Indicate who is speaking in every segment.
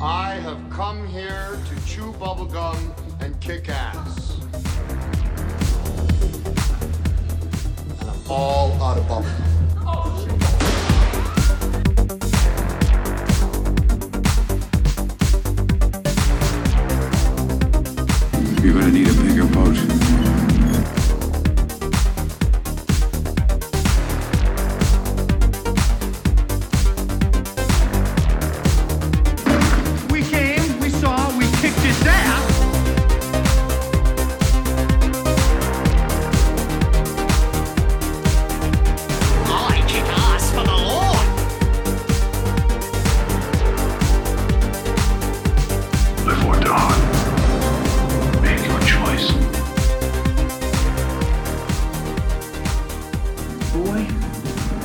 Speaker 1: I have come here to chew bubblegum and kick ass. And I'm all out of bubblegum.
Speaker 2: You're gonna need a bigger boat.
Speaker 3: We came, we saw, we kicked his ass.
Speaker 4: I kick ass for the Lord.
Speaker 2: Before dawn, make your choice.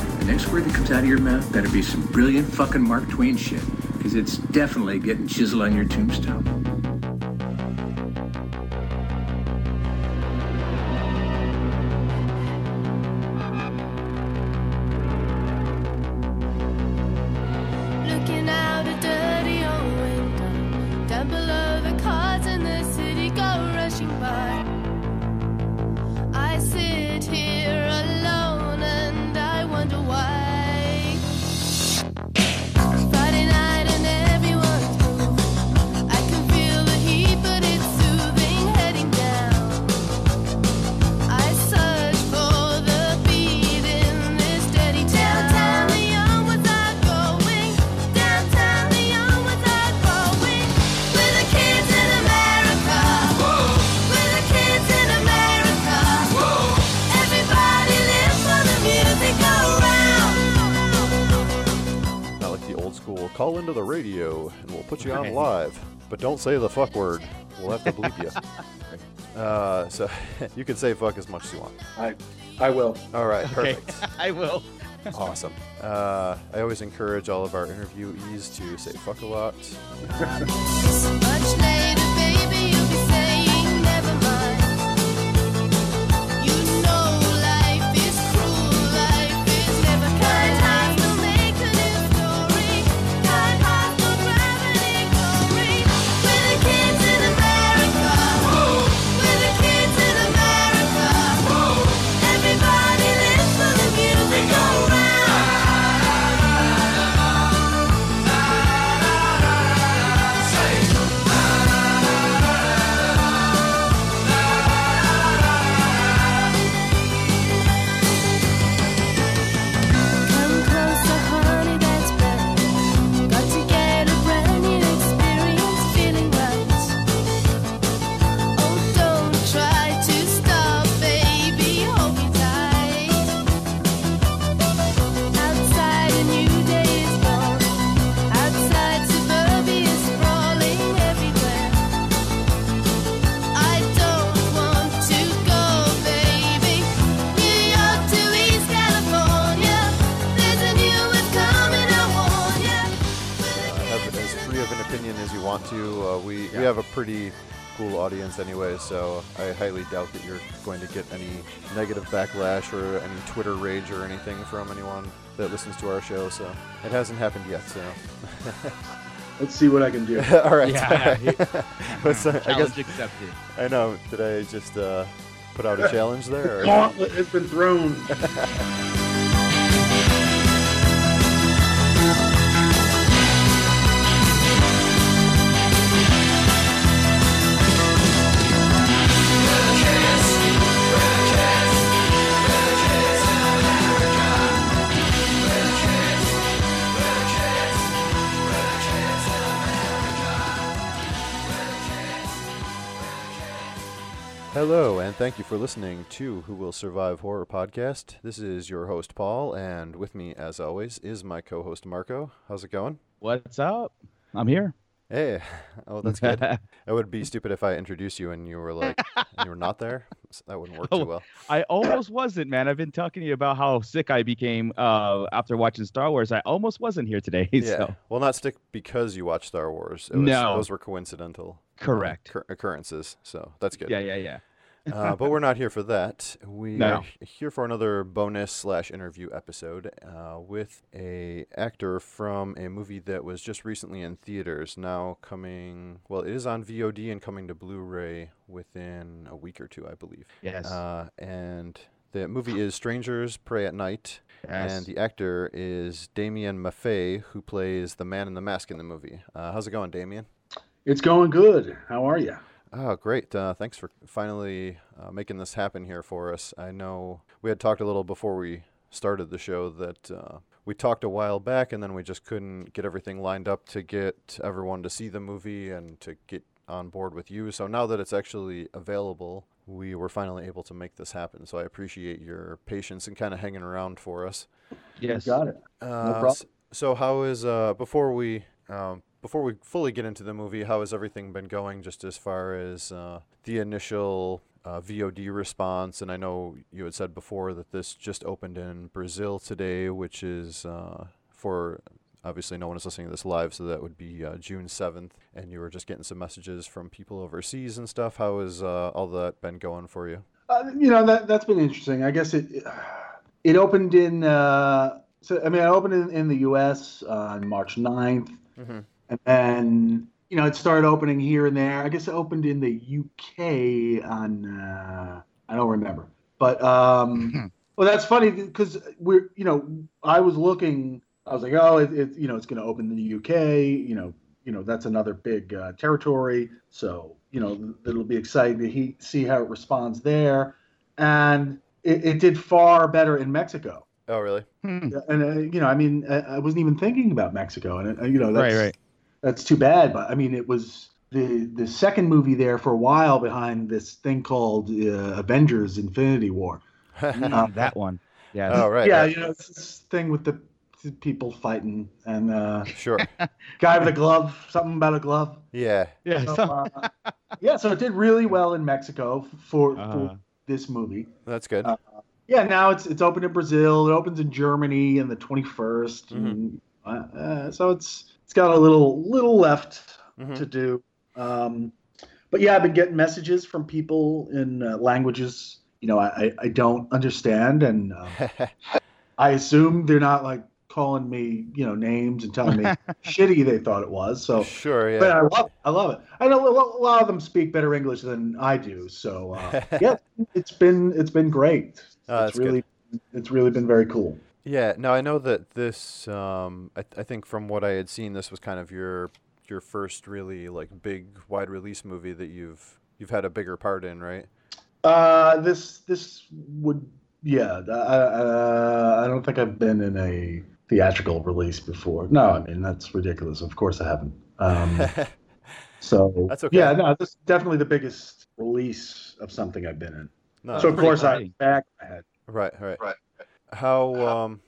Speaker 5: Boy, the next word that comes out of your mouth better be some brilliant fucking Mark Twain shit, because it's definitely getting chiseled on your tombstone.
Speaker 6: Looking out a dirty old window. Down below the cars in the city go rushing by. I sit here alone and I wonder why. Friday night and everyone's moving. I can feel the heat, but it's soothing heading down. I search for the beat in this dirty town. Downtown Leon was out going. Downtown Leon was out going. With the kids in America. With the kids in America. Everybody live for the music around.
Speaker 7: Not like the old school. Call into the radio and we'll put you on live, but don't say the fuck word. We'll have to bleep you. Uh, so you can say fuck as much as you want.
Speaker 8: I, I will.
Speaker 7: All right,
Speaker 3: Okay,
Speaker 7: perfect.
Speaker 3: I will.
Speaker 7: Awesome. Uh, I always encourage all of our interviewees to say fuck a lot.
Speaker 6: Much later, baby, you'll be saying never mind. You know life is cruel, life is never kind. Times will make a new story. Kind hearts will drive an glory. We're the kids in America. We're the kids in America. Everybody lives for the music around. Come closer, honey, that's better. Got to get a brand new experience, feeling right. Oh, don't try to stop, baby, hold me tight. Outside, a new day is born. Outside, suburbia is sprawling everywhere. I don't want to go, baby. New York to East California. There's a new one coming, I warn ya.
Speaker 7: Uh, have as free of an opinion as you want to. Uh, we, we have a pretty cool audience anyway, so I highly doubt that you're going to get any negative backlash or any Twitter rage or anything from anyone that listens to our show. So it hasn't happened yet. So
Speaker 8: Let's see what I can do.
Speaker 7: all right.
Speaker 3: Yeah.
Speaker 7: What's- I
Speaker 3: Challenge
Speaker 7: guess
Speaker 3: accepted.
Speaker 7: I know. Did I just uh, put out a challenge there? or-
Speaker 8: Gauntlet has been thrown.
Speaker 7: Hello, and thank you for listening to Who Will Survive Horror Podcast. This is your host, Paul, and with me, as always, is my co host, Marco. How's it going?
Speaker 9: What's up? I'm here.
Speaker 7: Hey, oh, that's good. I would be stupid if I introduced you and you were like, and you were not there. S- That wouldn't work too
Speaker 9: Oh.
Speaker 7: well.
Speaker 9: I almost wasn't, man. I've been talking to you about how sick I became uh, after watching Star Wars. I almost wasn't here today. So
Speaker 7: Well, not stick because you watched Star Wars. It was,
Speaker 9: No.
Speaker 7: Those were coincidental uh,
Speaker 9: correct.
Speaker 7: occur- occurrences. So that's good.
Speaker 9: Yeah, yeah, yeah.
Speaker 7: uh, but we're not here for that. We
Speaker 9: No.
Speaker 7: are h- here for another bonus slash interview episode uh, with a actor from a movie that was just recently in theaters. Now coming, well, it is on VOD and coming to Blu-ray within a week or two, I believe.
Speaker 9: Yes.
Speaker 7: Uh, and the movie is Strangers Pray at Night, and
Speaker 9: Yes.
Speaker 7: the actor is Damien Maffei, who plays the man in the mask in the movie. Uh, how's it going, Damien?
Speaker 8: It's going good. How are you?
Speaker 7: Oh, great. Uh, thanks for finally uh, making this happen here for us. I know we had talked a little before we started the show that uh, we talked a while back, and then we just couldn't get everything lined up to get everyone to see the movie and to get on board with you. So now that it's actually available, we were finally able to make this happen. So I appreciate your patience and kind of hanging around for us.
Speaker 9: yes.
Speaker 8: Got it.
Speaker 7: Uh,
Speaker 8: problem.
Speaker 7: s- So how is uh before we um before we fully get into the movie, how has everything been going just as far as uh, the initial uh, VOD response? And I know you had said before that this just opened in Brazil today, which is uh, for obviously no one is listening to this live, so that would be uh, June seventh. And you were just getting some messages from people overseas and stuff. How has uh, all that been going for you?
Speaker 8: Uh, you know that that's been interesting. I guess it it opened in uh, so I mean I opened in, in the U.S. on March 9th,
Speaker 7: Mhm.
Speaker 8: and then you know it started opening here and there. I guess it opened in the U.K. on uh, I don't remember, but um, well that's funny because we're you know I was looking. I was like, oh, it, it you know it's going to open in the U.K. You know you know that's another big uh, territory. So you know it'll be exciting to he- see how it responds there, and it, it did far better in Mexico.
Speaker 7: Oh, really?
Speaker 9: Hmm.
Speaker 8: And uh, you know, I mean, I, I wasn't even thinking about Mexico, and uh, you know, that's,
Speaker 9: Right, right.
Speaker 8: that's too bad. But I mean, it was the the second movie there for a while behind this thing called uh, Avengers: Infinity War. Uh,
Speaker 9: that one. Yes.
Speaker 7: oh, right.
Speaker 8: yeah,
Speaker 7: right.
Speaker 8: you know, it's this thing with the the people fighting and uh,
Speaker 7: Sure.
Speaker 8: guy with a glove, something about a glove.
Speaker 7: Yeah.
Speaker 9: yeah.
Speaker 8: So,
Speaker 9: some-
Speaker 8: uh, yeah, so it did really well in Mexico f- for,
Speaker 9: Uh-huh.
Speaker 8: for this movie.
Speaker 7: That's good.
Speaker 8: Uh, Yeah, now it's it's open in Brazil. It opens in Germany on the 21st. And, uh, uh, so it's it's got a little little left
Speaker 7: Mhm.
Speaker 8: to do. Um, but yeah, I've been getting messages from people in uh, languages you know I, I, I don't understand, and uh, I assume they're not like calling me you know names and telling me shitty they thought it was. So
Speaker 7: sure. Yeah.
Speaker 8: but I love, I love it. I know a lo- a lot of them speak better English than I do, so uh, yeah, it's been it's been great.
Speaker 7: Oh, that's
Speaker 8: it's really, it's really been very cool.
Speaker 7: Yeah, no, I know that this. Um, I, th- I think from what I had seen, this was kind of your your first really like big wide release movie that you've you've had a bigger part in, right?
Speaker 8: Uh, this this would yeah. I, uh, I don't think I've been in a theatrical release before. No, I mean that's ridiculous. Of course I haven't. Um, so
Speaker 7: That's okay.
Speaker 8: Yeah, no, this is definitely the biggest release of something I've been in.
Speaker 7: no,
Speaker 8: so of
Speaker 9: pretty
Speaker 8: course I
Speaker 9: exciting.
Speaker 8: back I had
Speaker 7: right, right,
Speaker 2: Right.
Speaker 7: How um,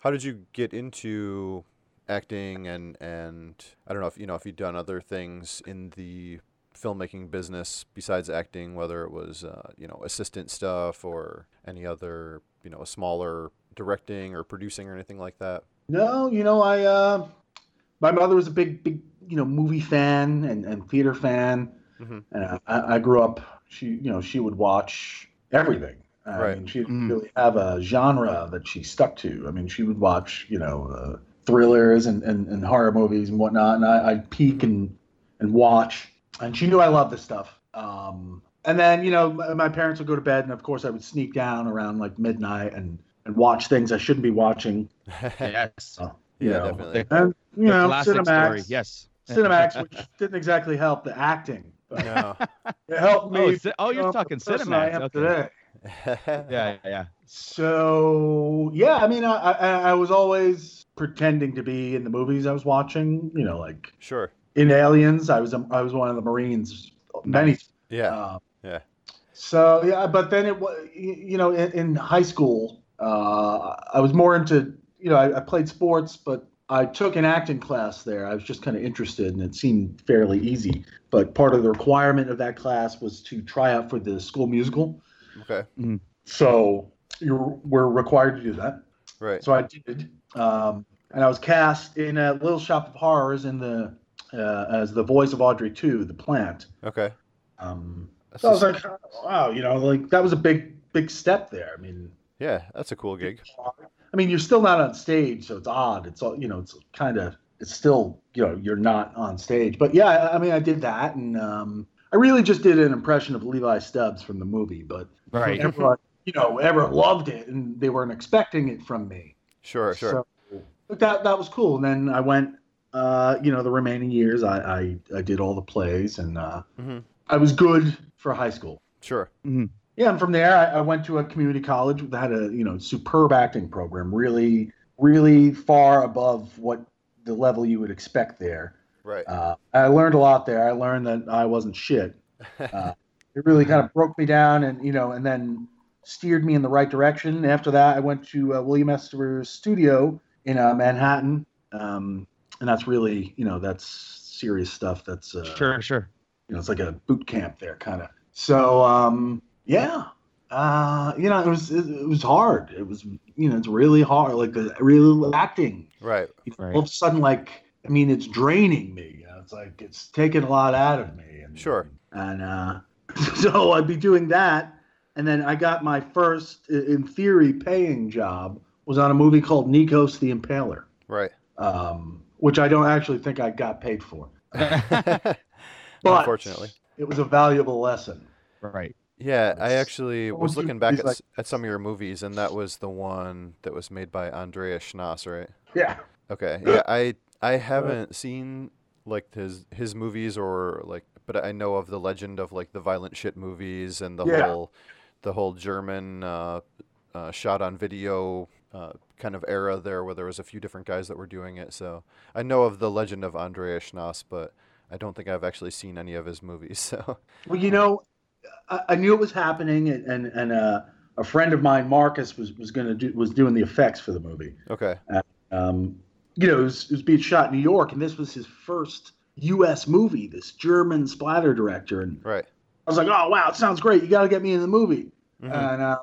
Speaker 7: how did you get into acting and and I don't know if you know if you've done other things in the filmmaking business besides acting, whether it was uh, you know assistant stuff or any other you know smaller directing or producing or anything like that.
Speaker 8: No, you know, I uh, my mother was a big, big, you know, movie fan and, and theater fan,
Speaker 7: Mhm.
Speaker 8: and I, I grew up. She, you know, she would watch everything. I
Speaker 7: Right.
Speaker 8: mean, she
Speaker 9: Mm.
Speaker 8: didn't really have a genre that she stuck to. I mean, she would watch, you know, uh, thrillers and, and, and horror movies and whatnot, and I, I'd peek and and watch. And she knew I loved this stuff. Um, and then, you know, my, my parents would go to bed, and of course, I would sneak down around like midnight and and watch things I shouldn't be watching.
Speaker 9: yes.
Speaker 8: you
Speaker 7: Yeah,
Speaker 8: know.
Speaker 7: definitely.
Speaker 8: And you
Speaker 9: The
Speaker 8: know,
Speaker 9: classic
Speaker 8: Cinemax,
Speaker 9: story. Yes.
Speaker 8: Cinemax, which didn't exactly help the acting, but
Speaker 7: No.
Speaker 8: it helped me.
Speaker 9: Oh, ci- oh, you're
Speaker 8: become
Speaker 9: talking
Speaker 8: the person I
Speaker 9: Cinemax.
Speaker 8: am
Speaker 9: Okay.
Speaker 8: today.
Speaker 9: Yeah, yeah, yeah.
Speaker 8: So yeah, I mean, I, I I was always pretending to be in the movies I was watching. You know, like
Speaker 7: sure.
Speaker 8: in Aliens, I was a, I was one of the Marines many
Speaker 7: Yeah.
Speaker 8: Um,
Speaker 7: Yeah.
Speaker 8: So yeah, but then it was you know in, in high school uh, I was more into you know I, I played sports, but I took an acting class there. I was just kind of interested, and it seemed fairly easy. But part of the requirement of that class was to try out for the school musical.
Speaker 7: okay.
Speaker 8: So you were required to do that.
Speaker 7: Right.
Speaker 8: So I did, um, and I was cast in a Little Shop of Horrors in the uh, as the voice of Audrey II, the plant.
Speaker 7: okay.
Speaker 8: Um, So I was like, wow, you know, like that was a big, big step there. I mean,
Speaker 7: yeah, that's a cool gig.
Speaker 8: I mean, you're still not on stage, so it's odd. It's all, you know, it's kind of, it's still, you know, you're not on stage. But yeah, I, I mean, I did that, and um, I really just did an impression of Levi Stubbs from the movie, but
Speaker 9: Right.
Speaker 8: everyone, you know, everyone loved it, and they weren't expecting it from me.
Speaker 7: Sure, sure.
Speaker 8: So, but that that was cool. And then I went, uh, you know, the remaining years, I I, I did all the plays, and uh,
Speaker 7: Mhm.
Speaker 8: I was good for high school.
Speaker 7: Sure.
Speaker 8: Yeah, and from there, I, I went to a community college that had a you know superb acting program, really, really far above what the level you would expect there.
Speaker 7: Right.
Speaker 8: Uh, I learned a lot there. I learned that I wasn't shit. Uh, it really kind of broke me down, and you know, and then steered me in the right direction. After that, I went to uh, William Esther's studio in uh, Manhattan, um, and that's really you know that's serious stuff. That's uh,
Speaker 9: Sure, sure.
Speaker 8: you know, it's like a boot camp there, kind of. So, um, yeah, uh, you know, it was it, it was hard. It was you know, it's really hard. Like the real acting,
Speaker 7: Right.
Speaker 8: You know,
Speaker 9: Right.
Speaker 8: all of a sudden, like I mean, it's draining me. You know, it's like it's taking a lot out of me. And,
Speaker 7: Sure.
Speaker 8: And uh, so I'd be doing that, and then I got my first, i- in theory, paying job was on a movie called Nikos the Impaler,
Speaker 7: Right.
Speaker 8: um, which I don't actually think I got paid for. But
Speaker 7: Unfortunately.
Speaker 8: it was a valuable lesson.
Speaker 9: Right.
Speaker 7: Yeah, I
Speaker 8: It's-
Speaker 7: actually
Speaker 8: what
Speaker 7: was
Speaker 8: was your-
Speaker 7: looking back
Speaker 8: he's
Speaker 7: at,
Speaker 8: like-
Speaker 7: s at some of your movies, and that was the one that was made by Andrea Schnaas, right?
Speaker 8: Yeah.
Speaker 7: Okay. Yeah, I I haven't seen like his his movies or like, but I know of the legend of like the violent shit movies and the
Speaker 8: Yeah.
Speaker 7: whole the whole German uh, uh, shot on video uh, kind of era there, where there was a few different guys that were doing it. So I know of the legend of Andrea Schnaas, but I don't think I've actually seen any of his movies. So
Speaker 8: Well, you know, I, I knew it was happening, and and, and uh, a friend of mine, Marcus, was was gonna do was doing the effects for the movie.
Speaker 7: okay,
Speaker 8: Um, you know, it was, it was being shot in New York, and this was his first U.S. movie. This German splatter director, and
Speaker 7: right.
Speaker 8: I was like, oh wow, it sounds great. You got to get me in the movie.
Speaker 7: Mhm.
Speaker 8: And uh,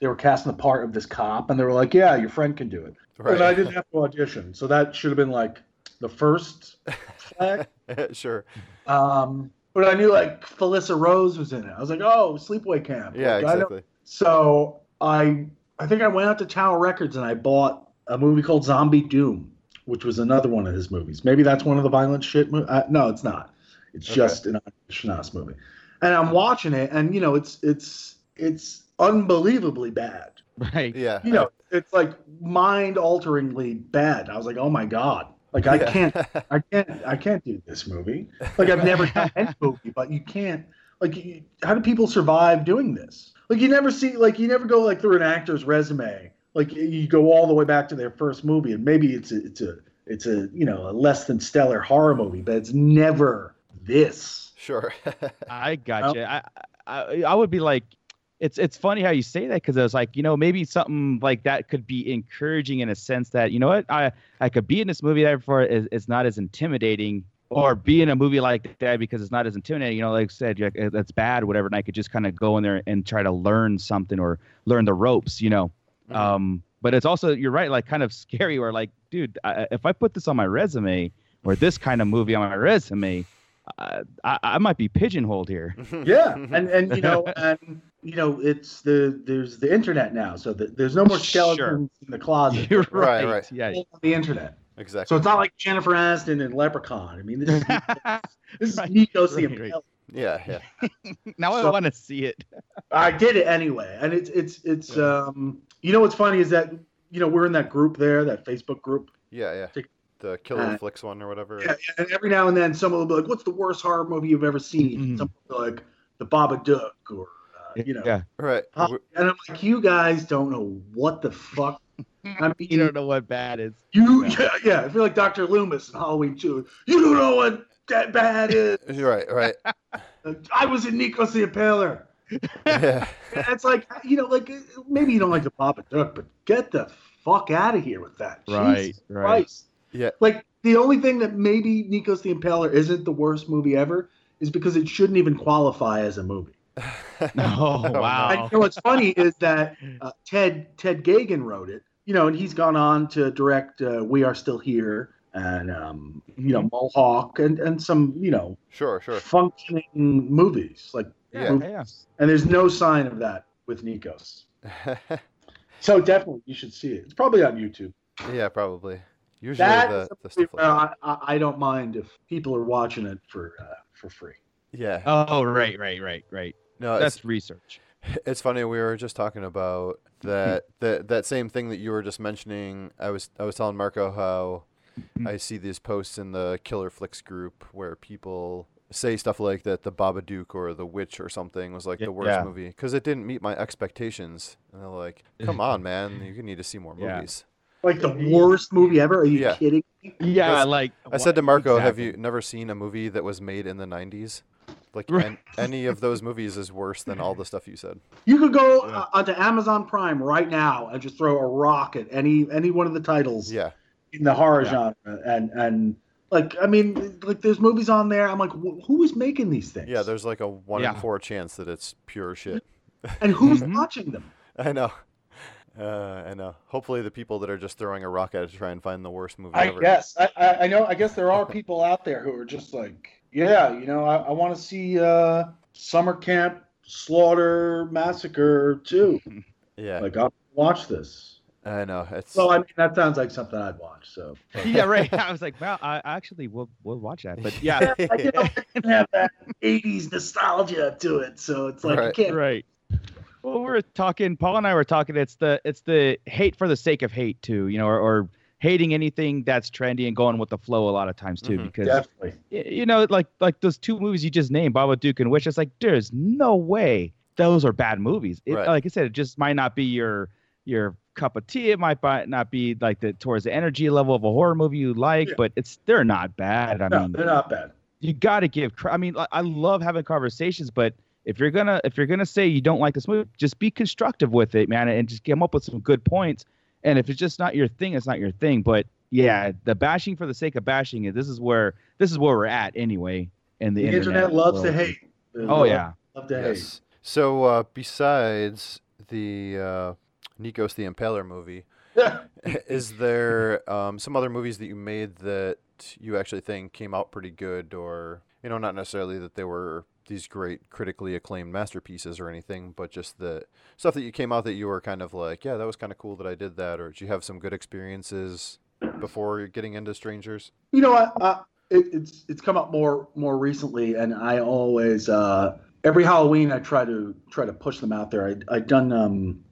Speaker 8: they were casting the part of this cop, and they were like, yeah, your friend can do it. And I
Speaker 7: Right.
Speaker 8: didn't have to audition, so that should have been like the first flag.
Speaker 7: sure.
Speaker 8: Um, but I knew like Felissa Rose was in it. I was like, oh, Sleepaway Camp.
Speaker 7: Yeah,
Speaker 8: Like, I know-
Speaker 7: exactly.
Speaker 8: So I I think I went out to Tower Records and I bought a movie called Zombie Doom, which was another one of his movies. Maybe that's one of the violent shit. Mo- uh, no, it's not. It's
Speaker 7: Okay.
Speaker 8: just an Schnaas movie. And I'm watching it, and you know, it's it's it's unbelievably bad.
Speaker 9: Right.
Speaker 7: Yeah.
Speaker 8: You know, it's like mind alteringly bad. I was like, oh my god, like I
Speaker 7: Yeah.
Speaker 8: can't I can't I can't do this movie. Like I've never done any movie, but you can't. Like, you, how do people survive doing this? Like you never see like you never go like through an actor's resume. Like you go all the way back to their first movie, and maybe it's a, it's a it's a you know a less than stellar horror movie, but it's never this.
Speaker 7: Sure.
Speaker 9: I gotcha. I, I I would be like, it's it's funny how you say that because I was like, you know, maybe something like that could be encouraging in a sense that you know what I I could be in this movie therefore it's, it's not as intimidating or be in a movie like that because it's not as intimidating. You know, like I said, you're like, "Eh, that's bad, whatever, and I could just kind of go in there and try to learn something or learn the ropes. You know,
Speaker 7: Mhm.
Speaker 9: um, but it's also you're right, like kind of scary. Where like, dude, I, if I put this on my resume or this kind of movie on my resume. I, I, I might be pigeonholed here.
Speaker 8: Yeah, and and you know and you know it's the there's the internet now, so that there's no more
Speaker 9: Sure.
Speaker 8: skeletons in the closet.
Speaker 9: You're
Speaker 7: Right,
Speaker 9: right.
Speaker 7: right.
Speaker 9: Yeah.
Speaker 8: All on the internet. So
Speaker 7: exactly.
Speaker 8: it's not like Jennifer Aniston and Leprechaun. I mean, this is this is
Speaker 9: Right,
Speaker 8: Nikos the
Speaker 9: right, right.
Speaker 8: Impaler.
Speaker 7: yeah, yeah.
Speaker 9: now I
Speaker 8: So-
Speaker 9: want to see it.
Speaker 8: I did it anyway, and it's it's it's
Speaker 7: Yeah.
Speaker 8: um. You know what's funny is that you know we're in that group there, that Facebook group,
Speaker 7: Yeah, yeah.
Speaker 8: Take-
Speaker 7: The Killer
Speaker 8: Uh,
Speaker 7: Flicks one or whatever.
Speaker 8: Yeah, and every now and then someone will be like, "What's the worst horror movie you've ever seen?"
Speaker 9: Mhm.
Speaker 8: Someone will be like, "The Baba Duck," or uh, you know,
Speaker 9: yeah.
Speaker 7: Right.
Speaker 8: Huh?
Speaker 7: w-
Speaker 8: and I'm like, "You guys don't know what the fuck." I mean,
Speaker 9: You don't know what bad is.
Speaker 8: you yeah, yeah. I feel like Dr. Loomis in Halloween 2. You don't know what that bad is.
Speaker 7: Right, right.
Speaker 8: Like, I was in Nikos the Impaler.
Speaker 7: yeah.
Speaker 8: It's like you know, like maybe you don't like the Papa Duck, but get the fuck out of here with that. Jesus
Speaker 9: Right, right.
Speaker 8: Christ.
Speaker 7: Yeah.
Speaker 8: Like the only thing that maybe Nikos the Impaler isn't the worst movie ever is because it shouldn't even qualify as a movie.
Speaker 9: Oh,
Speaker 7: no.
Speaker 8: And
Speaker 9: wow.
Speaker 8: you know what's funny is that uh, Ted Ted Gagan wrote it, you know, and he's gone on to direct uh, We Are Still Here, and um, you know
Speaker 9: Mm-hmm.
Speaker 8: Mohawk and and some you know
Speaker 7: Sure, sure.
Speaker 8: functioning movies like
Speaker 7: Yeah.
Speaker 8: movies. and there's no sign of that with Nikos. So definitely you should see it. It's probably on YouTube.
Speaker 7: yeah, probably. Usually
Speaker 8: That
Speaker 7: the,
Speaker 8: is
Speaker 7: the
Speaker 8: something
Speaker 7: stuff like
Speaker 8: where I, I I don't mind if people are watching it for uh, for free.
Speaker 7: Yeah.
Speaker 8: uh,
Speaker 9: Oh, right, right, right, right.
Speaker 7: no, it's,
Speaker 9: That's research.
Speaker 7: It's funny we were just talking about
Speaker 9: Hmm.
Speaker 7: that that that same thing that you were just mentioning. I was I was telling Marco how
Speaker 9: Hmm.
Speaker 7: I see these posts in the Killer Flicks group where people say stuff like that the Babadook or the Witch or something was like
Speaker 9: Yeah.
Speaker 7: the worst
Speaker 9: Yeah.
Speaker 7: movie because it didn't meet my expectations. And they're like, "Come on, man, you need to see more
Speaker 9: Yeah.
Speaker 7: movies."
Speaker 8: Like the worst movie ever? Are you
Speaker 7: Yeah.
Speaker 8: kidding?
Speaker 9: Yeah,
Speaker 7: That's-
Speaker 9: like
Speaker 7: I said to Marco, "Have you never seen a movie that was made in the '90s?" Like
Speaker 9: Right.
Speaker 7: an- any of those movies is worse than all the stuff you said.
Speaker 8: You could go uh, onto Amazon Prime right now and just throw a rock at any any one of the titles
Speaker 7: Yeah,
Speaker 8: in the horror
Speaker 9: Yeah.
Speaker 8: genre, and and like I mean, like there's movies on there. I'm like, wh- who is making these things?
Speaker 7: yeah. There's like a one in
Speaker 9: Yeah.
Speaker 7: four chance that it's pure shit.
Speaker 8: and who's
Speaker 7: Mm-hmm.
Speaker 9: Mhm.
Speaker 8: watching them?
Speaker 7: I know. Uh, I know. Hopefully, the people that are just throwing a rock at it to try and find the worst movie
Speaker 8: I
Speaker 7: ever.
Speaker 8: guess I, I I know. I guess there are people out there who are just like, yeah, you know, I, I want to see uh, summer camp slaughter massacre too.
Speaker 7: Yeah,
Speaker 8: Like, I'll watch this.
Speaker 7: I know. It's
Speaker 8: So I mean, that sounds like something I'd watch. So
Speaker 9: yeah, right. I was like, well, I actually will will watch that, but yeah,
Speaker 8: I you know, it can have that '80s nostalgia to it. So it's like
Speaker 7: Right.
Speaker 8: you can't.
Speaker 9: right. Well, we we're talking. Paul and I were talking. It's the it's the hate for the sake of hate too, you know, or, or hating anything that's trendy and going with the flow a lot of times too,
Speaker 7: Mhm.
Speaker 9: because
Speaker 8: Definitely.
Speaker 9: y- you know, like like those two movies you just named, Baba Duke and Wish. It's like there's no way those are bad movies. It,
Speaker 7: Right.
Speaker 9: Like I said, it just might not be your your cup of tea. It might bi- not be like the towards the energy level of a horror movie you like,
Speaker 8: Yeah.
Speaker 9: but it's they're not bad. I
Speaker 8: No,
Speaker 9: mean,
Speaker 8: they're not bad.
Speaker 9: you got to give. cre- I mean, li- I love having conversations, but if you're gonna if you're gonna say you don't like this movie, just be constructive with it, man, and just come up with some good points. And if it's just not your thing, it's not your thing. But yeah, the bashing for the sake of bashing it. This is where this is where we're at anyway. And the,
Speaker 8: The, internet, loves to
Speaker 9: world.
Speaker 8: hate. They
Speaker 9: Oh
Speaker 8: love-
Speaker 9: yeah,
Speaker 8: love to hate.
Speaker 7: yes. So uh, besides the uh, Nikos the Impaler movie,
Speaker 8: Yeah.
Speaker 7: is there um, some other movies that you made that you actually think came out pretty good, or you know, not necessarily that they were these great critically acclaimed masterpieces or anything, but just the stuff that you came out that you were kind of like, yeah, that was kind of cool that I did that, or did you have some good experiences before getting into Strangers?
Speaker 8: You know what? Uh, it, it's it's come up more more recently, and I always uh, every Halloween I try to try to push them out there. I I done um,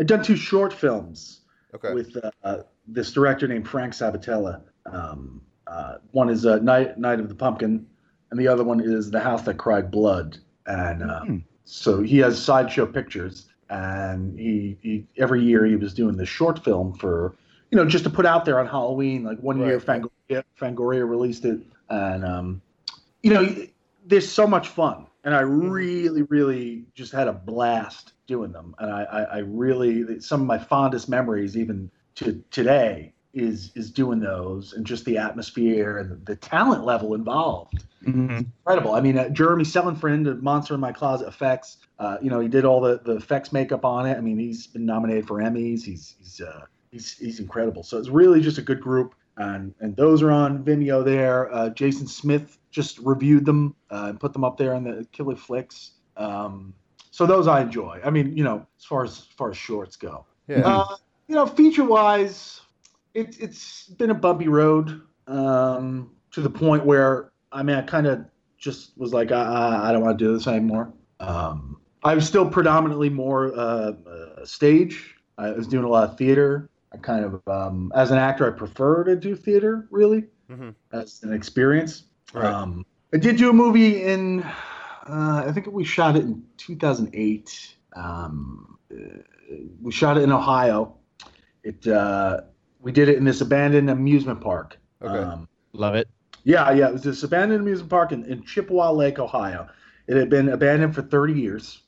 Speaker 8: I done two short films
Speaker 7: Okay.
Speaker 8: with uh, uh, this director named Frank Sabatella. Um, uh, one is uh, Night Night of the Pumpkin, and the other one is The House That Cried Blood. And uh,
Speaker 9: Hmm.
Speaker 8: so he has sideshow pictures, and he, he every year he was doing this short film for you know just to put out there on Halloween. Like one year
Speaker 7: Right.
Speaker 8: Fangoria, Fangoria released it, and um, you know there's so much fun and i really really just had a blast doing them and i i, I really some of my fondest memories even to today is is doing those and just the atmosphere and the talent level involved
Speaker 9: Mm-hmm.
Speaker 8: incredible i mean uh, jeremy Selenfriend of monster in my closet effects uh, you know he did all the the effects makeup on it i mean he's been nominated for emmys he's he's uh, he's he's incredible so it's really just a good group and and those are on Vimeo. There, uh, Jason Smith just reviewed them uh, and put them up there on the Killer Flicks. Um, so those I enjoy. I mean, you know, as far as, as far as shorts go,
Speaker 7: Yeah.
Speaker 8: uh, you know, feature wise, it, it's been a bumpy road um, to the point where I mean, I kind of just was like, I, I, I don't want to do this anymore. Um, I'm still predominantly more uh, uh, stage. I was doing a lot of theater. I kind of, um, as an actor, I prefer to do theater really
Speaker 7: Mhm.
Speaker 8: as an experience.
Speaker 7: Right.
Speaker 8: Um, I did do a movie in, uh, I think we shot it in 2008. Um, uh, we shot it in Ohio. It uh, we did it in this abandoned amusement park.
Speaker 7: Okay.
Speaker 8: Um,
Speaker 9: love it.
Speaker 8: yeah, yeah, it was this abandoned amusement park in, in Chippewa Lake, Ohio. It had been abandoned for 30 years.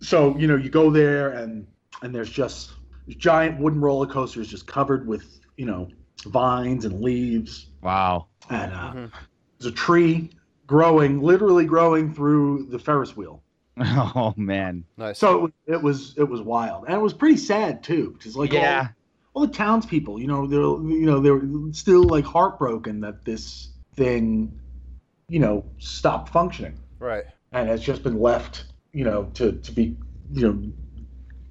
Speaker 8: So you know, you go there and and there's just giant wooden roller coasters just covered with you know vines and leaves
Speaker 9: Wow.
Speaker 8: and uh,
Speaker 7: Mhm.
Speaker 8: there's a tree growing, literally growing through the Ferris wheel.
Speaker 9: Oh man.
Speaker 7: nice.
Speaker 8: So it was it was wild, and it was pretty sad too, because like all-
Speaker 9: yeah.
Speaker 8: all, all the townspeople, you know, they're you know they're still like heartbroken that this thing, you know, stopped functioning
Speaker 7: Right.
Speaker 8: and has just been left, you know, to to be, you know,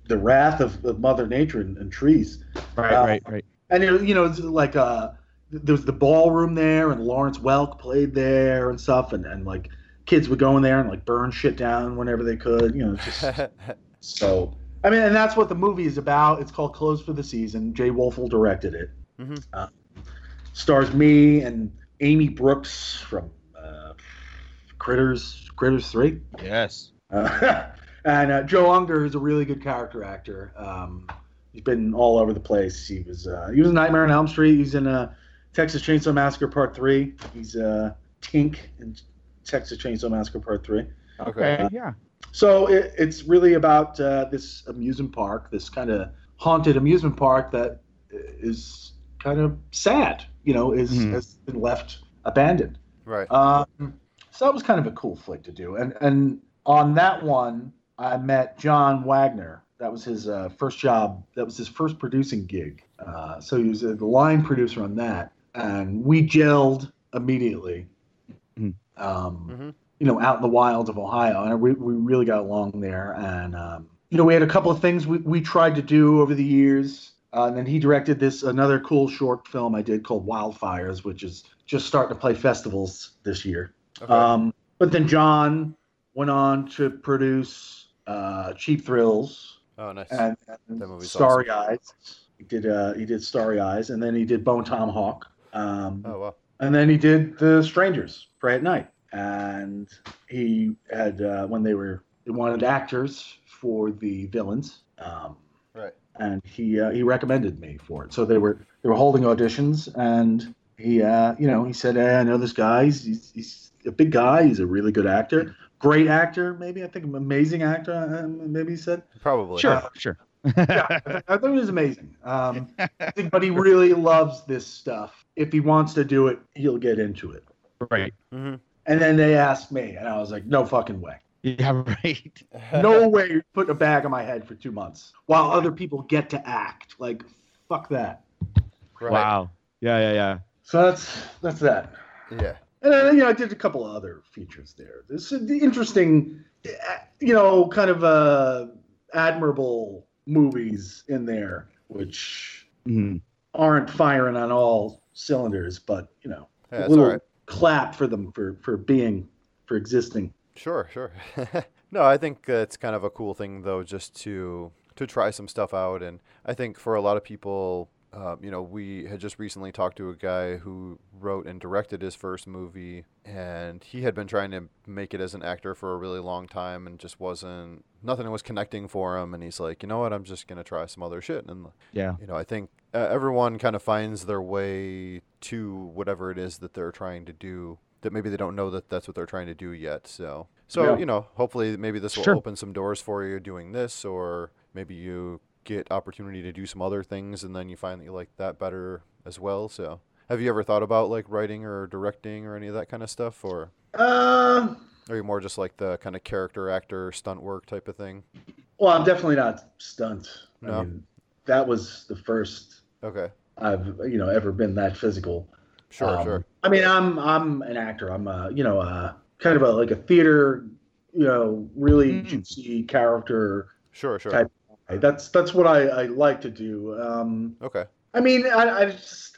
Speaker 8: the wrath of, of Mother Nature and, and trees.
Speaker 9: Right,
Speaker 8: Uh,
Speaker 9: right, right.
Speaker 8: And it, you know, it's like uh, there was the ballroom there, and Lawrence Welk played there and stuff, and and like kids would go in there and like burn shit down whenever they could, you know, just so. I mean, and that's what the movie is about. It's called Close for the Season. Jay Wolfel directed it.
Speaker 7: Mhm.
Speaker 8: Uh, stars me and Amy Brooks from uh, Critters, Critters Three.
Speaker 9: Yes.
Speaker 8: Uh, and uh, Joe Unger is a really good character actor. Um, he's been all over the place. He was uh, he was in Nightmare on Elm Street. He's in uh, Texas Chainsaw Massacre Part Three. He's uh, Tink in Texas Chainsaw Massacre Part Three.
Speaker 7: Okay.
Speaker 9: Okay. Yeah.
Speaker 8: So it, it's really about uh, this amusement park, this kind of haunted amusement park that is kind of sad. You know, is
Speaker 9: Mhm.
Speaker 8: has been left abandoned.
Speaker 7: Right.
Speaker 8: Um, so that was kind of a cool flick to do. And and on that one, I met John Wagner. That was his uh, first job. That was his first producing gig. Uh, so he was uh, the line producer on that, and we gelled immediately.
Speaker 9: Mhm.
Speaker 8: Um,
Speaker 7: Mhm.
Speaker 8: You know, out in the wilds of Ohio, and we we really got along there. And um, you know, we had a couple of things we we tried to do over the years. Uh, and then he directed this another cool short film I did called Wildfires, which is just starting to play festivals this year.
Speaker 7: Okay.
Speaker 8: Um, but then John went on to produce uh, Cheap Thrills
Speaker 7: oh, nice.
Speaker 8: and,
Speaker 7: That
Speaker 8: and
Speaker 7: movie's
Speaker 8: Starry Eyes. He did uh, he did Starry Eyes, and then he did Bone Tomahawk, um,
Speaker 7: oh, wow.
Speaker 8: and then he did The Strangers, Pray at Night, and he had uh, when they were they wanted actors for the villains. Um,
Speaker 7: Right.
Speaker 8: and he uh, he recommended me for it. So they were they were holding auditions, and he uh, you know he said, hey, I know this guy. He's, he's he's a big guy. He's a really good actor, great actor. Maybe I think an amazing actor. uh, Maybe he said.
Speaker 7: Probably.
Speaker 8: Sure.
Speaker 9: Sure.
Speaker 8: Yeah, I th- I thought he was amazing. Um, I think- but he really loves this stuff. If he wants to do it, he'll get into it.
Speaker 9: right.
Speaker 7: Mm-hmm.
Speaker 8: And then they asked me, and I was like, no fucking way.
Speaker 9: Yeah. Right.
Speaker 8: No way you're putting a bag on my head for two months while other people get to act. Like, fuck that.
Speaker 7: Right.
Speaker 9: Wow. Yeah. Yeah. Yeah.
Speaker 8: So that's that's that.
Speaker 7: Yeah.
Speaker 8: And then, you know, I did a couple of other features there. This is the interesting, uh, you know, kind of uh, admirable movies in there, which
Speaker 9: hmm
Speaker 8: aren't firing on all cylinders, but you know,
Speaker 7: Yeah,
Speaker 8: a
Speaker 7: that's
Speaker 8: little
Speaker 7: all right.
Speaker 8: clap for them for for being for existing.
Speaker 7: Sure, sure. no, I think uh, it's kind of a cool thing though, just to to try some stuff out. And I think for a lot of people, uh, you know, we had just recently talked to a guy who wrote and directed his first movie, and he had been trying to make it as an actor for a really long time, and just wasn't nothing was connecting for him. And he's like, you know what, I'm just gonna try some other shit. And
Speaker 9: Yeah.
Speaker 7: you know, I think uh, everyone kind of finds their way to whatever it is that they're trying to do that maybe they don't know that that's what they're trying to do yet. So, so
Speaker 8: Yeah.
Speaker 7: you know, hopefully maybe this will
Speaker 9: Sure.
Speaker 7: open some doors for you doing this, or maybe you get opportunity to do some other things, and then you find that you like that better as well. So, have you ever thought about like writing or directing or any of that kind of stuff, or
Speaker 8: Uh,
Speaker 7: are you more just like the kind of character actor stunt work type of thing?
Speaker 8: well, I'm definitely not stunt.
Speaker 7: No.
Speaker 8: I mean, that was the first
Speaker 7: Okay,
Speaker 8: I've you know ever been that physical.
Speaker 7: sure,
Speaker 8: Um,
Speaker 7: sure,
Speaker 8: I mean, I'm I'm an actor. I'm a you know a, kind of a like a theater, you know, really
Speaker 9: Mm.
Speaker 7: Hmm.
Speaker 8: juicy character.
Speaker 7: sure, sure.
Speaker 8: I- That's that's what I, I like to do. Um,
Speaker 7: okay,
Speaker 8: I mean, I, I just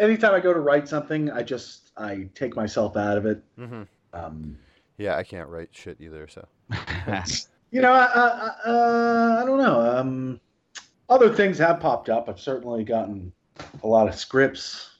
Speaker 8: anytime I go to write something, I just I take myself out of it.
Speaker 7: hmm
Speaker 8: Um,
Speaker 7: yeah, I can't write shit either, so.
Speaker 8: you know, I, I, uh, I don't know. Um, other things have popped up. I've certainly gotten a lot of scripts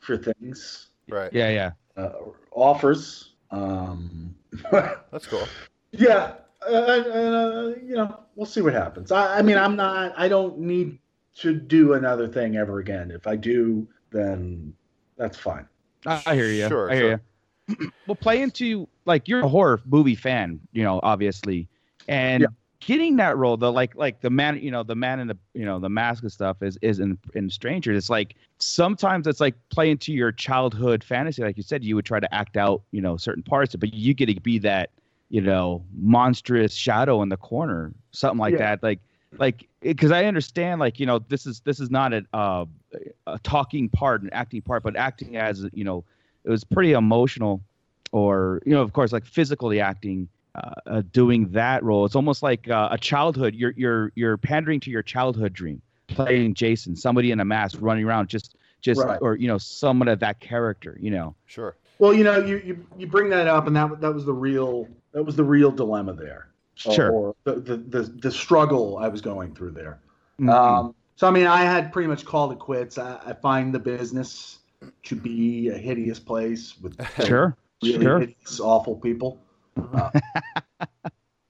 Speaker 8: for things,
Speaker 7: Right.
Speaker 9: yeah. Yeah.
Speaker 8: uh, offers. Um,
Speaker 7: That's cool.
Speaker 8: yeah, uh, uh, you know, we'll see what happens. I, I mean, I'm not. I don't need to do another thing ever again. If I do, then that's fine.
Speaker 9: I, I hear you.
Speaker 7: Sure,
Speaker 9: I hear you. well, play into like you're a horror movie fan, you know, obviously, and
Speaker 8: Yeah.
Speaker 9: getting that role though, like like the man, you know, the man in the you know the mask and stuff is is in in Strangers. It's like sometimes it's like play into your childhood fantasy, like you said, you would try to act out you know certain parts, but you get to be that you know monstrous shadow in the corner, something like
Speaker 8: Yeah.
Speaker 9: that, like. like because I understand like you know this is this is not a, uh, a talking part an acting part but acting as you know it was pretty emotional or you know of course like physically acting uh, uh, doing that role it's almost like uh, a childhood you're you're you're pandering to your childhood dream playing Jason somebody in a mask running around just just
Speaker 8: Right.
Speaker 9: or you know someone of that character you know
Speaker 7: Sure.
Speaker 8: Well, you know, you, you you bring that up, and that that was the real that was the real dilemma there, or,
Speaker 9: Sure.
Speaker 8: or the, the the the struggle I was going through there.
Speaker 9: Mhm.
Speaker 8: Um, so I mean, I had pretty much called it quits. I, I find the business to be a hideous place with
Speaker 9: sure
Speaker 8: really
Speaker 9: sure Mm-hmm.
Speaker 8: hideous, awful people. Uh,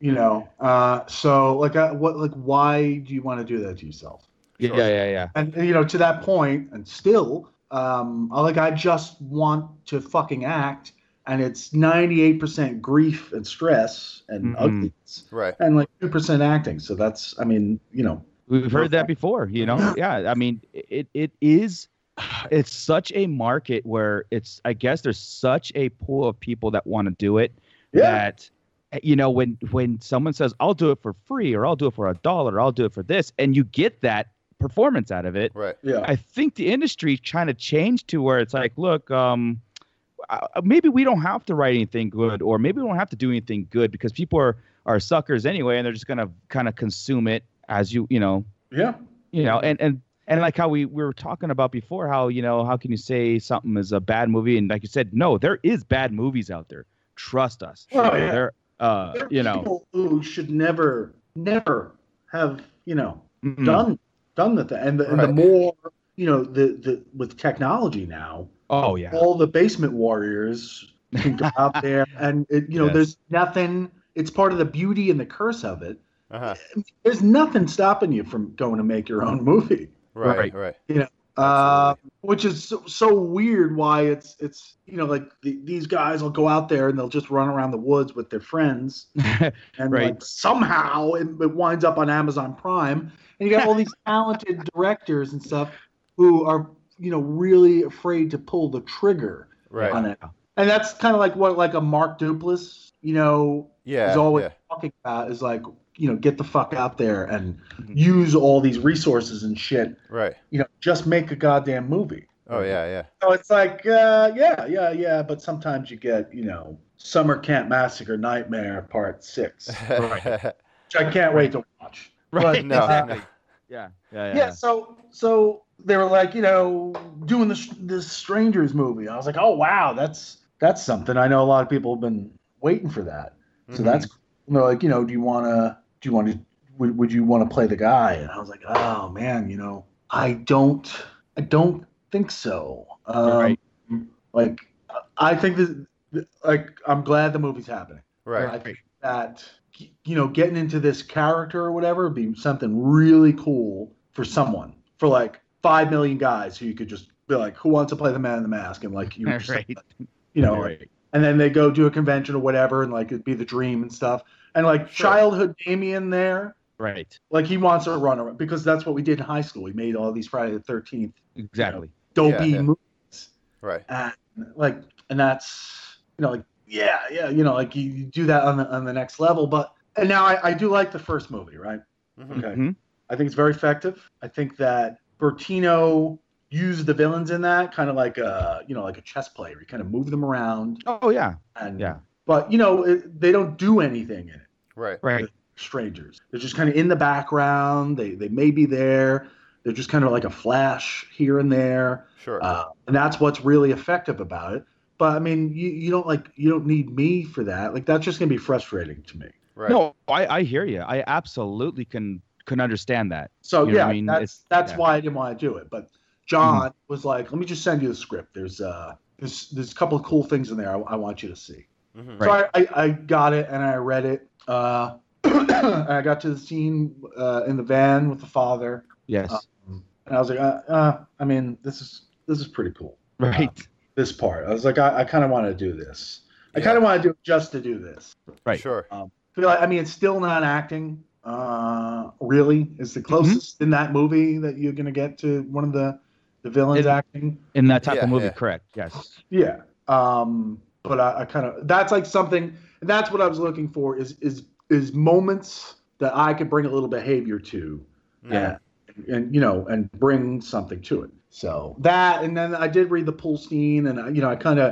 Speaker 8: you know, uh, so like, I, what like, why do you want to do that to yourself?
Speaker 9: yeah yeah yeah
Speaker 8: And you know, to that point, and still, um, I- like I just want to fucking act, and it's ninety-eight percent grief and stress
Speaker 9: Mhm.
Speaker 8: and ugliness,
Speaker 7: Right.
Speaker 8: and like two percent acting. So that's, I mean, you know,
Speaker 9: We've heard that before, you know. Yeah, I mean, it it is it's such a market where it's I guess there's such a pool of people that want to do it that you know when when someone says I'll do it for free or I'll do it for a dollar or I'll do it for this and you get that performance out of it.
Speaker 7: Right.
Speaker 8: yeah,
Speaker 9: I think the industry trying to change to where it's like, look, um, uh, maybe we don't have to write anything good, or maybe we don't have to do anything good because people are are suckers anyway, and they're just gonna kind of consume it as you you know
Speaker 8: yeah.
Speaker 9: you know and and and like how we, we were talking about before how you know how can you say something is a bad movie and like you said no there is bad movies out there trust us
Speaker 8: Oh, yeah.
Speaker 9: there uh
Speaker 8: There are
Speaker 9: you know
Speaker 8: people who should never, never have, you know,
Speaker 9: mm,
Speaker 8: done done the thing. And the, and the
Speaker 7: Right.
Speaker 8: more, you know, the the with technology now,
Speaker 9: oh yeah
Speaker 8: all the basement warriors can go out there, and it, you know,
Speaker 9: Yes.
Speaker 8: there's nothing. It's part of the beauty and the curse of it.
Speaker 7: Uh-huh.
Speaker 8: There's nothing stopping you from going to make your own movie.
Speaker 7: Right.
Speaker 9: Right.
Speaker 7: Right.
Speaker 8: Uh, which is so, so weird why it's it's you know like the, these guys will go out there and they'll just run around the woods with their friends and
Speaker 9: Right.
Speaker 8: like somehow it, it winds up on Amazon Prime, and you got all these talented directors and stuff who are you know really afraid to pull the trigger
Speaker 7: Right.
Speaker 8: on it, and that's kind of like what like a Mark Duplass you know
Speaker 7: Yeah.
Speaker 8: is always
Speaker 7: yeah.
Speaker 8: talking about is like you know get the fuck out there and
Speaker 7: Mm-hmm.
Speaker 9: Mhm.
Speaker 8: use all these resources and shit
Speaker 7: Right.
Speaker 8: you know just make a goddamn movie.
Speaker 7: Oh yeah. Yeah.
Speaker 8: So it's like, uh, yeah, yeah, yeah, but sometimes you get, you know, Summer Camp Massacre Nightmare Part Six,
Speaker 9: Right.
Speaker 8: which I can't wait to watch.
Speaker 9: right
Speaker 7: no,
Speaker 9: exactly. yeah yeah yeah,
Speaker 8: Yeah. so so they were like, you know, doing this this Strangers movie. I was like, oh wow, that's that's something. I know a lot of people have been waiting for that. So
Speaker 9: Mm-hmm.
Speaker 7: Mhm.
Speaker 8: that's and they're like, you know, do you wanna do you wanna would, would you wanna play the guy? And I was like, oh man, you know, I don't I don't think so. Um,
Speaker 9: Right.
Speaker 8: Like I think this like I'm glad the movie's happening.
Speaker 7: Right.
Speaker 8: I think that you know, getting into this character or whatever would be something really cool for someone. For like five million guys who you could just be like, who wants to play the man in the mask? And like you would just,
Speaker 9: Right.
Speaker 8: you know,
Speaker 9: Right.
Speaker 8: and then they go do a convention or whatever and like it'd be the dream and stuff. And like
Speaker 7: Sure.
Speaker 8: childhood Damien there,
Speaker 9: right
Speaker 8: like he wants to run around because that's what we did in high school. We made all these Friday the thirteenth
Speaker 9: exactly
Speaker 8: dopey
Speaker 7: Yeah, yeah.
Speaker 8: movies.
Speaker 7: Right.
Speaker 8: And, like and that's you know, like yeah, yeah, you know, like you, you do that on the on the next level. But and now I, I do like the first movie, right?
Speaker 7: Mhm.
Speaker 8: Okay.
Speaker 9: Mhm.
Speaker 8: I think it's very effective. I think that Bertino used the villains in that kind of like a you know like a chess player. You kind of move them around
Speaker 9: oh yeah
Speaker 8: and
Speaker 9: Yeah.
Speaker 8: But you know it, they don't do anything in it.
Speaker 7: Right.
Speaker 9: right
Speaker 8: Strangers. They're just kind of in the background. They they may be there. They're just kind of like a flash here and there.
Speaker 7: Sure.
Speaker 8: Uh, and that's what's really effective about it. But I mean, you, you don't like you don't need me for that. Like that's just gonna be frustrating to me.
Speaker 7: right.
Speaker 9: no i i hear you i absolutely can can understand that
Speaker 8: So
Speaker 9: You know what
Speaker 8: yeah,
Speaker 9: I mean?
Speaker 8: that's
Speaker 9: It's-
Speaker 8: that's
Speaker 9: yeah. Mm-hmm.
Speaker 8: why I didn't want to do it. But John was like, "Let me just send you the script. There's uh, there's there's a couple of cool things in there I, I want you to see."
Speaker 7: Mhm.
Speaker 9: Right.
Speaker 8: So I, I, I got it and I read it. Uh, and I got to the scene uh, in the van with the father,
Speaker 9: yes
Speaker 8: Uh, and I was like, uh, uh, "I mean, this is this is pretty cool.
Speaker 9: right
Speaker 8: This part." I was like, "I, I kind of want to do this. I
Speaker 7: Yeah.
Speaker 8: kind of want to do it just to do this."
Speaker 9: right.
Speaker 7: Sure.
Speaker 8: feel like, I mean, it's still not acting. Uh, really, is the closest
Speaker 9: Mm-hmm.
Speaker 8: in that movie that you're gonna get to one of the the villains
Speaker 9: It-
Speaker 8: acting.
Speaker 9: in that type
Speaker 7: Yeah,
Speaker 9: of movie
Speaker 7: yeah.
Speaker 9: correct yes
Speaker 8: Yeah. Um, but I, I kind of that's like something. That's what I was looking for. Is is is moments that I could bring a little behavior to.
Speaker 7: Mm-hmm.
Speaker 9: Yeah.
Speaker 8: And, and, you know, and bring something to it. So that, and then I did read the pool scene, and I, you know, I kind of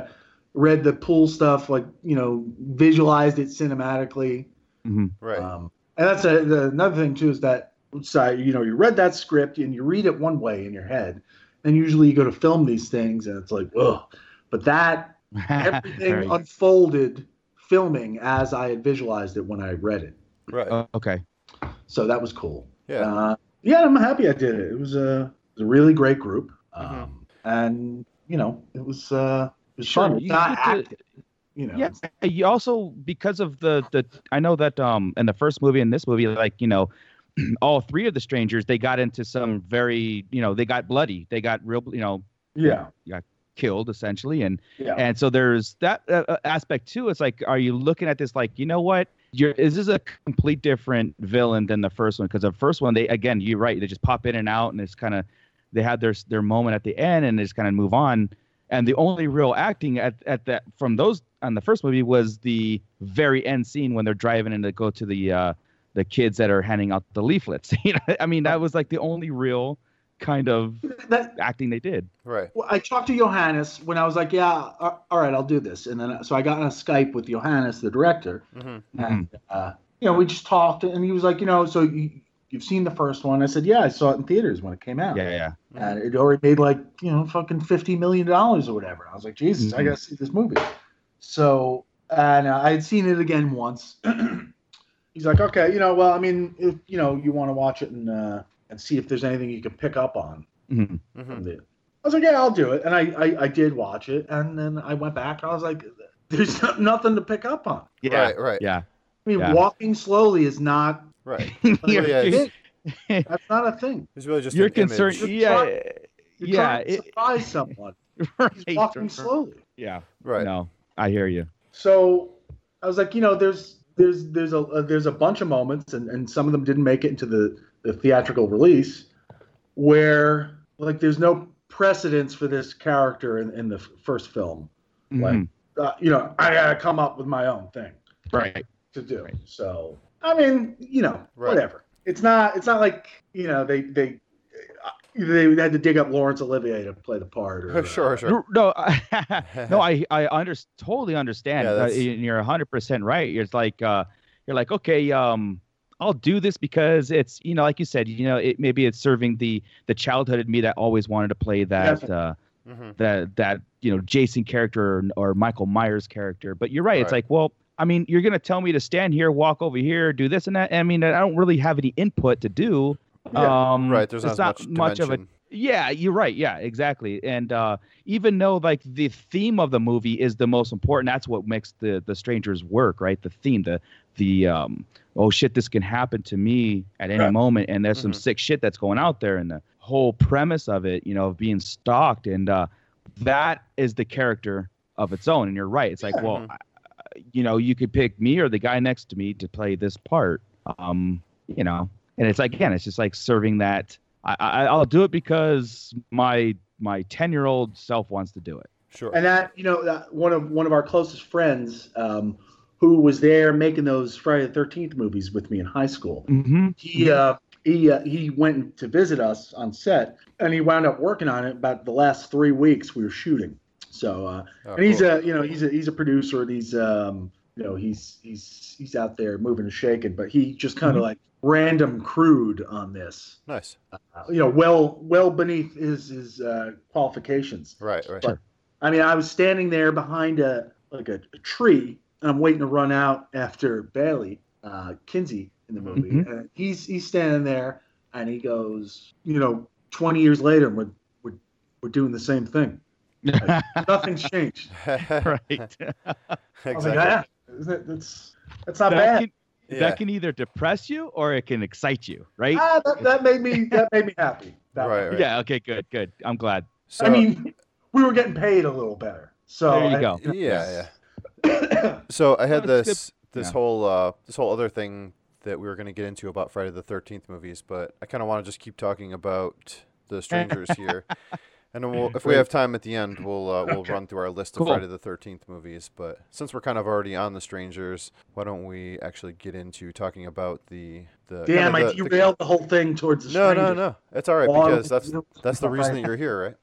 Speaker 8: read the pool stuff, like you know, visualized it cinematically.
Speaker 7: Right.
Speaker 8: Um, and that's a, the, another thing too is that so you know you read that script and you read it one way in your head, and usually you go to film these things and it's like ugh. But that everything
Speaker 9: Very-
Speaker 8: unfolded filming as I had visualized it when I read it,
Speaker 7: right.
Speaker 9: oh, okay.
Speaker 8: so that was cool.
Speaker 7: yeah.
Speaker 8: Uh, yeah, I'm happy I did it. It was a, it was a really great group, um, and you know it was uh, it
Speaker 9: Mm-hmm.
Speaker 8: was
Speaker 9: Sure,
Speaker 8: fun. It's
Speaker 9: you
Speaker 8: not
Speaker 9: get to-
Speaker 8: acting, you know.
Speaker 9: Yeah, you also because of the the I know that um in the first movie and this movie like you know all three of the strangers they got into some very you know they got bloody they got real you know
Speaker 8: yeah,
Speaker 9: killed essentially and
Speaker 8: yeah.
Speaker 9: and so there's that uh, uh, aspect too it's like are you looking at this like you know what you're is this a complete different villain than the first one because the first one they again you're right they just pop in and out and it's kind of they had their their moment at the end and they just kind of move on and the only real acting at, at that from those on the first movie was the very end scene when they're driving and they go to the uh the kids that are handing out the leaflets you know i mean that was like the only real kind of
Speaker 8: That-
Speaker 9: acting they did
Speaker 7: right.
Speaker 8: Well, I talked to Johannes when I was like, "Yeah, a- all right, I'll do this." And then uh, so I got on a Skype with Johannes, the director,
Speaker 7: Mhm.
Speaker 8: and uh, you know we just talked, and he was like, "You know, so you, you've seen the first one?" I said, "Yeah, I saw it in theaters when it came out,
Speaker 9: yeah yeah
Speaker 8: and it already made like you know fucking fifty million dollars or whatever." I was like, "Jesus, I
Speaker 9: Mhm.
Speaker 8: gotta see this movie." So and uh, I had seen it again once. He's like, "Okay, you know, well, I mean, if you know you want to watch it and uh, and see if there's anything you can pick up on."
Speaker 9: Mhm.
Speaker 7: Mhm.
Speaker 8: I was like, yeah, I'll do it, and I, I I did watch it, and then I went back. And I was like, there's no- nothing to pick up on.
Speaker 9: yeah
Speaker 7: Right. Right.
Speaker 9: yeah
Speaker 8: I mean,
Speaker 9: Yeah.
Speaker 8: walking slowly is not
Speaker 7: Right.
Speaker 8: Yeah,
Speaker 7: Oh, yeah, it's-
Speaker 8: that's not a thing.
Speaker 7: It's really just
Speaker 9: You're
Speaker 7: an image.
Speaker 9: concerned. Yeah.
Speaker 8: You're
Speaker 9: yeah.
Speaker 8: trying to
Speaker 9: it-
Speaker 8: surprise someone. He's
Speaker 9: right.
Speaker 8: walking slowly.
Speaker 9: Yeah.
Speaker 7: Right.
Speaker 9: No, I hear you.
Speaker 8: So I was like, you know, there's there's there's a uh, there's a bunch of moments, and and some of them didn't make it into the the theatrical release, where like there's no precedence for this character in, in the f- first film.
Speaker 7: Mm-hmm.
Speaker 8: Like,
Speaker 9: Mhm.
Speaker 8: uh, you know, I gotta come up with my own thing
Speaker 9: Right.
Speaker 8: to do.
Speaker 9: Right.
Speaker 8: So I mean, you know,
Speaker 7: Right.
Speaker 8: whatever. It's not. It's not like you know they they uh, they had to dig up Laurence Olivier to play the part. Or,
Speaker 7: sure. Sure.
Speaker 9: No, no, no, I I under, totally understand.
Speaker 7: Yeah,
Speaker 9: Uh,
Speaker 7: that's-
Speaker 9: and you're 100% right. It's like uh you're like, "Okay, um I'll do this because it's, you know, like you said, you know, it maybe it's serving the the childhood in me that always wanted to play that
Speaker 8: Definitely.
Speaker 9: uh
Speaker 7: Mhm.
Speaker 9: that that you know Jason character or, or Michael Myers character. But you're right. It's
Speaker 7: Right.
Speaker 9: like, well, I mean, you're gonna tell me to stand here, walk over here, do this and that. I mean, I don't really have any input to do.
Speaker 8: Yeah,
Speaker 9: um,
Speaker 7: Right. There's
Speaker 9: it's
Speaker 7: not,
Speaker 9: not,
Speaker 7: as
Speaker 9: much, of a.
Speaker 7: dimension.
Speaker 9: Yeah, you're right. Yeah, exactly. And uh, even though like the theme of the movie is the most important, that's what makes the the strangers work, right? The theme, the the um, oh shit, this can happen to me at any
Speaker 8: Right. Mm-hmm.
Speaker 9: moment, and there's some
Speaker 7: Mhm.
Speaker 9: sick shit that's going out there, and the whole premise of it, you know, of being stalked, and uh, that is the character of its own. And you're right. It's like,
Speaker 8: Yeah. Mm-hmm.
Speaker 9: well, I, I- you know, you could pick me or the guy next to me to play this part. Um, you know, and it's like again, it's just like serving that. I, I I'll do it because my my ten year old self wants to do it.
Speaker 7: Sure.
Speaker 8: And that you know that one of one of our closest friends, um, who was there making those Friday the Thirteenth movies with me in high school.
Speaker 9: Mm-hmm.
Speaker 8: He uh, he uh, he went to visit us on set, and he wound up working on it about the last three weeks we were shooting. So uh,
Speaker 7: Oh,
Speaker 8: and he's
Speaker 7: cool.
Speaker 8: a you know he's a he's a producer and he's um you know he's he's he's out there moving and shaking but he just kind of
Speaker 7: Mm-hmm.
Speaker 8: like random crewed on this
Speaker 7: nice.
Speaker 8: Uh, you know well well beneath his his uh, qualifications
Speaker 7: Right. Right.
Speaker 8: But- i mean i was standing there behind a like a, a tree and i'm waiting to run out after bailey uh kinsey in the movie
Speaker 7: Mm-hmm.
Speaker 9: Mhm.
Speaker 8: and he's he's standing there and he goes you know 20 years later we're we're, we're doing the same thing nothing's changed
Speaker 9: right.
Speaker 8: I was like,
Speaker 7: exactly.
Speaker 8: "Ah, isn't it- that's that's not
Speaker 9: That
Speaker 8: bad.
Speaker 9: can,
Speaker 7: Yeah.
Speaker 9: that can either depress you or it can excite you, right?
Speaker 8: ah, that, that made me that made me happy. That
Speaker 7: Right.
Speaker 8: one.
Speaker 7: Right.
Speaker 9: Yeah. Okay. Good. Good. I'm glad.
Speaker 7: So,
Speaker 8: I mean, we were getting paid a little better. So
Speaker 9: there you
Speaker 8: I-
Speaker 9: go.
Speaker 7: Yeah. Yeah. So I had
Speaker 9: No, it's good.
Speaker 7: this this
Speaker 9: Yeah.
Speaker 7: whole uh, this whole other thing that we were going to get into about Friday the Thirteenth movies, but I kind of want to just keep talking about the strangers here And then we'll, if we have time at the end, we'll uh, we'll run through our list of
Speaker 9: Cool.
Speaker 7: Friday the Thirteenth movies. But since we're kind of already on the strangers, why don't we actually get into talking about the the kinda
Speaker 8: Damn, I
Speaker 7: the- the-
Speaker 8: derailed the whole thing towards the
Speaker 7: No, no,
Speaker 8: Stranger.
Speaker 7: no. It's all right
Speaker 8: Well,
Speaker 7: because that's
Speaker 8: you know,
Speaker 7: that's the
Speaker 8: stuff I-
Speaker 7: reason that you're here, right?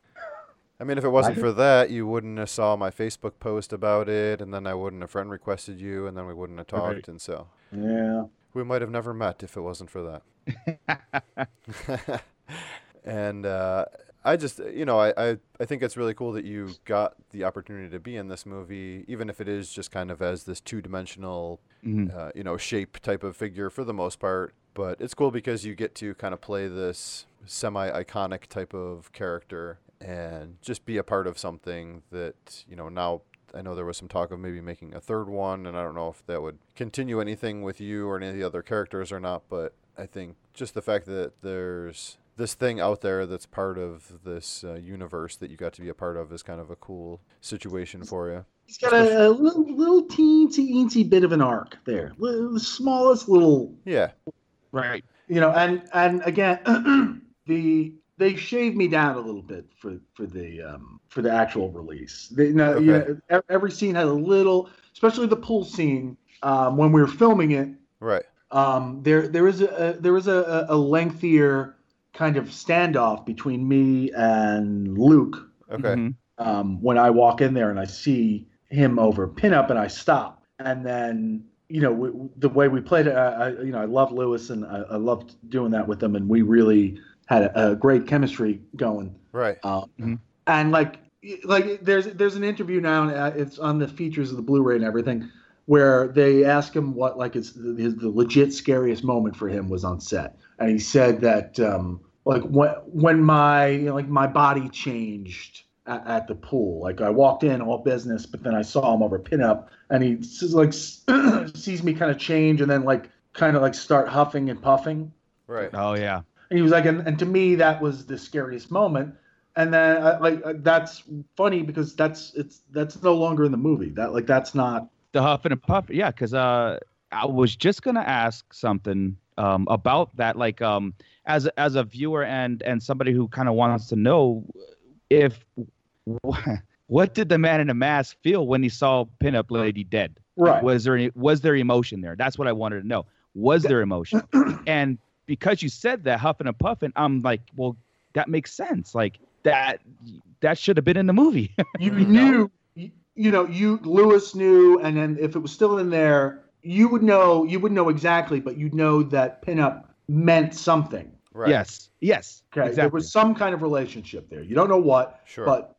Speaker 7: I mean, if it wasn't for that, you wouldn't have saw my Facebook post about it, and then I wouldn't have friend requested you, and then we wouldn't have talked,
Speaker 9: Right.
Speaker 7: and so
Speaker 8: Yeah.
Speaker 7: we might have never met if it wasn't for that. and uh, I just, you know, I, I, I think it's really cool that you got the opportunity to be in this movie, even if it is just kind of as this two dimensional,
Speaker 9: Mhm.
Speaker 7: uh, you know, shape type of figure for the most part. But it's cool because you get to kind of play this semi iconic type of character and just be a part of something that, you know, now I know there was some talk of maybe making a third one, and I don't know if that would continue anything with you or any of the other characters or not, but I think just the fact that there's this thing out there that's part of this uh, universe that you got to be a part of is kind of a cool situation for you.
Speaker 8: He's got a, a little, little teensy, eensy bit of an arc there. Li- The smallest little
Speaker 7: Yeah.
Speaker 9: Right.
Speaker 8: you know and and again the they shaved me down a little bit for for the um for the actual release they, now, you
Speaker 7: Okay.
Speaker 8: know, e- every scene had a little especially the pool scene um when we were filming it
Speaker 7: Right.
Speaker 8: um there there is a, a there was a, a a lengthier kind of standoff between me and luke
Speaker 7: Okay.
Speaker 9: Mhm.
Speaker 8: um, when I walk in there and I see him over pinup and I stop. And then, you know, w- the way we played it, I, I, you know, I love Lewis and I, I loved doing that with him. And we really had a, a great chemistry going.
Speaker 7: Right.
Speaker 8: Um,
Speaker 9: Mhm.
Speaker 8: And like, y- like there's there's an interview now, and uh, it's on the features of the Blu-ray and everything, where they ask him what like his, his the legit scariest moment for him was on set, and he said that um, like when when my you know, like my body changed at, at the pool, like I walked in all business, but then I saw him over pinup, and he s- like s- sees me kind of change, and then like kind of like start huffing and puffing.
Speaker 7: Right.
Speaker 9: Oh yeah.
Speaker 8: And he was like, and, and to me, that was the scariest moment. And then, uh, like, uh, that's funny because that's it's that's no longer in the movie. That like that's not
Speaker 9: The huff and a puff. Yeah, because uh, I was just gonna ask something um about that, like um as as a viewer and and somebody who kind of wants to know if what did the man in the mask feel when he saw pinup lady dead. Was there any, was there emotion there? That's what I wanted to know. Was there emotion? and because you said that huffing and puffing, I'm like, well, that makes sense. Like that that should have been in the movie.
Speaker 8: you knew you, you know you Lewis knew, and then if it was still in there, you would know you would know exactly, but you'd know that pinup meant something.
Speaker 7: Right.
Speaker 9: Yes. Yes.
Speaker 8: Okay,
Speaker 9: Exactly.
Speaker 8: there was some kind of relationship there. You don't know what,
Speaker 7: Sure.
Speaker 8: but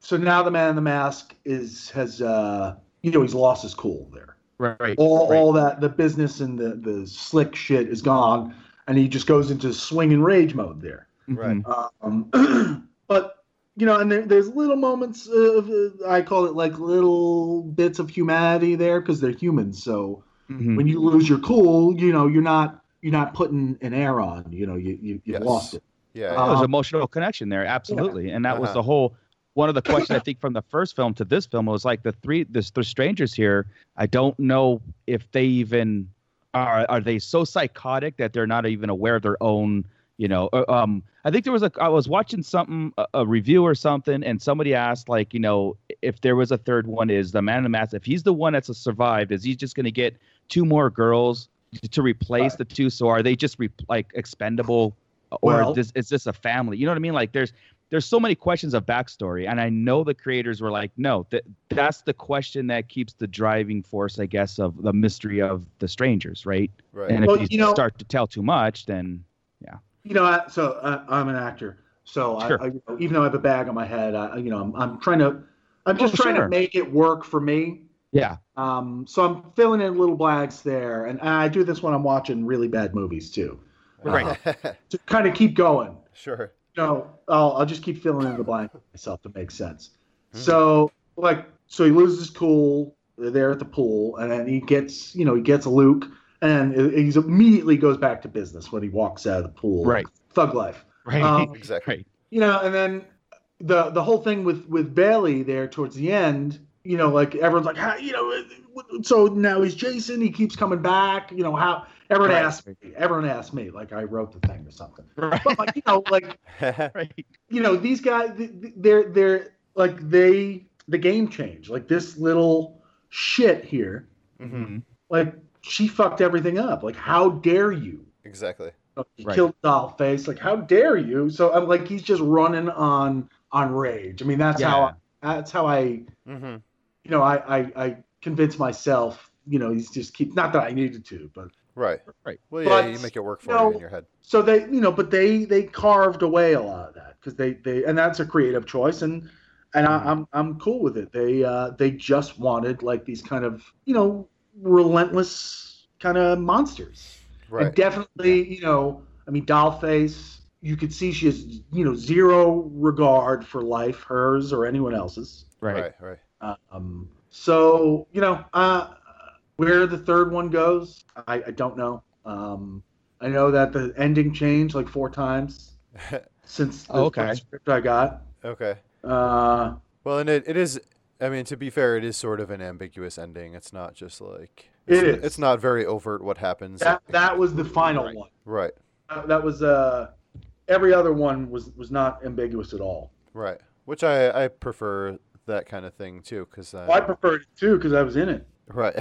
Speaker 8: so now the man in the mask is has uh you know he's lost his cool there.
Speaker 9: right. right.
Speaker 8: all, all that the business and the, the slick shit is gone and he just goes into swing and rage mode there
Speaker 7: Right.
Speaker 9: Mhm.
Speaker 8: um, but you know and there, there's little moments of uh, i call it like little bits of humanity there because they're humans so
Speaker 9: Mhm.
Speaker 8: when you lose your cool you know you're not you're not putting an air on you know you, you, you
Speaker 7: Yes.
Speaker 8: lost it
Speaker 7: Yeah.
Speaker 9: Oh,
Speaker 8: Uh,
Speaker 9: there's
Speaker 8: Um,
Speaker 9: emotional connection there, absolutely, and that was
Speaker 7: Uh-huh.
Speaker 9: the whole one of the questions I think from the first film to this film was like the three the, the strangers here. I don't know if they even are are they so psychotic that they're not even aware of their own. You know, uh, um, I think there was a I was watching something a, a review or something, and somebody asked like, you know, if there was a third one, is the man in the mask? If he's the one that's survived, is he just going to get two more girls to replace
Speaker 8: Uh,
Speaker 9: the two? So are they just re- like expendable, or
Speaker 8: Well-
Speaker 9: does, is this a family? You know what I mean? Like there's there's so many questions of backstory, and I know the creators were like, no, that that's the question that keeps the driving force, I guess, of the mystery of the strangers, right?
Speaker 7: right.
Speaker 9: And
Speaker 8: Well,
Speaker 9: if you,
Speaker 8: you know-
Speaker 9: start to tell too much, then
Speaker 8: you know I, so uh, i'm an actor so
Speaker 9: Sure.
Speaker 8: I, I, even though i have a bag on my head I, you know I'm, I'm trying to i'm just
Speaker 9: Well,
Speaker 8: trying
Speaker 9: Oh, sure.
Speaker 8: to make it work for me
Speaker 9: yeah,
Speaker 8: Um, so I'm filling in little blanks there, and I do this when I'm watching really bad movies too,
Speaker 9: Right.
Speaker 8: to kind of keep going.
Speaker 7: sure.
Speaker 8: You know, I'll, I'll just keep filling in the blank myself to make sense. So like, so he loses his cool there at the pool, and then he gets, you know, he gets Luke, and he immediately goes back to business when he walks out of the pool.
Speaker 9: Right.
Speaker 8: Thug life.
Speaker 9: right,
Speaker 8: Um,
Speaker 7: Exactly.
Speaker 9: right,
Speaker 8: you know and then the the whole thing with with bailey there towards the end you know like everyone's like how you know uh, w- so now he's jason he keeps coming back you know how Everyone
Speaker 9: Right.
Speaker 8: asked me. Everyone asked me. Like I wrote the thing or something.
Speaker 9: Right.
Speaker 8: But like you know, like
Speaker 9: right.
Speaker 8: you know these guys th- th- they're they're like they the game changed like this little shit here
Speaker 7: Mm-hmm.
Speaker 9: Mhm.
Speaker 8: like she fucked everything up like how dare you
Speaker 7: Exactly.
Speaker 8: he
Speaker 9: Right.
Speaker 8: killed dollface like how dare you so i'm like he's just running on on rage i mean that's how that's how i you
Speaker 7: Mm-hmm.
Speaker 8: know i i, I convince myself you know he's just keep not that i needed to but
Speaker 7: Right.
Speaker 9: Right.
Speaker 7: Well, yeah,
Speaker 8: But,
Speaker 7: you make it work for
Speaker 8: you know,
Speaker 7: you in your head.
Speaker 8: so they you know but they they carved away a lot of that because they they and that's a creative choice and and I, I'm I'm cool with it. They uh, they just wanted like these kind of you know relentless kind of monsters.
Speaker 7: Right.
Speaker 8: And definitely you know I mean Dollface. You could see she has you know zero regard for life, hers or anyone else's.
Speaker 9: Right.
Speaker 7: Right. Right.
Speaker 8: Um, so you know uh, where the third one goes, I, I don't know. Um, I know that the ending changed like four times since the
Speaker 9: Oh, okay.
Speaker 8: first script I got.
Speaker 7: okay.
Speaker 8: Uh,
Speaker 7: Well, and it, it is. I mean, to be fair, it is sort of an ambiguous ending. It's not just like
Speaker 8: It
Speaker 7: it's,
Speaker 8: is.
Speaker 7: It's not very overt what happens.
Speaker 8: that that was the final
Speaker 9: Right.
Speaker 8: one.
Speaker 7: Right.
Speaker 8: Uh, That was uh, every other one was was not ambiguous at all.
Speaker 7: Right. Which I I prefer that kind of thing too, because
Speaker 8: Well, I preferred it too because I was in it
Speaker 7: right.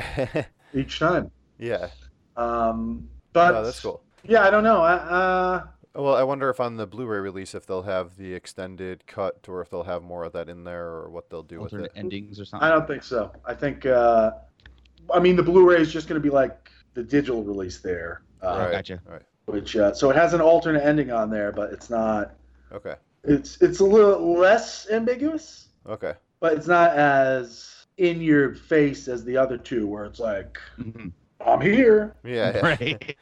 Speaker 8: each time.
Speaker 7: yeah.
Speaker 8: Um, but
Speaker 7: no, that's cool.
Speaker 8: yeah, I don't know. I, uh,
Speaker 7: Well, I wonder if on the Blu-ray release, if they'll have the extended cut, or if they'll have more of that in there, or what they'll do with
Speaker 9: Alternate
Speaker 7: it.
Speaker 9: endings or something.
Speaker 8: I don't think so. I think uh, I mean the Blu-ray is just going to be like the digital release there, uh,
Speaker 7: Right.
Speaker 9: Oh, Gotcha.
Speaker 7: Right.
Speaker 8: which uh, so it has an alternate ending on there, but it's not.
Speaker 7: Okay.
Speaker 8: It's it's a little less ambiguous,
Speaker 7: Okay.
Speaker 8: but it's not as in your face as the other two, where it's like
Speaker 9: Mhm.
Speaker 8: I'm here,
Speaker 7: Yeah. yeah.
Speaker 9: Right.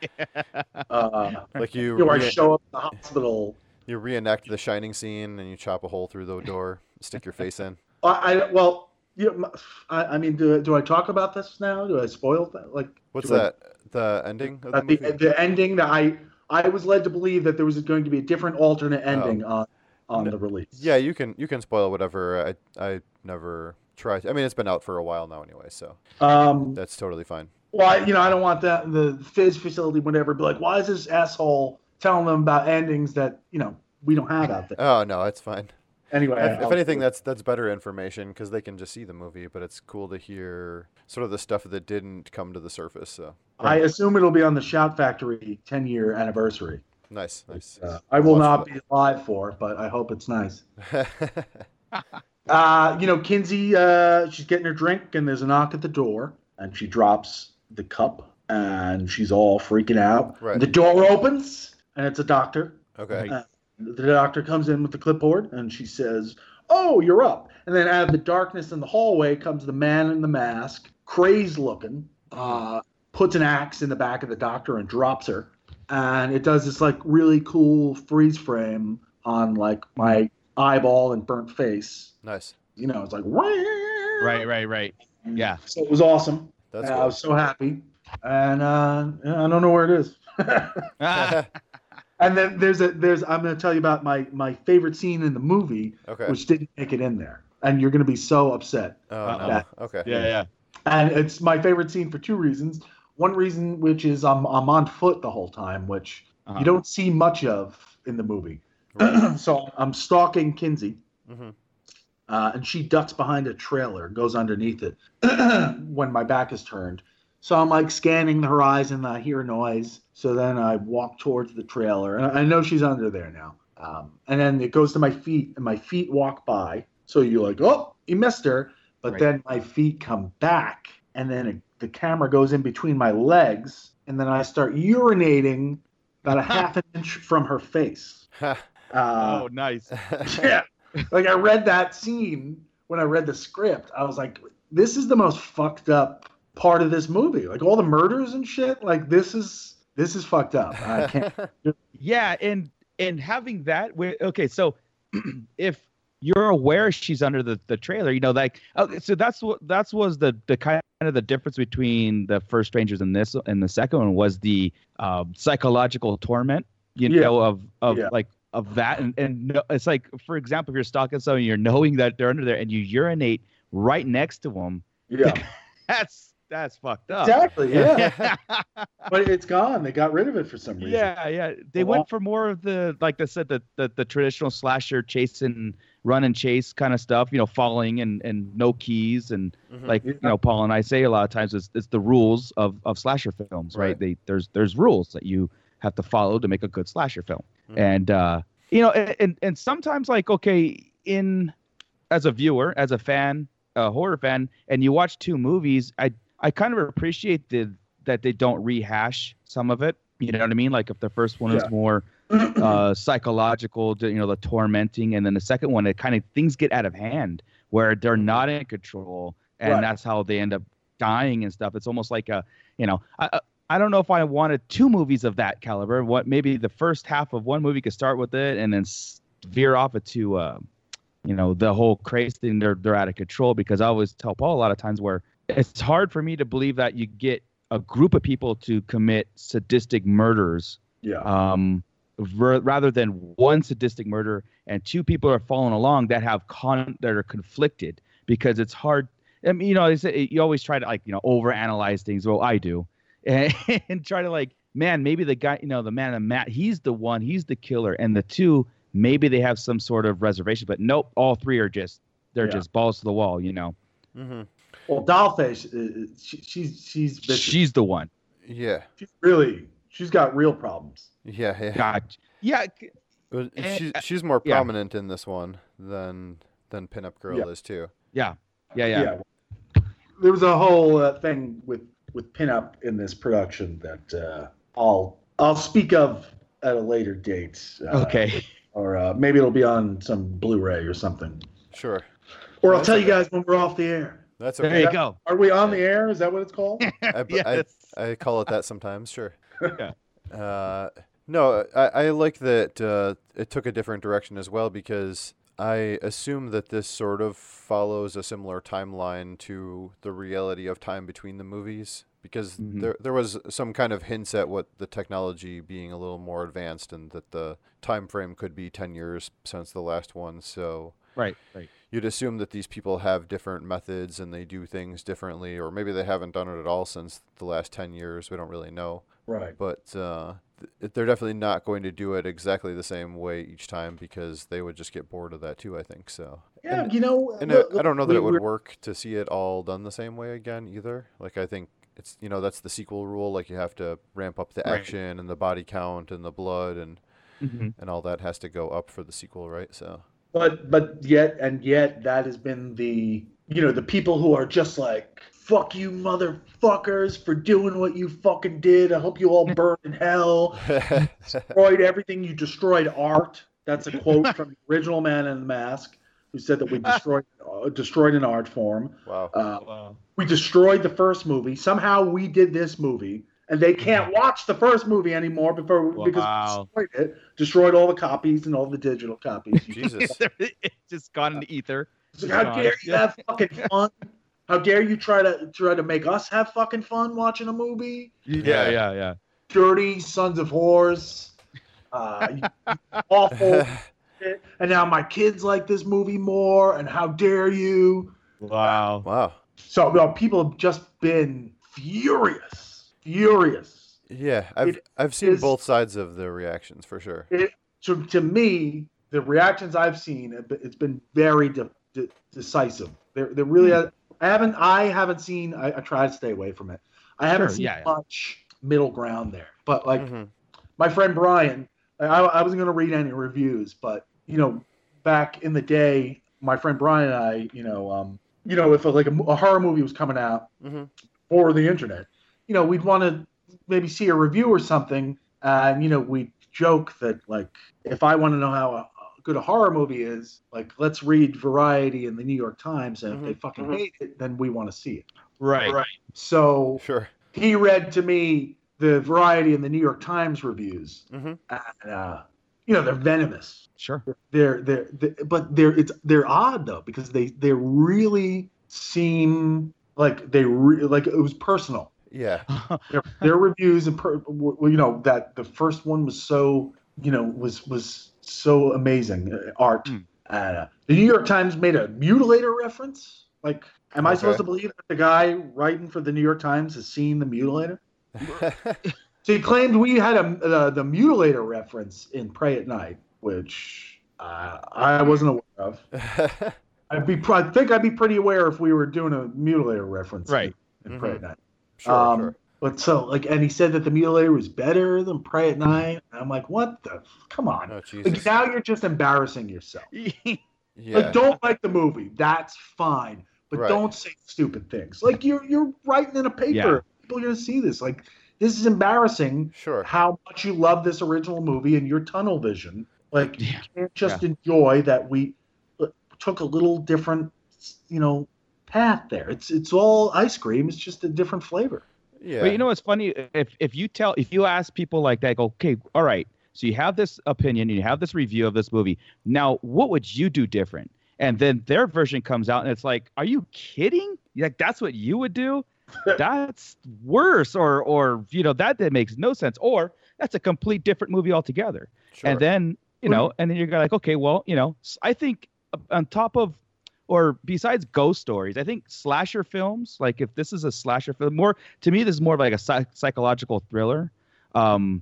Speaker 8: uh,
Speaker 7: Like you.
Speaker 8: you know, I
Speaker 7: re-
Speaker 8: show up at the hospital.
Speaker 7: You reenact the Shining scene and you chop a hole through the door, stick your face in.
Speaker 8: I, I well. You know, I, I mean, do, do I talk about this now? Do I spoil that? Like,
Speaker 7: What's
Speaker 8: do I-
Speaker 7: that? The ending of the
Speaker 8: at the,
Speaker 7: movie?
Speaker 8: the ending that I I was led to believe that there was going to be a different alternate ending on on the release.
Speaker 7: Oh. yeah, you can you can spoil whatever. I I never try. I mean, it's been out for a while now anyway, so
Speaker 8: Um.
Speaker 7: that's totally fine.
Speaker 8: Well, I, you know, I don't want that the Fizz facility, whatever. Be like, why is this asshole telling them about endings that you know we don't have out there?
Speaker 7: Oh no, it's fine.
Speaker 8: Anyway,
Speaker 7: If, if
Speaker 8: I'll-
Speaker 7: anything, that's that's better information because they can just see the movie, but it's cool to hear sort of the stuff that didn't come to the surface. So
Speaker 8: I assume it'll be on the Shout Factory 10 year anniversary.
Speaker 7: nice, nice.
Speaker 8: Uh, I will
Speaker 7: Watch
Speaker 8: not
Speaker 7: for
Speaker 8: be alive for, it, but I hope it's nice.
Speaker 7: that.
Speaker 8: Uh, you know, Kinsey, uh, she's getting her drink, and there's a knock at the door, and she drops the cup, and she's all freaking out.
Speaker 7: Right.
Speaker 8: The door opens, and it's a doctor.
Speaker 7: okay.
Speaker 9: Right.
Speaker 8: The doctor comes in with the clipboard, and she says, "Oh, you're up." And then out of the darkness in the hallway comes the man in the mask, crazed looking, uh, puts an axe in the back of the doctor and drops her, and it does this like really cool freeze frame on like my eyeball and burnt face
Speaker 7: Nice.
Speaker 8: you know, it's like "Wah!"
Speaker 9: Right. Right. Right. Yeah.
Speaker 8: So it was awesome.
Speaker 7: That's
Speaker 8: And I
Speaker 7: cool.
Speaker 8: was so happy, and uh, I don't know where it is.
Speaker 9: Ah,
Speaker 8: and then there's a there's I'm going to tell you about my my favorite scene in the movie,
Speaker 7: okay.
Speaker 8: which didn't make it in there, and you're going to be so upset.
Speaker 7: Oh no.
Speaker 8: yeah.
Speaker 7: Okay.
Speaker 9: yeah. Yeah.
Speaker 8: And it's my favorite scene for two reasons. One reason, which is I'm I'm on foot the whole time, which
Speaker 9: Uh-huh.
Speaker 8: you don't see much of in the movie. so I'm stalking Kinsey.
Speaker 7: Mhm.
Speaker 8: uh, and she ducks behind a trailer, goes underneath it when my back is turned. So I'm like scanning the horizon, I hear a noise. So then I walk towards the trailer, and I I know she's under there now. Um, and then it goes to my feet, and my feet walk by. So you're like, oh, you missed her. But
Speaker 9: Right.
Speaker 8: then my feet come back, and then it, the camera goes in between my legs, and then I start urinating about a half an inch from her face. Uh,
Speaker 9: oh, nice.
Speaker 8: yeah. Like I read that scene when I read the script. I was like, this is the most fucked up part of this movie. Like all the murders and shit. Like this is this is fucked up. I can't.
Speaker 9: Yeah, and and having that with okay, so if you're aware she's under the, the trailer, you know, like okay, so that's what that's was the the kind of the difference between the first strangers and this and the second one was the um, psychological torment, you
Speaker 8: Yeah.
Speaker 9: know, of of
Speaker 8: Yeah.
Speaker 9: like of that and and no, it's like for example, if you're stalking someone, you're knowing that they're under there and you urinate right next to them.
Speaker 8: Yeah.
Speaker 9: That's that's fucked up.
Speaker 8: Exactly. Yeah.
Speaker 9: Yeah.
Speaker 8: but it's gone. They got rid of it for some reason.
Speaker 9: yeah, yeah. They
Speaker 8: Well-
Speaker 9: went for more of the like I said, the the, the traditional slasher chase and run and chase kind of stuff. You know, falling and and no keys and
Speaker 7: Mm-hmm.
Speaker 9: like you know, Paul and I say a lot of times it's it's the rules of of slasher films, right?
Speaker 7: Right.
Speaker 9: They there's there's rules that you have to follow to make a good slasher film, and uh, you know, and, and and sometimes like okay, in as a viewer, as a fan, a horror fan, and you watch two movies, I I kind of appreciate the that they don't rehash some of it. You know what I mean? Like if the first one
Speaker 8: Yeah.
Speaker 9: is more uh, psychological, you know, the tormenting, and then the second one, it kind of things get out of hand where they're not in control, and
Speaker 8: Right.
Speaker 9: that's how they end up dying and stuff. It's almost like a, you know, I, I- I don't know if I wanted two movies of that caliber. What maybe the first half of one movie could start with it, and then s- veer off it to, uh, you know, the whole crazy thing. They're they're out of control because I always tell Paul a lot of times where it's hard for me to believe that you get a group of people to commit sadistic murders
Speaker 8: Yeah.
Speaker 9: um, ver- rather than one sadistic murder and two people are following along that have con that are conflicted because it's hard. I mean, you know, they say you always try to like you know overanalyze things. Well, I do, and, and try to like, man, maybe the guy, you know, the man in the mat, he's the one, he's the killer, and the two maybe they have some sort of reservation, but nope, all three are just they're
Speaker 8: Yeah.
Speaker 9: just balls to the wall, you know.
Speaker 7: Mm-hmm.
Speaker 8: Well, Dollface, uh, she, she's she's bitchy.
Speaker 9: She's the one.
Speaker 7: Yeah.
Speaker 8: she's really she's got real problems.
Speaker 7: Yeah. Yeah.
Speaker 9: God, yeah, c-
Speaker 7: But
Speaker 9: Eh,
Speaker 7: she's, she's more
Speaker 9: yeah.
Speaker 7: prominent in this one than than Pinup Girl
Speaker 8: Yeah.
Speaker 7: is too.
Speaker 9: yeah, yeah, yeah.
Speaker 8: There was a whole uh, thing with with pinup in this production that uh, I'll I'll speak of at a later date. Uh,
Speaker 9: Okay.
Speaker 8: Or uh, maybe it'll be on some Blu-ray or something.
Speaker 9: Oh,
Speaker 7: Sure.
Speaker 8: Or I'll tell you guys when we're off the air.
Speaker 7: That's
Speaker 9: There you
Speaker 7: okay.
Speaker 9: go.
Speaker 8: Are we on the air? Is that what it's called?
Speaker 7: I, b- I-
Speaker 9: Yes.
Speaker 7: I call it that sometimes. Sure.
Speaker 9: Yeah.
Speaker 7: Uh, no, I, I like that uh, it took a different direction as well because I assume that this sort of follows a similar timeline to the reality of time between the movies because
Speaker 9: Mhm.
Speaker 7: there there was some kind of hints at what the technology being a little more advanced and that the time frame could be 10 years since the last one so
Speaker 9: Right, right.
Speaker 7: you'd assume that these people have different methods and they do things differently or maybe they haven't done it at all since the last 10 years we don't really know
Speaker 8: right.
Speaker 7: but uh, th- they're definitely not going to do it exactly the same way each time because they would just get bored of that too. I think so.
Speaker 8: Yeah,
Speaker 7: And-
Speaker 8: you know.
Speaker 7: And uh,
Speaker 8: look-
Speaker 7: I I don't know that
Speaker 8: we-
Speaker 7: it would
Speaker 8: we're-
Speaker 7: work to see it all done the same way again either. Like I think it's you know that's the sequel rule. Like you have to ramp up the
Speaker 9: Right.
Speaker 7: action and the body count and the blood and
Speaker 9: Mhm.
Speaker 7: and all that has to go up for the sequel, right? So
Speaker 8: But but yet and yet that has been the you know the people who are just like fuck you motherfuckers for doing what you fucking did. I hope you all burn in hell. Destroyed everything. You destroyed art. That's a quote from the original Man in the Mask, who said that we destroyed uh, destroyed an art form.
Speaker 7: wow.
Speaker 8: Uh, we destroyed the first movie. Somehow we did this movie, and they can't watch the first movie anymore before because we
Speaker 9: Wow.
Speaker 8: destroyed it, destroyed all the copies and all the digital copies.
Speaker 7: Jesus.
Speaker 9: it's just gone into ether.
Speaker 8: So how
Speaker 9: God.
Speaker 8: dare you have fucking fun? How dare you try to try to make us have fucking fun watching a movie?
Speaker 7: Yeah.
Speaker 9: yeah, yeah.
Speaker 8: Dirty sons of whores, uh, you awful. shit. And now my kids like this movie more. And how dare you?
Speaker 9: Wow.
Speaker 7: wow.
Speaker 8: So well, people have just been furious, furious
Speaker 7: Yeah, I've
Speaker 8: It
Speaker 7: I've seen
Speaker 8: is-
Speaker 7: both sides of the reactions for sure.
Speaker 8: to, to me, the reactions I've seen, have been- it's been very de- de- decisive. They're, they're really,
Speaker 9: Hmm.
Speaker 8: I haven't, I haven't seen, I, I try to stay away from it. I haven't
Speaker 9: Sure,
Speaker 8: seen
Speaker 9: yeah, yeah.
Speaker 8: much middle ground there. But like
Speaker 7: Mhm.
Speaker 8: my friend Brian, I, I wasn't going to read any reviews, but you know, back in the day, my friend Brian and I, you know, um, you know, if like a, mo- a horror movie was coming out
Speaker 7: Mhm.
Speaker 8: for the internet, you know, we'd want to maybe see a review or something, and you know, we joke that like if I want to know how a, good a horror movie is, like let's read Variety and the New York Times, and if they fucking hate it, then we want to see it.
Speaker 9: Right.
Speaker 8: Right. So
Speaker 7: Sure.
Speaker 8: he read to me the Variety and the New York Times reviews,
Speaker 7: Mhm.
Speaker 8: and uh, you know they're venomous.
Speaker 9: Sure.
Speaker 8: They're, they're they're but they're it's they're odd though because they they really seem like they re- like it was personal.
Speaker 7: Yeah.
Speaker 8: Their, their reviews and per, well, you know that the first one was so you know was was so amazing uh, art.
Speaker 9: Mm.
Speaker 8: And, uh, the New York Times made a mutilator reference. Like, am I
Speaker 7: Okay.
Speaker 8: supposed to believe that the guy writing for the New York Times has seen the Mutilator? So he claimed we had a the, the Mutilator reference in Pray at Night, which uh, I wasn't aware of. I'd be, pr- I think I'd be pretty aware if we were doing a Mutilator reference,
Speaker 9: Right.
Speaker 8: In, in Pray
Speaker 7: Mhm.
Speaker 8: at Night.
Speaker 7: sure,
Speaker 8: um,
Speaker 7: sure.
Speaker 8: But so like, and he said that the Mutilator was better than Pray at Night. And I'm like, what the? Come on.
Speaker 7: Mm-hmm. Oh, Jesus.
Speaker 8: Like now you're just embarrassing yourself.
Speaker 7: yeah.
Speaker 8: Like don't like the movie, that's fine, but
Speaker 7: Right.
Speaker 8: don't say stupid things. Like you're you're writing in a paper.
Speaker 9: Yeah.
Speaker 8: People are gonna see this. Like this is embarrassing.
Speaker 7: sure.
Speaker 8: How much you love this original movie and your tunnel vision. Like
Speaker 9: Yeah.
Speaker 8: you can't just enjoy that we uh, took a little different, you know, path there. It's it's all ice cream. It's just a different flavor.
Speaker 7: Yeah.
Speaker 9: But you know what's funny? If if you tell if you ask people like that, go, okay, all right. So you have this opinion and you have this review of this movie. Now, what would you do different? And then their version comes out and it's like, are you kidding? Like that's what you would do? That's worse, or or you know, that that makes no sense. Or that's a complete different movie altogether.
Speaker 7: sure.
Speaker 9: And then, you know, and then you're gonna like, okay, well, you know, s- I think uh, on top of or besides ghost stories, I think slasher films, like if this is a slasher film, more to me, this is more of like a psych- psychological thriller. Um,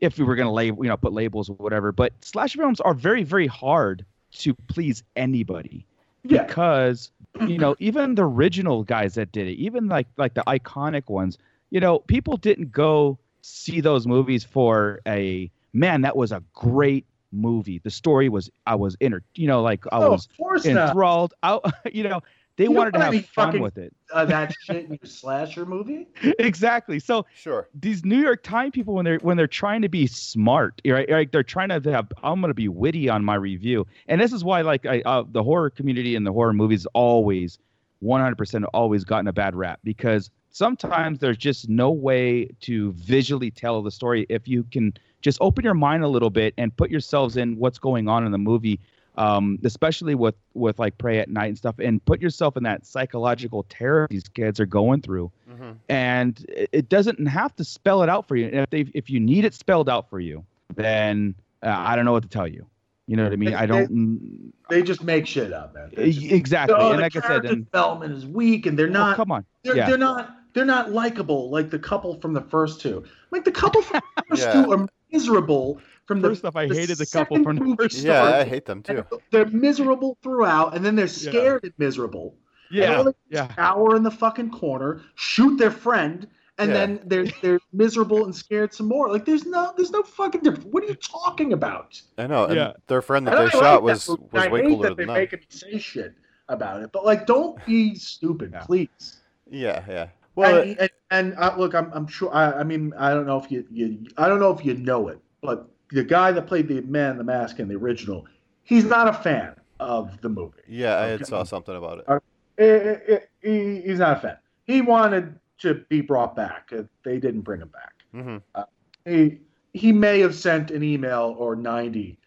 Speaker 9: if we were gonna label, you know, put labels or whatever, but slasher films are very, very hard to please anybody
Speaker 8: Yeah.
Speaker 9: because you know even the original guys that did it even like like the iconic ones you know people didn't go see those movies for a man that was a great movie the story was i was inter you know like i
Speaker 8: No,
Speaker 9: was
Speaker 8: of course not.
Speaker 9: enthralled I, you know they
Speaker 8: Oh, You
Speaker 9: wanted
Speaker 8: don't
Speaker 9: to
Speaker 8: wanna
Speaker 9: have
Speaker 8: be
Speaker 9: fun
Speaker 8: fucking-
Speaker 9: with it
Speaker 8: Uh, that shit in your slasher movie.
Speaker 9: exactly so
Speaker 7: sure.
Speaker 9: these New York Times people when they're when they're trying to be smart, right? Like they're trying to have I'm gonna be witty on my review, and this is why like I, uh, the horror community and the horror movies always 100% always gotten a bad rap because sometimes there's just no way to visually tell the story if you can just open your mind a little bit and put yourselves in what's going on in the movie um, especially with with like pray at night and stuff and put yourself in that psychological terror these kids are going through
Speaker 7: hmm
Speaker 9: and it- it doesn't have to spell it out for you. And if they if you need it spelled out for you, then uh, I don't know what to tell you. You know what I mean? I don't
Speaker 8: They just make shit up, man. They just-
Speaker 9: e- exactly.
Speaker 8: Oh,
Speaker 9: and
Speaker 8: the
Speaker 9: like I said,
Speaker 8: character
Speaker 9: and
Speaker 8: development is weak, and they're
Speaker 9: oh,
Speaker 8: not.
Speaker 9: come on,
Speaker 8: they're,
Speaker 9: yeah.
Speaker 8: they're not. They're not likable like the couple from the first two. Like the couple from the first
Speaker 7: Yeah.
Speaker 8: two are miserable from the.
Speaker 9: First off, I
Speaker 8: the
Speaker 9: hated the couple
Speaker 8: second
Speaker 9: from the
Speaker 8: movie
Speaker 9: first.
Speaker 7: Yeah,
Speaker 8: starts,
Speaker 7: I hate them too.
Speaker 8: and They're miserable throughout, and then they're scared and miserable. And all they do is
Speaker 9: yeah.
Speaker 8: Cower in the fucking corner, shoot their friend, and
Speaker 7: Yeah.
Speaker 8: then they're they're miserable and scared some more. Like there's no there's no fucking difference. What are you talking about?
Speaker 7: I know. And
Speaker 9: Yeah.
Speaker 7: their friend that
Speaker 8: And I
Speaker 7: they
Speaker 8: like
Speaker 7: shot
Speaker 8: that
Speaker 7: was
Speaker 8: movie.
Speaker 7: was
Speaker 8: I
Speaker 7: way
Speaker 8: hate
Speaker 7: cooler
Speaker 8: that they
Speaker 7: than them.
Speaker 8: make him say shit about it, but like, don't be stupid,
Speaker 9: Yeah.
Speaker 8: please.
Speaker 7: Yeah, yeah. Well,
Speaker 8: and, and, and uh, look, I'm, I'm sure. I, I mean, I don't know if you, you, I don't know if you know it, but the guy that played the man, in the mask in the original, he's not a fan of the movie.
Speaker 7: yeah, I had
Speaker 8: Okay.
Speaker 7: saw something about it.
Speaker 8: Eh, eh, eh, he, he's not a fan. He wanted to be brought back. Uh, They didn't bring him back.
Speaker 7: hmm
Speaker 8: He, he may have sent an email or ninety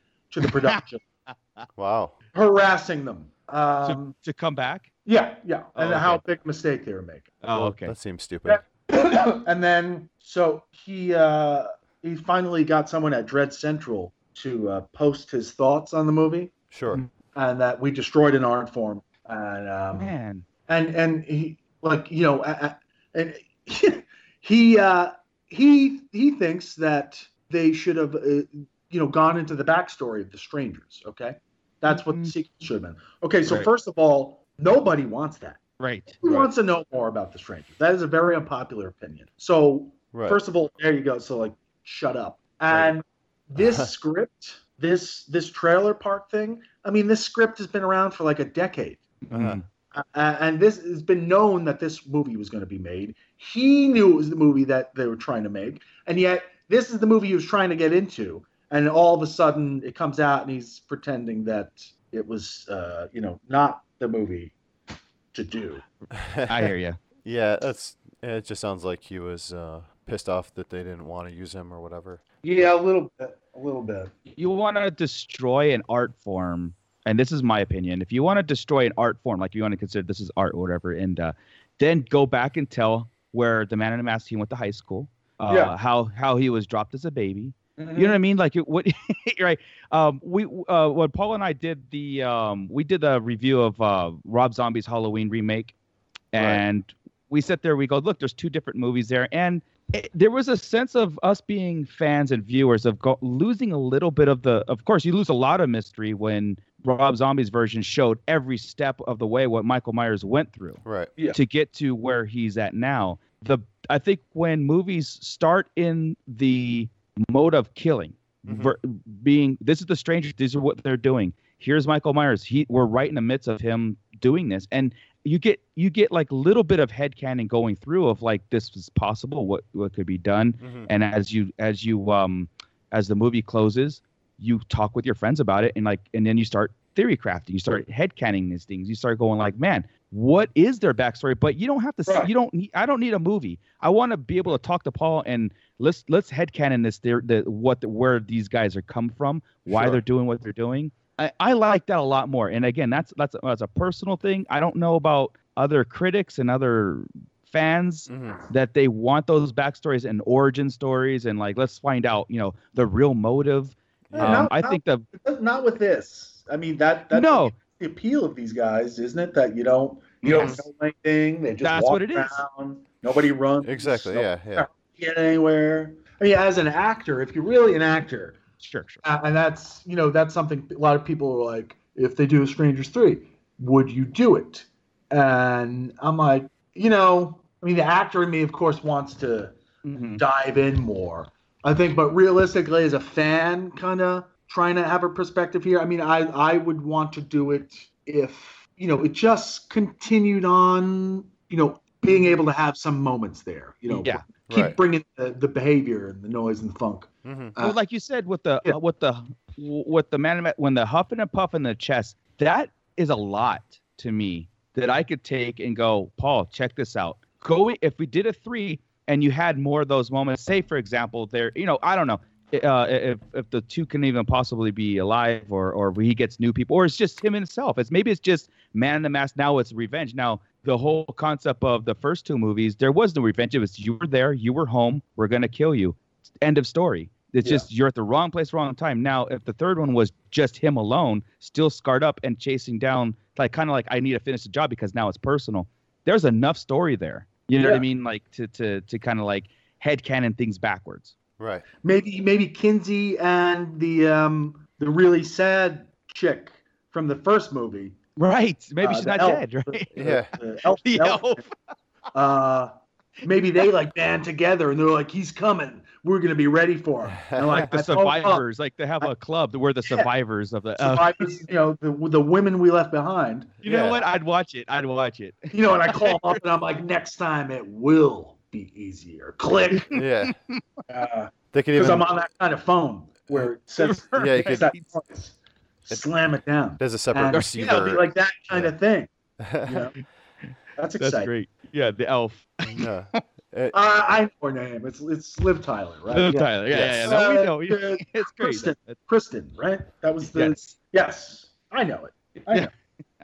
Speaker 8: to the production
Speaker 7: Wow.
Speaker 8: harassing them. Um,
Speaker 9: to come back.
Speaker 8: Yeah, yeah,
Speaker 9: Oh,
Speaker 8: and
Speaker 9: okay.
Speaker 8: how big mistake they were making.
Speaker 9: Oh,
Speaker 7: Well,
Speaker 9: okay.
Speaker 7: That seems stupid.
Speaker 8: Yeah. and then so he uh, he finally got someone at Dread Central to uh, post his thoughts on the movie,
Speaker 7: Sure.
Speaker 8: and that we destroyed an art form, and um,
Speaker 9: Man,
Speaker 8: and and he like you know, a- a- and he uh, he he thinks that they should have uh, you know gone into the backstory of the strangers. Okay, that's what
Speaker 9: Mhm.
Speaker 7: Mm-hmm.
Speaker 8: the sequel should have been. Okay, so
Speaker 9: Right.
Speaker 8: first of all, nobody wants that.
Speaker 9: right.
Speaker 8: Who
Speaker 7: Right.
Speaker 8: wants to know more about the stranger? That is a very unpopular opinion. So,
Speaker 7: Right.
Speaker 8: first of all, there you go. So, like, shut up. And this script, this this trailer park thing. I mean, this script has been around for like a decade,
Speaker 7: Uh-huh.
Speaker 9: Mm,
Speaker 8: uh, and this has been known that this movie was going to be made. He knew it was the movie that they were trying to make, and yet this is the movie he was trying to get into. And all of a sudden, it comes out, and he's pretending that it was, uh, you know, not the movie to do.
Speaker 9: I hear you.
Speaker 7: yeah, that's. It just sounds like he was uh, pissed off that they didn't want to use him or whatever.
Speaker 8: Yeah, a little bit. A little bit.
Speaker 9: you want to destroy an art form and this is my opinion if you want to destroy an art form like you want to consider this is art or whatever and uh, then go back and tell where the man in the mask he went to high school uh,
Speaker 8: Yeah.
Speaker 9: how how he was dropped as a baby
Speaker 8: Mm-hmm.
Speaker 9: You know what I mean? Like, you- what? right. Um, we uh, when Paul and I did the um, we did a review of uh, Rob Zombie's Halloween remake, and we sat there. We go, look, there's two different movies there, and it, there was a sense of us being fans and viewers of go- losing a little bit of the. Of course, you lose a lot of mystery when Rob Zombie's version showed every step of the way what Michael Myers went through
Speaker 7: Right.
Speaker 8: Yeah.
Speaker 9: to get to where he's at now. The I think when movies start in the mode of killing,
Speaker 7: Mhm.
Speaker 9: ver- being this is the stranger, these are what they're doing. Here's Michael Myers. He we're right in the midst of him doing this, and you get you get like little bit of headcanon going through of like this is possible, what what could be done,
Speaker 7: Mhm.
Speaker 9: and as you as you um as the movie closes, you talk with your friends about it, and like and then you start theory crafting, you start headcaning these things, you start going like, man, what is their backstory? But you don't have to.
Speaker 8: Right.
Speaker 9: See, you don't need. I don't need a movie. I want to be able to talk to Paul and let's let's headcanon this. Their the what the, where these guys are come from, why
Speaker 7: Sure.
Speaker 9: they're doing what they're doing. I, I like that a lot more. And again, that's that's that's a personal thing. I don't know about other critics and other fans
Speaker 7: Mhm.
Speaker 9: that they want those backstories and origin stories and like let's find out you know the real motive.
Speaker 8: Yeah,
Speaker 9: um,
Speaker 8: not-
Speaker 9: I
Speaker 8: not-
Speaker 9: think the
Speaker 8: Not with this. I mean that. That's
Speaker 9: No.
Speaker 8: the appeal of these guys, isn't it? That you don't you
Speaker 9: Yes.
Speaker 8: don't know anything. They just
Speaker 9: That's
Speaker 8: walk
Speaker 9: what it is.
Speaker 8: around. Nobody runs.
Speaker 7: Exactly.
Speaker 8: nobody
Speaker 7: Yeah. Yeah.
Speaker 8: Get anywhere. I mean, as an actor, if you're really an actor,
Speaker 9: sure sure
Speaker 8: Uh, and that's you know that's something a lot of people are like if they do a strangers 3 would you do it and i'm like you know i mean the actor in me of course wants to
Speaker 9: Mhm.
Speaker 8: dive in more i think but realistically as a fan kind of trying to have a perspective here i mean i i would want to do it if you know it just continued on you know being able to have some moments there you know
Speaker 9: Yeah,
Speaker 8: keep
Speaker 7: right.
Speaker 8: bringing the, the behavior and the noise and the funk
Speaker 7: hmm
Speaker 8: Uh,
Speaker 9: well, like you said, with the
Speaker 8: yeah.
Speaker 9: uh, with the with the man when the huff and a puff in the chest, that is a lot to me that I could take and go, Paul, check this out. Go if we did a three and you had more of those moments. Say for example, there, you know, I don't know. Uh, if, if the two can even possibly be alive, or or he gets new people, or it's just him himself. It's maybe it's just man in the mask. Now it's revenge. Now the whole concept of the first two movies, there was no revenge. It was you were there, you were home. We're gonna kill you end of story. It's
Speaker 8: Yeah.
Speaker 9: just you're at the wrong place, wrong time. Now, if the third one was just him alone, still scarred up and chasing down, like kind of like I need to finish the job because now it's personal. There's enough story there. You know what
Speaker 8: Yeah.
Speaker 9: I mean? Like to to to kind of like headcanon things backwards.
Speaker 7: Right.
Speaker 8: Maybe maybe Kinsey and the um the really sad chick from the first movie.
Speaker 9: Right. Maybe
Speaker 8: uh,
Speaker 9: she's
Speaker 8: the
Speaker 9: not
Speaker 8: elf.
Speaker 9: dead, right?
Speaker 8: The-
Speaker 7: Yeah.
Speaker 8: the elf-
Speaker 9: The
Speaker 8: elf.
Speaker 9: elf.
Speaker 8: Uh, maybe they like band together and they're like, he's coming. We're gonna be ready for him. And
Speaker 9: Like the
Speaker 8: I told Bob,
Speaker 9: survivors. Like they have a club where the
Speaker 8: Yeah.
Speaker 9: survivors of the. uh,
Speaker 8: survivors, you know, the the women we left behind.
Speaker 9: you know
Speaker 7: Yeah.
Speaker 9: what? I'd watch it. I'd watch it.
Speaker 8: You know, and I call them up and I'm like, next time it will be easier. Click.
Speaker 7: Yeah.
Speaker 8: Because
Speaker 7: They could even.
Speaker 8: I'm on that kind of phone where it says
Speaker 7: Yeah. You
Speaker 8: makes
Speaker 7: could.
Speaker 8: that noise. Slam it down.
Speaker 7: There's a separate
Speaker 8: And, you know,
Speaker 7: receiver.
Speaker 8: be like that kind of thing. you know? That's
Speaker 9: That's
Speaker 8: exciting.
Speaker 9: great. Yeah, the elf.
Speaker 7: yeah.
Speaker 8: Uh, I know her name. It's it's Liv Tyler, right?
Speaker 9: Liv
Speaker 8: Uh, Yeah.
Speaker 9: Tyler. Yeah,
Speaker 7: Yes.
Speaker 9: yeah, yeah.
Speaker 8: Uh,
Speaker 9: No, we know.
Speaker 8: the-
Speaker 9: it's great.
Speaker 8: Kristen.
Speaker 9: That-
Speaker 8: Kristen, right? That was the yes.
Speaker 9: yes.
Speaker 8: I know it. I know.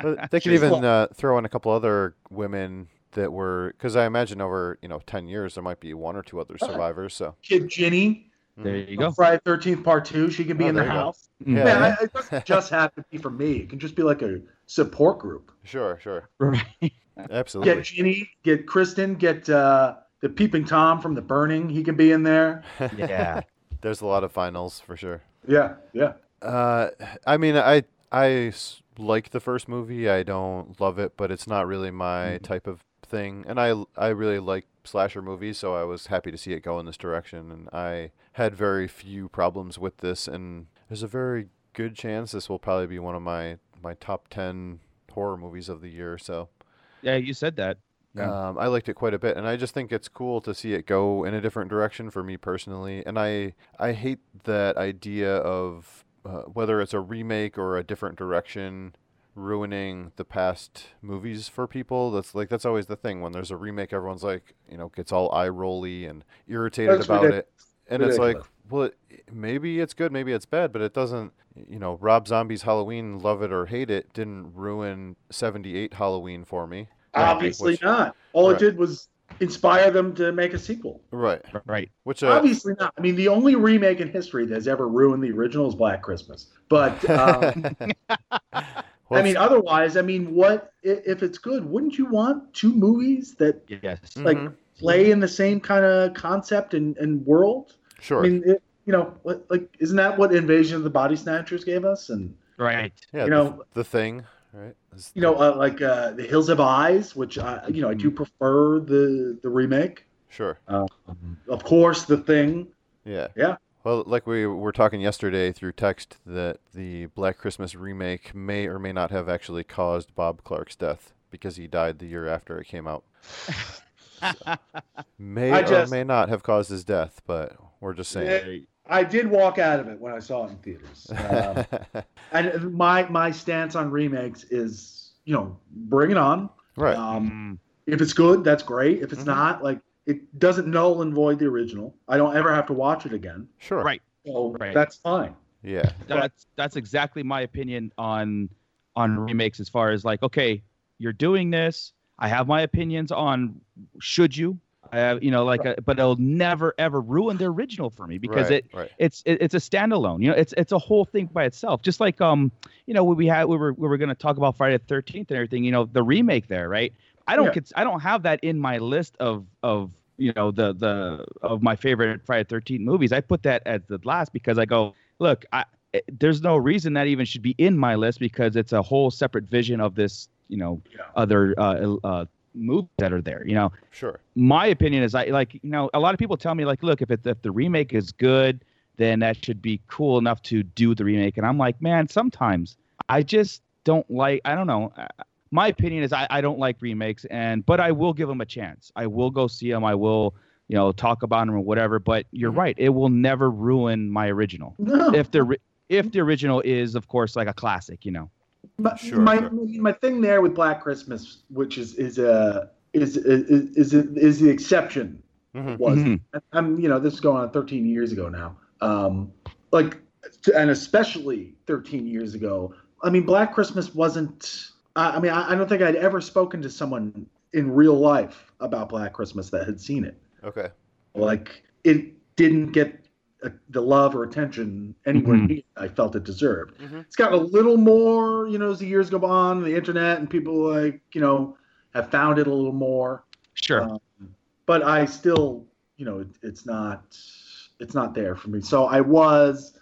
Speaker 7: But they could
Speaker 8: She's
Speaker 7: even
Speaker 8: cool.
Speaker 7: uh, throw in a couple other women that were, because I imagine over you know ten years there might be one or two other
Speaker 8: Right.
Speaker 7: survivors. So
Speaker 8: Kid Ginny,
Speaker 9: There you
Speaker 8: from
Speaker 9: go.
Speaker 8: Friday Thirteenth Part Two. She can be
Speaker 7: Oh,
Speaker 8: in the
Speaker 7: there you go.
Speaker 8: house.
Speaker 9: Mm-hmm.
Speaker 7: Yeah.
Speaker 8: Man, I, it doesn't just have to be for me. It can just be like a support group.
Speaker 7: sure, sure,
Speaker 9: Right.
Speaker 7: absolutely.
Speaker 8: Get Ginny, get Kristen, get uh, the peeping Tom from The Burning. He can be in there.
Speaker 9: Yeah.
Speaker 7: There's a lot of finals for sure.
Speaker 8: Yeah, yeah.
Speaker 7: Uh, I mean, I I s- like the first movie. I don't love it, but it's not really my type of thing. And I I really like slasher movies, so I was happy to see it go in this direction. And I had very few problems with this. And there's a very good chance this will probably be one of my my top ten horror movies of the year. So.
Speaker 9: Yeah, you said that. Yeah.
Speaker 7: Um, I liked it quite a bit, and I just think it's cool to see it go in a different direction for me personally. And I I hate that idea of uh, whether it's a remake or a different direction ruining the past movies for people. That's like that's always the thing when there's a remake. Everyone's like you know gets all eye rolly and irritated
Speaker 8: That's
Speaker 7: about
Speaker 8: ridiculous.
Speaker 7: it, and it's like
Speaker 8: Ridiculous.
Speaker 7: well it, maybe it's good, maybe it's bad, but it doesn't you know Rob Zombie's Halloween, love it or hate it, didn't ruin '78 Halloween for me.
Speaker 8: Obviously
Speaker 7: Which-
Speaker 8: not. All
Speaker 7: Right.
Speaker 8: it did was inspire them to make a sequel.
Speaker 7: Right.
Speaker 9: Right.
Speaker 7: Which uh,
Speaker 8: Obviously not. I mean, the only remake in history that's ever ruined the original is Black Christmas. But um, I
Speaker 7: well,
Speaker 8: mean, otherwise, I mean, what i- if it's good? Wouldn't you want two movies that
Speaker 9: Yes.
Speaker 8: like
Speaker 7: Mhm.
Speaker 8: play in the same kind of concept and, and world?
Speaker 7: sure.
Speaker 8: I mean, it, you know, what- like isn't that what Invasion of the Body Snatchers gave us? And
Speaker 9: Right.
Speaker 7: yeah,
Speaker 8: you
Speaker 7: the-
Speaker 8: know-
Speaker 7: the, thing, right? Is-
Speaker 8: you know, uh, like uh, The Hills Have Eyes, which I, you know, I
Speaker 7: Mm.
Speaker 8: do prefer the the remake.
Speaker 7: sure.
Speaker 8: Of course, The Thing.
Speaker 7: Yeah.
Speaker 8: Yeah.
Speaker 7: Well, like we were talking yesterday through text that the Black Christmas remake may or may not have actually caused Bob Clark's death because he died the year after it came out. May
Speaker 8: I
Speaker 7: or
Speaker 8: just-
Speaker 7: may not have caused his death, but we're just saying.
Speaker 8: I did walk out of it when I saw it in theaters. Um, and my my stance on remakes is, you know, bring it on.
Speaker 7: right.
Speaker 8: Um,
Speaker 9: Mm,
Speaker 8: if it's good, that's great. If it's
Speaker 7: Mhm.
Speaker 8: not, like it doesn't null and void the original. I don't ever have to watch it again.
Speaker 7: Sure.
Speaker 9: right.
Speaker 8: So
Speaker 9: Right.
Speaker 8: that's fine.
Speaker 7: Yeah.
Speaker 9: That's that's exactly my opinion on on remakes as far as like, okay, you're doing this. I have my opinions on should you. I have, you know, like, uh but it'll never ever ruin the original for me because it
Speaker 7: right, Right.
Speaker 9: it's it, it's a standalone. You know, it's it's a whole thing by itself. Just like um, you know, we, we had we were we were going to talk about Friday the Thirteenth and everything. You know, the remake there, right? I don't
Speaker 8: Yeah.
Speaker 9: cons- I don't have that in my list of of you know the the of my favorite Friday the Thirteenth movies. I put that at the last because I go look, I it- there's no reason that even should be in my list because it's a whole separate vision of this you know
Speaker 8: Yeah.
Speaker 9: other uh, uh movies that are there. You know,
Speaker 7: Sure.
Speaker 9: my opinion is I like you know a lot of people tell me like look if it, if the remake is good then that should be cool enough to do the remake and I'm like man sometimes I just don't like I don't know Uh, my opinion is I, I don't like remakes and but I will give them a chance I will go see them I will you know talk about them or whatever but you're right it will never ruin my original
Speaker 8: No.
Speaker 9: if the ri- if the original is of course like a classic you know
Speaker 8: my,
Speaker 7: Sure,
Speaker 8: my,
Speaker 7: sure.
Speaker 8: my thing there with Black Christmas, which is is a is is is, is the exception
Speaker 7: Mhm.
Speaker 8: was. I'm you know this is going on 13 years ago now. Um, like and especially 13 years ago. I mean, Black Christmas wasn't. I, I mean, I, I don't think I'd ever spoken to someone in real life about Black Christmas that had seen it.
Speaker 7: Okay.
Speaker 8: Like it didn't get uh, the love or attention anywhere
Speaker 9: Mhm.
Speaker 8: near I felt it deserved
Speaker 7: Mhm.
Speaker 8: it's gotten a little more, you know, as the years go on, the internet and people like, you know, have found it a little more.
Speaker 9: sure
Speaker 8: Um, but I still, you know, it, it's not, it's not there for me. So I was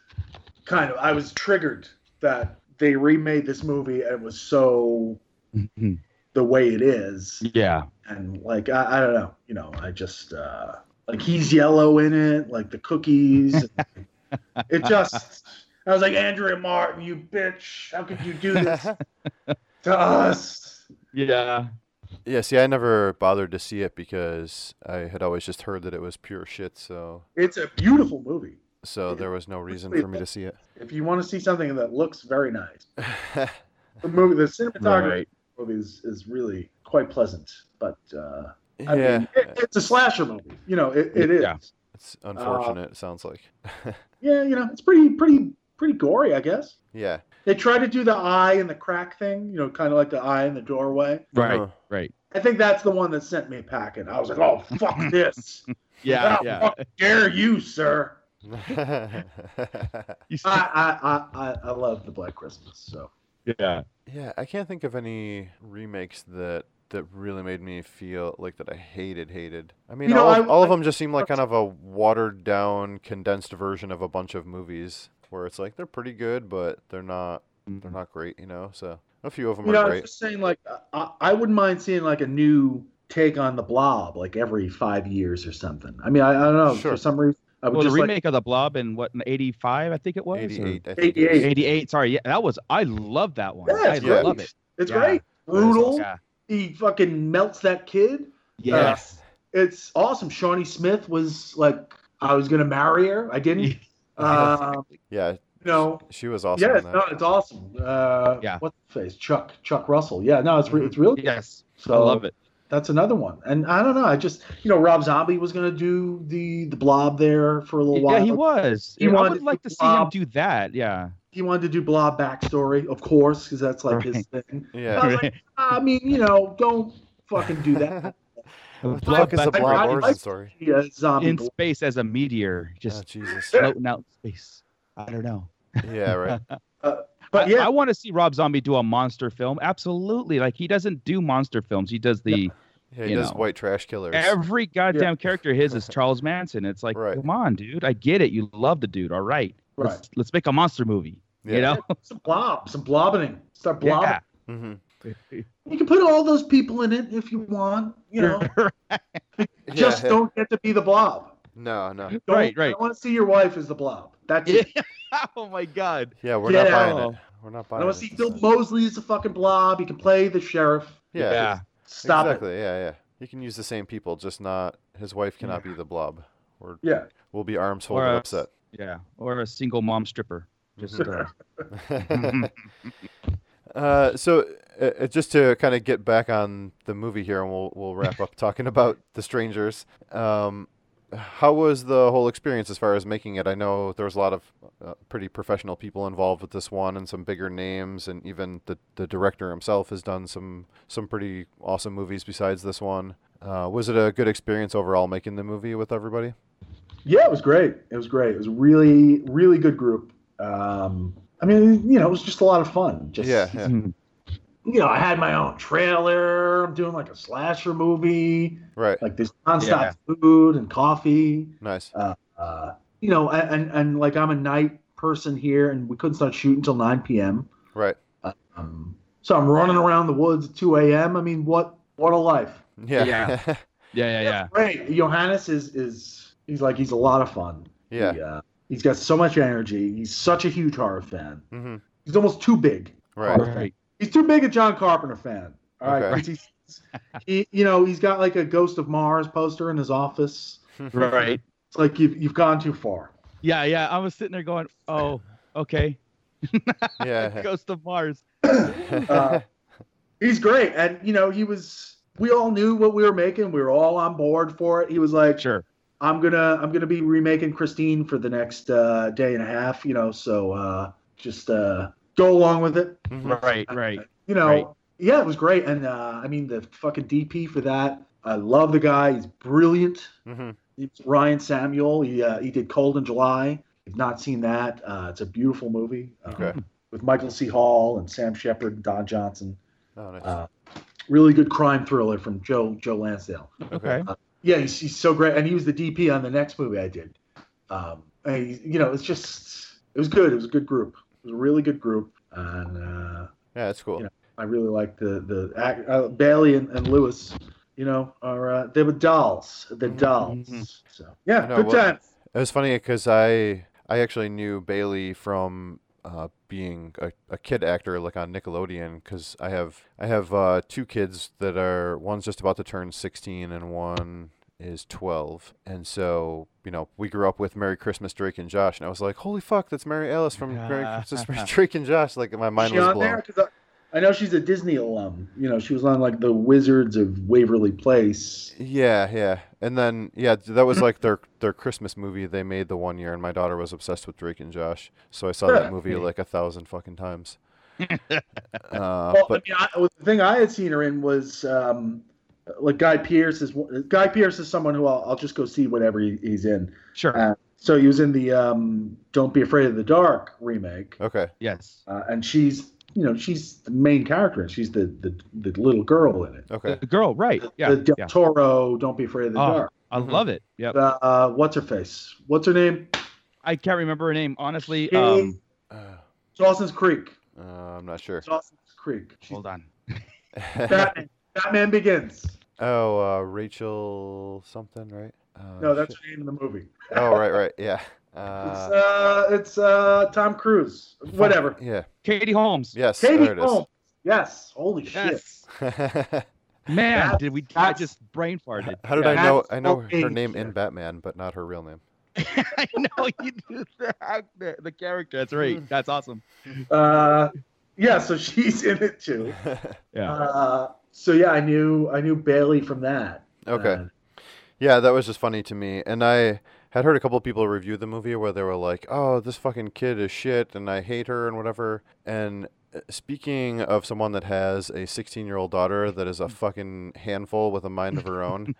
Speaker 8: kind of, I was triggered that they remade this movie and it was so
Speaker 9: Mhm.
Speaker 8: the way it is,
Speaker 9: yeah
Speaker 8: and like I, I don't know, you know, I just uh, like he's yellow in it, like the cookies. it just, I was like Andrea Martin, you bitch! How could you do this to us?
Speaker 9: yeah
Speaker 7: Yeah, see, I never bothered to see it because I had always just heard that it was pure shit, so
Speaker 8: It's a beautiful movie.
Speaker 7: so there was no reason
Speaker 8: really
Speaker 7: for me to see it.
Speaker 8: If you want to see something that looks very nice, the movie, the cinematography
Speaker 9: Right.
Speaker 8: of the movie is, is really quite pleasant. But uh, I
Speaker 7: yeah,
Speaker 8: mean, it, it's a slasher movie. You know, it, it is.
Speaker 9: Yeah.
Speaker 7: it's unfortunate. it sounds like.
Speaker 8: yeah, you know, it's pretty, pretty, pretty gory, I guess.
Speaker 7: Yeah.
Speaker 8: They tried to do the eye and the crack thing, you know, kind of like the eye in the doorway.
Speaker 9: right
Speaker 7: Uh-huh.
Speaker 9: right
Speaker 8: I think that's the one that sent me packing. I was like, oh, fuck this.
Speaker 9: yeah
Speaker 8: How
Speaker 9: yeah
Speaker 8: fucking dare you, sir?
Speaker 7: yeah,
Speaker 8: I, I, I, I, I love the Black Christmas. So,
Speaker 9: yeah
Speaker 7: I can't think of any remakes that that really made me feel like that I hated hated. I mean,
Speaker 8: You know,
Speaker 7: all, of,
Speaker 8: I-
Speaker 7: all of
Speaker 8: I-
Speaker 7: them just seem like kind of a watered down, condensed version of a bunch of movies where it's like they're pretty good, but they're not they're not great, you know. So a few of them
Speaker 8: you
Speaker 7: are
Speaker 8: know, I was
Speaker 7: great.
Speaker 8: just saying, like, I, I wouldn't mind seeing like a new take on the blob, like every five years or something. I mean, I, I don't know.
Speaker 7: Sure.
Speaker 8: For some reason, I would
Speaker 9: Well, the
Speaker 8: just like
Speaker 9: remake of the Blob in what in '85, I think it was. or-
Speaker 7: 88. I think it is.
Speaker 8: 88.
Speaker 9: 88. Sorry, yeah, that was. I love that one.
Speaker 8: Yeah,
Speaker 9: I
Speaker 8: it's
Speaker 9: love
Speaker 8: great.
Speaker 9: it.
Speaker 8: It's
Speaker 9: Yeah.
Speaker 8: great. Brutal.
Speaker 9: Yeah.
Speaker 8: He fucking melts that kid.
Speaker 9: Yes.
Speaker 8: it's awesome. Shawnee Smith was like, I was gonna marry her. I didn't. Uh,
Speaker 7: Yeah,
Speaker 8: you know,
Speaker 7: she was awesome.
Speaker 8: yeah,
Speaker 7: in that.
Speaker 8: no, it's awesome. Uh,
Speaker 9: Yeah.
Speaker 8: What's the face? Chuck Chuck Russell. Yeah, no, it's re- it's really
Speaker 9: yes.
Speaker 8: So
Speaker 9: I love it.
Speaker 8: That's another one. And I don't know. I just you know Rob Zombie was gonna do the the Blob there for a little while.
Speaker 9: Yeah, he was.
Speaker 8: He
Speaker 9: I
Speaker 8: wanted
Speaker 9: would like to see him
Speaker 8: Blob.
Speaker 9: do that. Yeah.
Speaker 8: He wanted to do Blob backstory, of course, because that's like his
Speaker 9: Right.
Speaker 8: thing.
Speaker 7: Yeah.
Speaker 8: I was like, I mean, you know, don't fucking do that.
Speaker 9: A
Speaker 7: What the fuck is a
Speaker 9: bloodbath
Speaker 7: blob
Speaker 8: I'd
Speaker 7: origin
Speaker 8: like-
Speaker 7: story?
Speaker 8: Yeah, zombie.
Speaker 9: in
Speaker 8: boy.
Speaker 9: space as a meteor
Speaker 7: oh,
Speaker 9: just
Speaker 7: Jesus.
Speaker 9: floating out in space. I don't know.
Speaker 7: Yeah, right.
Speaker 8: But
Speaker 9: I-
Speaker 8: yeah,
Speaker 9: I, want to see Rob Zombie do a monster film. Absolutely. Like he doesn't do monster films. He does the
Speaker 7: Yeah, he
Speaker 9: You
Speaker 7: does
Speaker 9: know.
Speaker 7: white trash killers.
Speaker 9: every goddamn character his is Charles Manson. It's like,
Speaker 7: Right.
Speaker 9: come on, dude. I get it. You love the dude. All right. Let's,
Speaker 8: right.
Speaker 9: let's make a monster movie.
Speaker 7: Yeah.
Speaker 9: You know?
Speaker 8: Some blob, some blobbing. Start blobbing.
Speaker 9: Yeah.
Speaker 7: hmm
Speaker 8: You can put all those people in it if you want. You know, just
Speaker 7: yeah.
Speaker 8: don't get to be the blob.
Speaker 7: No, no.
Speaker 8: Don't,
Speaker 9: Right, right.
Speaker 8: I want to see your wife as the blob. That's it.
Speaker 9: oh my god. Oh,
Speaker 7: Yeah, we're
Speaker 8: Get
Speaker 7: not buying
Speaker 9: out.
Speaker 7: it. We're not
Speaker 8: I
Speaker 7: buying
Speaker 8: want
Speaker 7: it.
Speaker 8: to see Bill Mosley as the fucking blob. He can play the sheriff.
Speaker 7: Yeah,
Speaker 9: Yeah.
Speaker 8: Stop
Speaker 7: exactly. Yeah, yeah. You can use the same people, just not his wife cannot be the blob. Or
Speaker 8: it. Yeah.
Speaker 7: we'll be arms
Speaker 9: Or
Speaker 7: holding
Speaker 9: a-
Speaker 7: upset.
Speaker 9: Yeah. Or a single mom stripper. Just uh,
Speaker 7: uh, so, uh, uh, just to kind of get back on the movie here, and we'll we'll wrap up talking about the strangers. Um, how was the whole experience as far as making it? I know there was a lot of uh, pretty professional people involved with this one, and some bigger names, and even the the director himself has done some some pretty awesome movies besides this one. Uh, was it a good experience overall making the movie with everybody?
Speaker 8: Yeah, it was great. It was great. It was a really, really good group. Um, I mean, you know, it was just a lot of fun. Just,
Speaker 7: Yeah, yeah.
Speaker 8: You know, I had my own trailer. I'm doing like a slasher movie.
Speaker 7: right,
Speaker 8: Like this nonstop
Speaker 9: Yeah.
Speaker 8: food and coffee.
Speaker 7: nice.
Speaker 8: Uh, you know, and, and and like I'm a night person here, and we couldn't start shooting until 9 p.m.
Speaker 7: Right,
Speaker 8: Um, so I'm running around the woods at 2 a.m. I mean, what what a life!
Speaker 7: yeah,
Speaker 9: Yeah. yeah, yeah, yeah.
Speaker 8: Right, Johannes is is he's like he's a lot of fun.
Speaker 7: yeah.
Speaker 8: He, uh, he's got so much energy. He's such a huge horror fan.
Speaker 7: hmm
Speaker 8: He's almost too big.
Speaker 7: Right.
Speaker 9: Right.
Speaker 8: He's too big a John Carpenter fan. All right,
Speaker 7: Okay.
Speaker 8: 'cause he's, he you know he's got like a Ghost of Mars poster in his office.
Speaker 9: Right.
Speaker 8: It's like you've you've gone too far.
Speaker 9: Yeah, yeah. I was sitting there going, Oh, okay.
Speaker 7: yeah.
Speaker 9: Ghost of Mars.
Speaker 8: Uh, he's great, and you know he was. We all knew what we were making. We were all on board for it. He was like,
Speaker 9: Sure.
Speaker 8: I'm gonna I'm gonna be remaking Christine for the next uh, day and a half, you know. So uh, just uh, go along with it,
Speaker 7: Mhm.
Speaker 9: Right, right.
Speaker 8: you know.
Speaker 9: Right.
Speaker 8: Yeah, it was great, and uh, I mean the fucking DP for that. I love the guy. He's brilliant.
Speaker 7: Mhm.
Speaker 8: It's Ryan Samuel. He uh, he did Cold in July. If not seen that, uh, it's a beautiful movie uh,
Speaker 7: Okay.
Speaker 8: with Michael C. Hall and Sam Shepard and Don Johnson.
Speaker 7: Oh, nice.
Speaker 8: Uh, really good crime thriller from Joe Joe Lansdale.
Speaker 7: Okay.
Speaker 9: Okay.
Speaker 8: Yeah, he's, he's so great, and he was the DP on the next movie I did. Um, and he- you know, it's just it was good. It was a good group. It was a really good group, and uh,
Speaker 7: Yeah, that's cool.
Speaker 8: you know, I really liked the the act- uh, Bailey and, and Lewis. You know, are uh, they were dolls. They're dolls. So yeah,
Speaker 7: Mm-hmm. I know,
Speaker 8: good
Speaker 7: well-
Speaker 8: time.
Speaker 7: It was funny because I I actually knew Bailey from uh, being a, a kid actor like on Nickelodeon because I have I have uh, two kids that are one's just about to turn 16 and one is 12 and so you know we grew up with Merry Christmas Drake and Josh and I was like holy fuck that's Mary Alice from Merry Christmas Drake and Josh like my mind
Speaker 8: Is she
Speaker 7: was
Speaker 8: on
Speaker 7: blown
Speaker 8: there? 'Cause I, I know she's a Disney alum. You know, she was on like the Wizards of Waverly Place.
Speaker 7: Yeah, yeah. And then yeah, th- that was like their their Christmas movie they made the one year and my daughter was obsessed with Drake and Josh. So I saw that movie like a thousand fucking times. uh,
Speaker 8: well,
Speaker 7: but
Speaker 8: I mean, I, well, the thing I had seen her in was um, like Guy Pierce is Guy Pierce is someone who I'll, I'll just go see whatever he, he's in.
Speaker 9: Sure.
Speaker 8: Uh, So he was in the um, Don't Be Afraid of the Dark remake,
Speaker 9: Oh.
Speaker 7: okay.
Speaker 9: yes.
Speaker 8: uh, and she's you know she's the main character. She's the the, the little girl in it.
Speaker 7: Okay.
Speaker 9: The girl, right. Yeah.
Speaker 8: the Del
Speaker 9: yeah.
Speaker 8: Toro Don't Be Afraid of the
Speaker 9: Oh.
Speaker 8: Dark.
Speaker 9: I
Speaker 7: Mhm.
Speaker 9: love it. Yeah.
Speaker 8: Uh, uh, what's her face? What's her name?
Speaker 9: I can't remember her name, honestly.
Speaker 8: She-
Speaker 9: Um,
Speaker 7: Uh,
Speaker 8: Dawson's Creek.
Speaker 7: uh, I'm not sure.
Speaker 8: Dawson's Creek. She's
Speaker 9: hold on.
Speaker 8: Batman. Batman Begins.
Speaker 7: oh, uh, Rachel something, right?
Speaker 9: Oh,
Speaker 7: Uh,
Speaker 8: No, that's
Speaker 7: shit.
Speaker 8: her name in the movie.
Speaker 7: Oh, right, right. Yeah.
Speaker 8: It's
Speaker 7: Uh,
Speaker 8: uh, it's uh, Tom Cruise. Whatever.
Speaker 7: yeah.
Speaker 9: Katie Holmes.
Speaker 7: Yes,
Speaker 8: Katie
Speaker 7: there it is.
Speaker 8: Holmes. Yes. Holy shit.
Speaker 9: Yes. Man,
Speaker 8: That's-
Speaker 9: did we I
Speaker 8: that's-
Speaker 9: just brain farted.
Speaker 7: How did I know
Speaker 8: That's
Speaker 7: I know her
Speaker 8: okay.
Speaker 7: name in Batman but not her real name?
Speaker 9: I know you do that. The, the character. That's right. That's awesome.
Speaker 8: Uh, yeah. So she's in it too.
Speaker 9: Yeah.
Speaker 8: Uh, so yeah, I knew I knew Bailey from that.
Speaker 7: okay.
Speaker 8: Uh,
Speaker 7: Yeah, that was just funny to me. And I had heard a couple of people review the movie where they were like, "Oh, this fucking kid is shit and I hate her and whatever." And speaking of someone that has a 16 year old daughter that is a fucking handful with a mind of her own,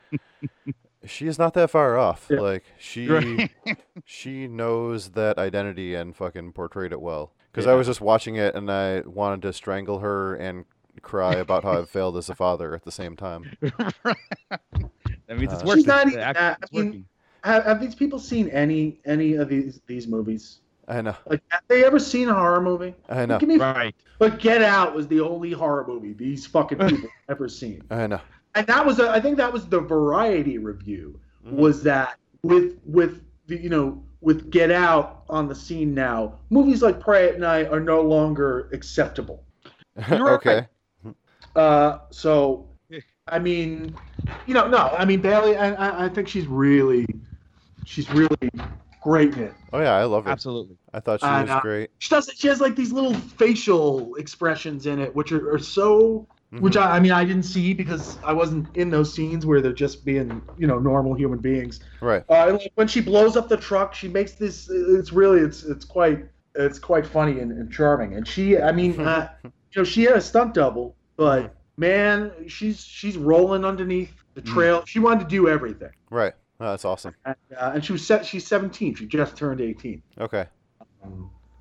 Speaker 7: she is not that far off.
Speaker 9: Yeah.
Speaker 7: Like she
Speaker 9: Right.
Speaker 7: she knows that identity and fucking portrayed it well. Because I
Speaker 9: Yeah.
Speaker 7: was just watching it and I wanted to strangle her and cry about how I failed as a father at the same time.
Speaker 9: that means it's
Speaker 7: Uh,
Speaker 9: working.
Speaker 8: She's not
Speaker 9: The
Speaker 8: even
Speaker 9: act-
Speaker 8: that-
Speaker 9: it's
Speaker 8: I mean-
Speaker 9: working.
Speaker 8: Have, have these people seen any any of these these movies?
Speaker 7: I know.
Speaker 8: Like, have they ever seen a horror movie?
Speaker 7: I know.
Speaker 8: Give me-
Speaker 9: Right.
Speaker 8: But Get Out was the only horror movie these fucking people ever seen,
Speaker 7: I know.
Speaker 8: and that was a, I think that was the Variety review
Speaker 7: Mhm.
Speaker 8: was that with with the you know with Get Out on the scene now, movies like Pray at Night are no longer acceptable. You're right.
Speaker 7: okay.
Speaker 8: Uh, so, I mean, you know, no, I mean Bailey, I, I, I think she's really, she's really great in it.
Speaker 7: Oh yeah, I love her.
Speaker 9: Absolutely.
Speaker 7: I thought she
Speaker 8: I
Speaker 7: was
Speaker 8: know.
Speaker 7: great.
Speaker 8: She does. She has like these little facial expressions in it, which are, are so.
Speaker 7: Mhm.
Speaker 8: Which I, I mean, I didn't see because I wasn't in those scenes where they're just being, you know, normal human beings.
Speaker 7: Right.
Speaker 8: Uh, and, like, when she blows up the truck, she makes this. It's really, it's it's quite, it's quite funny and, and charming. And she, I mean, uh, you know, she had a stunt double, but man, she's she's rolling underneath the trail. She wanted to do everything,
Speaker 7: Right. Oh, that's awesome.
Speaker 8: and, uh, and she was set. She's 17. She just turned 18.
Speaker 7: Okay.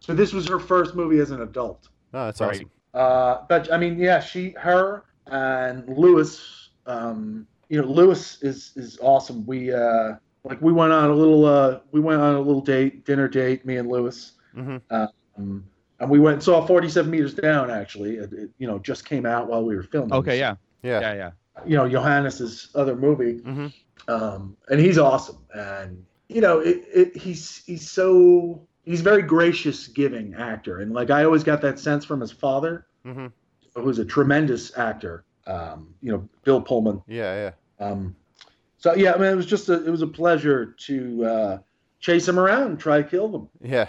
Speaker 8: So this was her first movie as an adult.
Speaker 7: No, Oh, that's
Speaker 9: Right.
Speaker 7: awesome.
Speaker 8: Uh, but I mean, yeah, she, her, and Lewis. Um, you know, Lewis is is awesome. We uh, like we went on a little uh, we went on a little date, dinner date, me and Lewis,
Speaker 7: Mhm.
Speaker 8: um, and we went and saw Forty Seven Meters Down. Actually, it, it, you know just came out while we were filming.
Speaker 9: Okay. Yeah.
Speaker 7: Yeah.
Speaker 9: Yeah. Yeah.
Speaker 8: You know Johannes's other movie,
Speaker 7: Mhm.
Speaker 8: um, and he's awesome. And you know, it, it, he's he's so he's a very gracious, giving actor, and like I always got that sense from his father
Speaker 7: Mhm.
Speaker 8: who's a tremendous actor. Um, you know, Bill Pullman.
Speaker 7: Yeah. Yeah.
Speaker 8: Um, so yeah, I mean, it was just a, it was a pleasure to uh, chase him around, and try to kill them.
Speaker 7: Yeah.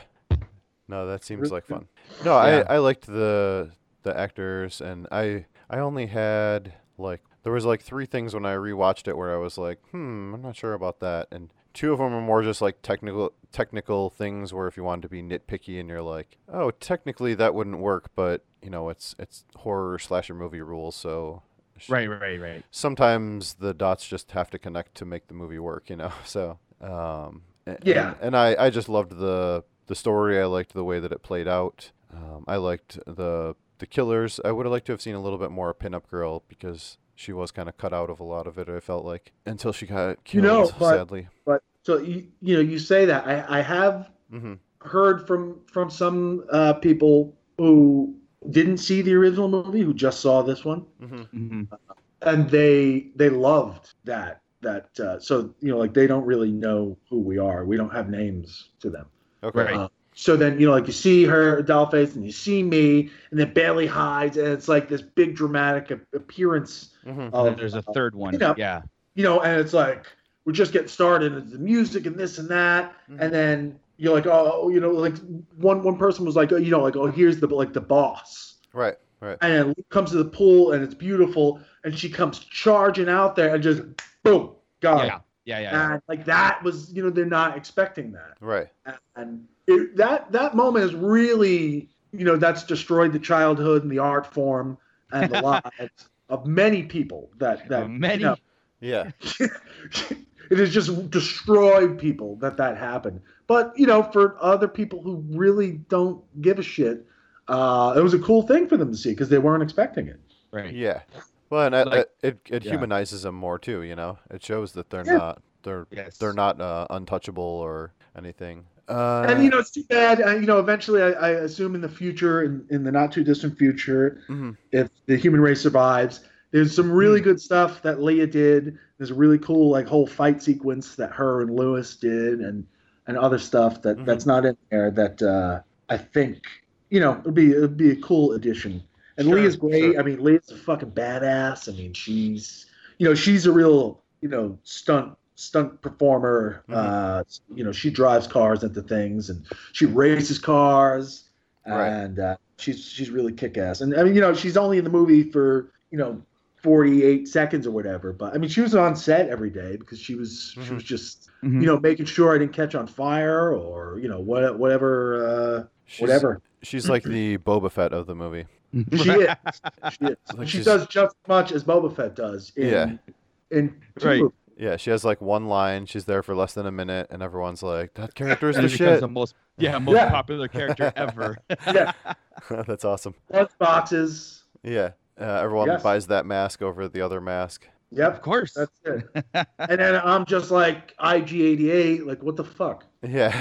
Speaker 7: No, that seems
Speaker 8: Really
Speaker 7: like
Speaker 8: good.
Speaker 7: fun. No,
Speaker 9: Yeah.
Speaker 7: I, I liked the the actors and I I only had like there was like three things when I rewatched it where I was like, "Hmm, I'm not sure about that." And two of them are more just like technical technical things where if you wanted to be nitpicky and you're like, "Oh, technically that wouldn't work, but you know, it's it's horror slasher movie rules, so sh-
Speaker 9: Right. Right. Right.
Speaker 7: sometimes the dots just have to connect to make the movie work, you know. So, um, a-
Speaker 8: Yeah.
Speaker 7: and, and I I just loved the the story. I liked the way that it played out. Um, I liked the the killers. I would have liked to have seen a little bit more of Pinup Girl because she was kind of cut out of a lot of it. I felt like until she got
Speaker 8: You
Speaker 7: killed,
Speaker 8: know, but-
Speaker 7: sadly.
Speaker 8: But so you you know, you say that I, I have
Speaker 7: hmm
Speaker 8: heard from from some uh, people who didn't see the original movie, who just saw this one,
Speaker 7: hmm
Speaker 9: hmm
Speaker 8: and they they loved that that. Uh, so you know, like they don't really know who we are. We don't have names to them.
Speaker 7: Okay.
Speaker 9: Right.
Speaker 8: So then, you know, like you see her dollface and you see me, and then Bailey hides, and it's like this big dramatic a- appearance
Speaker 7: hmm
Speaker 9: And
Speaker 8: of,
Speaker 9: then there's a third one.
Speaker 8: Uh, you know.
Speaker 9: Yeah.
Speaker 8: you know, and it's like we're just getting started, and the music and this and that,
Speaker 9: Mm-hmm.
Speaker 8: and then you're like, oh, you know, like one one person was like, oh, you know, like oh, here's the like the boss,
Speaker 7: Right. Right.
Speaker 8: and then Luke comes to the pool, and it's beautiful, and she comes charging out there, and just boom, gone,
Speaker 9: Yeah. Yeah. Yeah.
Speaker 8: and like that was, you know, they're not expecting that
Speaker 7: Right.
Speaker 8: and it, that that moment is really you know that's destroyed the childhood and the art form and the lives of many people that
Speaker 9: yeah.
Speaker 8: that
Speaker 9: Many.
Speaker 8: you know,
Speaker 7: Yeah.
Speaker 8: it has just destroyed people that that happened but you know for other people who really don't give a shit uh, it was a cool thing for them to see because they weren't expecting it
Speaker 9: Right.
Speaker 7: Yeah. Well, and I,
Speaker 9: Like-
Speaker 7: I- it it
Speaker 9: yeah.
Speaker 7: humanizes them more too. You know, it shows that they're
Speaker 8: Yeah.
Speaker 7: not they're
Speaker 9: Yes.
Speaker 7: they're not uh, untouchable or anything. Uh,
Speaker 8: and you know it's too bad uh, you know eventually I, I assume in the future in, in the not too distant future
Speaker 7: Mhm.
Speaker 8: if the human race survives there's some really good stuff that leia did there's a really cool like whole fight sequence that her and lewis did and and other stuff that
Speaker 7: Mhm.
Speaker 8: that's not in there that uh i think you know it'd be it'd be a cool addition and
Speaker 7: Sure,
Speaker 8: leia's great
Speaker 7: sure.
Speaker 8: i mean leia's a fucking badass i mean she's you know she's a real you know stunt stunt performer
Speaker 7: Mhm.
Speaker 8: uh you know she drives cars into things and she races cars
Speaker 7: Right.
Speaker 8: and uh, she's she's really kick ass and i mean you know she's only in the movie for you know 48 seconds or whatever. But I mean, she was on set every day because she was she
Speaker 7: Mm-hmm.
Speaker 8: was just
Speaker 9: Mhm.
Speaker 8: you know making sure I didn't catch on fire or you know what whatever uh,
Speaker 7: She's-
Speaker 8: whatever.
Speaker 7: She's like the Boba Fett of the movie.
Speaker 8: She is. She, is.
Speaker 7: Like
Speaker 8: she
Speaker 7: she's-
Speaker 8: does just as much as Boba Fett does. In,
Speaker 7: Yeah.
Speaker 8: In two
Speaker 9: Right.
Speaker 8: movies.
Speaker 7: Yeah, she has like one line. She's there for less than a minute, and everyone's like, "That character's
Speaker 9: And
Speaker 7: the
Speaker 9: it becomes
Speaker 7: shit."
Speaker 9: the most yeah most
Speaker 8: Yeah.
Speaker 9: popular character ever.
Speaker 8: Yeah.
Speaker 7: That's awesome.
Speaker 8: Lunchboxes.
Speaker 7: Yeah, uh, everyone
Speaker 8: Yes.
Speaker 7: buys that mask over the other mask.
Speaker 9: of
Speaker 8: Yep.
Speaker 9: course.
Speaker 8: That's it. and then I'm just like IG88. Like what the fuck?
Speaker 7: Yeah,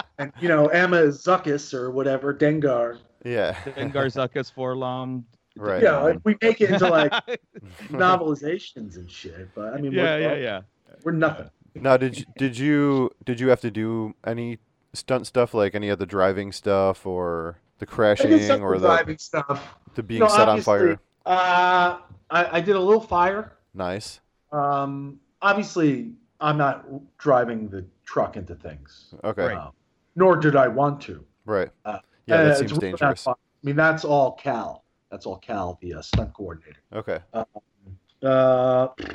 Speaker 8: And you know Emma is Zuckus or whatever Dengar.
Speaker 7: yeah,
Speaker 9: Dengar Zuckus Forlom.
Speaker 7: right.
Speaker 8: Yeah. Like we make it into like novelizations and shit. But I mean,
Speaker 9: yeah,
Speaker 8: we're,
Speaker 9: yeah, yeah.
Speaker 8: we're nothing.
Speaker 7: Now, did you, did you did you have to do any stunt stuff, like any of the driving stuff, or the
Speaker 8: I did
Speaker 7: crashing,
Speaker 8: some
Speaker 7: or the,
Speaker 8: driving stuff.
Speaker 7: the being
Speaker 8: No,
Speaker 7: set on
Speaker 8: obviously,
Speaker 7: fire?
Speaker 8: Uh, I, I did a little fire.
Speaker 7: Nice.
Speaker 8: Um, obviously, I'm not driving the truck into things,
Speaker 7: Okay. Right.
Speaker 8: Um, nor did I want to. Uh,
Speaker 7: yeah,
Speaker 8: Uh,
Speaker 7: that
Speaker 8: it's
Speaker 7: seems
Speaker 8: really not
Speaker 7: dangerous.
Speaker 8: fun. I mean, that's all Cal. That's all Cal, the uh, stunt coordinator.
Speaker 7: Okay,
Speaker 8: Uh,
Speaker 7: but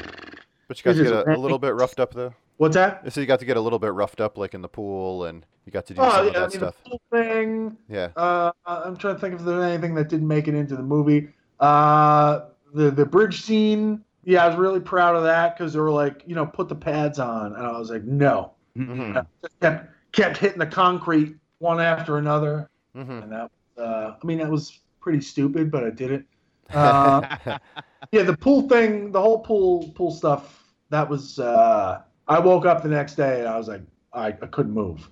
Speaker 7: you got to
Speaker 8: This
Speaker 7: get
Speaker 8: is
Speaker 7: a, a little bit roughed up though.
Speaker 8: what's that?
Speaker 7: So you got to get a little bit roughed up, like in the pool, and you got to do
Speaker 8: Oh,
Speaker 7: some
Speaker 8: yeah,
Speaker 7: of that
Speaker 8: I mean,
Speaker 7: stuff.
Speaker 8: the whole thing.
Speaker 7: Yeah.
Speaker 8: Uh, I'm trying to think if there's anything that didn't make it into the movie. Uh, the the bridge scene. Yeah, I was really proud of that because they were like, you know, put the pads on, and I was like, no,
Speaker 7: hmm
Speaker 8: kept, kept hitting the concrete one after another,
Speaker 7: hmm
Speaker 8: and that. Uh, I mean, that was pretty stupid, but I did it.
Speaker 7: Mm-hmm.
Speaker 8: Uh, yeah, the pool thing, the whole pool pool stuff. That was. Uh, I woke up the next day and I was like, I, I couldn't move.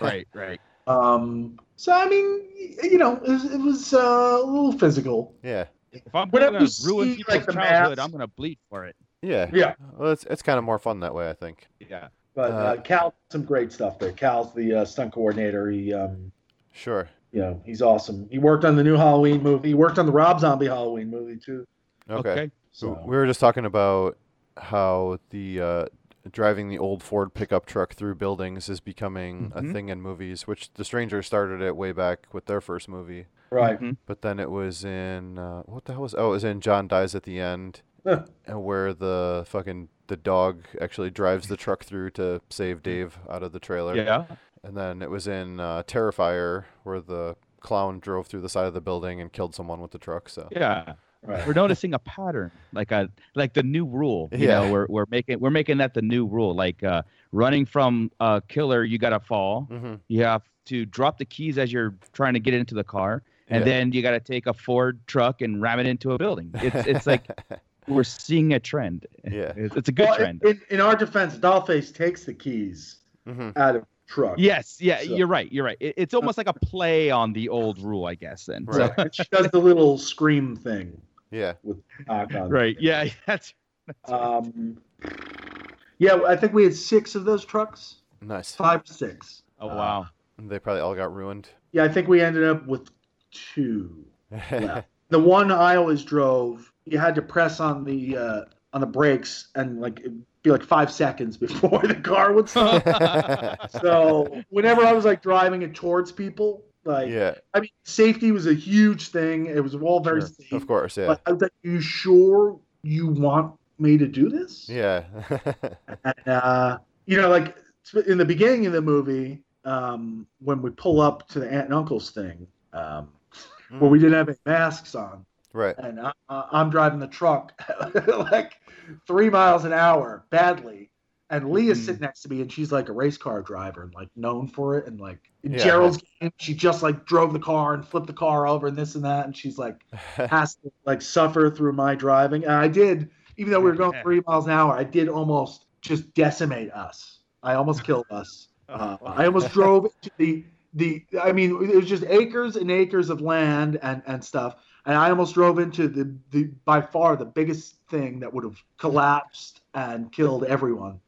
Speaker 9: Right, right.
Speaker 8: Um, so I mean, y- you know, it was, it was uh, a little physical.
Speaker 7: yeah.
Speaker 9: If I'm
Speaker 8: Whenever
Speaker 9: gonna
Speaker 8: you
Speaker 9: ruin
Speaker 8: see,
Speaker 9: people's
Speaker 8: like, the
Speaker 9: childhood,
Speaker 8: mask-
Speaker 9: I'm gonna bleed for it.
Speaker 7: Yeah.
Speaker 8: Yeah,
Speaker 7: Well, it's it's kind of more fun that way, I think.
Speaker 9: Yeah.
Speaker 8: but uh,
Speaker 7: Uh,
Speaker 8: Cal, did some great stuff there. Cal's the uh, stunt coordinator. He, um,
Speaker 7: Sure.
Speaker 8: you know, he's awesome. He worked on the new Halloween movie. He worked on the Rob Zombie Halloween movie too.
Speaker 7: Okay. So
Speaker 8: So
Speaker 7: we were just talking about how the uh, driving the old Ford pickup truck through buildings is becoming a
Speaker 8: Mm-hmm.
Speaker 9: Mhm.
Speaker 7: thing in movies, which The Stranger started it way back with their first movie,
Speaker 8: right,
Speaker 9: Mhm.
Speaker 7: but then it was in uh, what the hell was? Oh, it was in John Dies at the End,
Speaker 8: Huh.
Speaker 7: and where the fucking the dog actually drives the truck through to save Dave out of the trailer.
Speaker 9: Yeah.
Speaker 7: And then it was in uh, Terrifier where the clown drove through the side of the building and killed someone with the truck. So
Speaker 9: Yeah.
Speaker 8: right.
Speaker 9: We're noticing a pattern, like a like the new rule. You
Speaker 7: Yeah.
Speaker 9: know, we're we're making we're making that the new rule. Like uh, running from a killer, you gotta fall.
Speaker 7: hmm
Speaker 9: You have to drop the keys as you're trying to get into the car, and
Speaker 7: Yeah.
Speaker 9: then you gotta take a Ford truck and ram it into a building. It's it's like we're seeing a trend.
Speaker 7: yeah.
Speaker 9: It's, it's a good
Speaker 8: Well, in,
Speaker 9: trend.
Speaker 8: in, in our defense, Dollface takes the keys
Speaker 7: hmm
Speaker 8: out of the truck.
Speaker 9: Yes, yeah,
Speaker 8: So-
Speaker 9: you're right. You're right. It, it's almost like a play on the old rule, I guess. Then, So-
Speaker 7: Right.
Speaker 8: and she does the little scream thing.
Speaker 7: Yeah.
Speaker 8: Knock on
Speaker 9: right? Yeah, that's
Speaker 8: Um, yeah, I think we had six of those trucks.
Speaker 7: Nice.
Speaker 8: Five, six.
Speaker 9: oh wow.
Speaker 7: They probably all got ruined.
Speaker 8: Yeah, I think we ended up with two.
Speaker 7: yeah.
Speaker 8: The one I always drove, you had to press on the uh, on the brakes and like it'd be like five seconds before the car would stop. so whenever I was like driving it towards people, like I mean, safety was a huge thing. It was all very
Speaker 7: sure.
Speaker 8: safe.
Speaker 7: Of course. Yeah.
Speaker 8: But I was like, "You sure you want me to do this?"
Speaker 7: Yeah.
Speaker 8: And, uh, you know, like in the beginning of the movie, um, when we pull up to the aunt and uncle's thing, um, where
Speaker 7: Mm.
Speaker 8: we didn't have any masks on,
Speaker 7: right.
Speaker 8: and I, I- I'm driving the truck like three miles an hour badly. And Leah's
Speaker 7: Mm-hmm.
Speaker 9: Mhm.
Speaker 8: sitting next to me, and she's like a race car driver and like known for it. And like in
Speaker 7: Yeah.
Speaker 8: Gerald's game, she just like drove the car and flipped the car over and this and that. And she's like,
Speaker 9: Oh,
Speaker 8: has to like suffer through my driving. And I did, even though we were going three miles an hour, I did almost just decimate us. I almost killed us. Uh, I almost drove into the the. I mean, it was just acres and acres of land and and stuff. And I almost drove into the the by far the biggest thing that would have collapsed and killed everyone.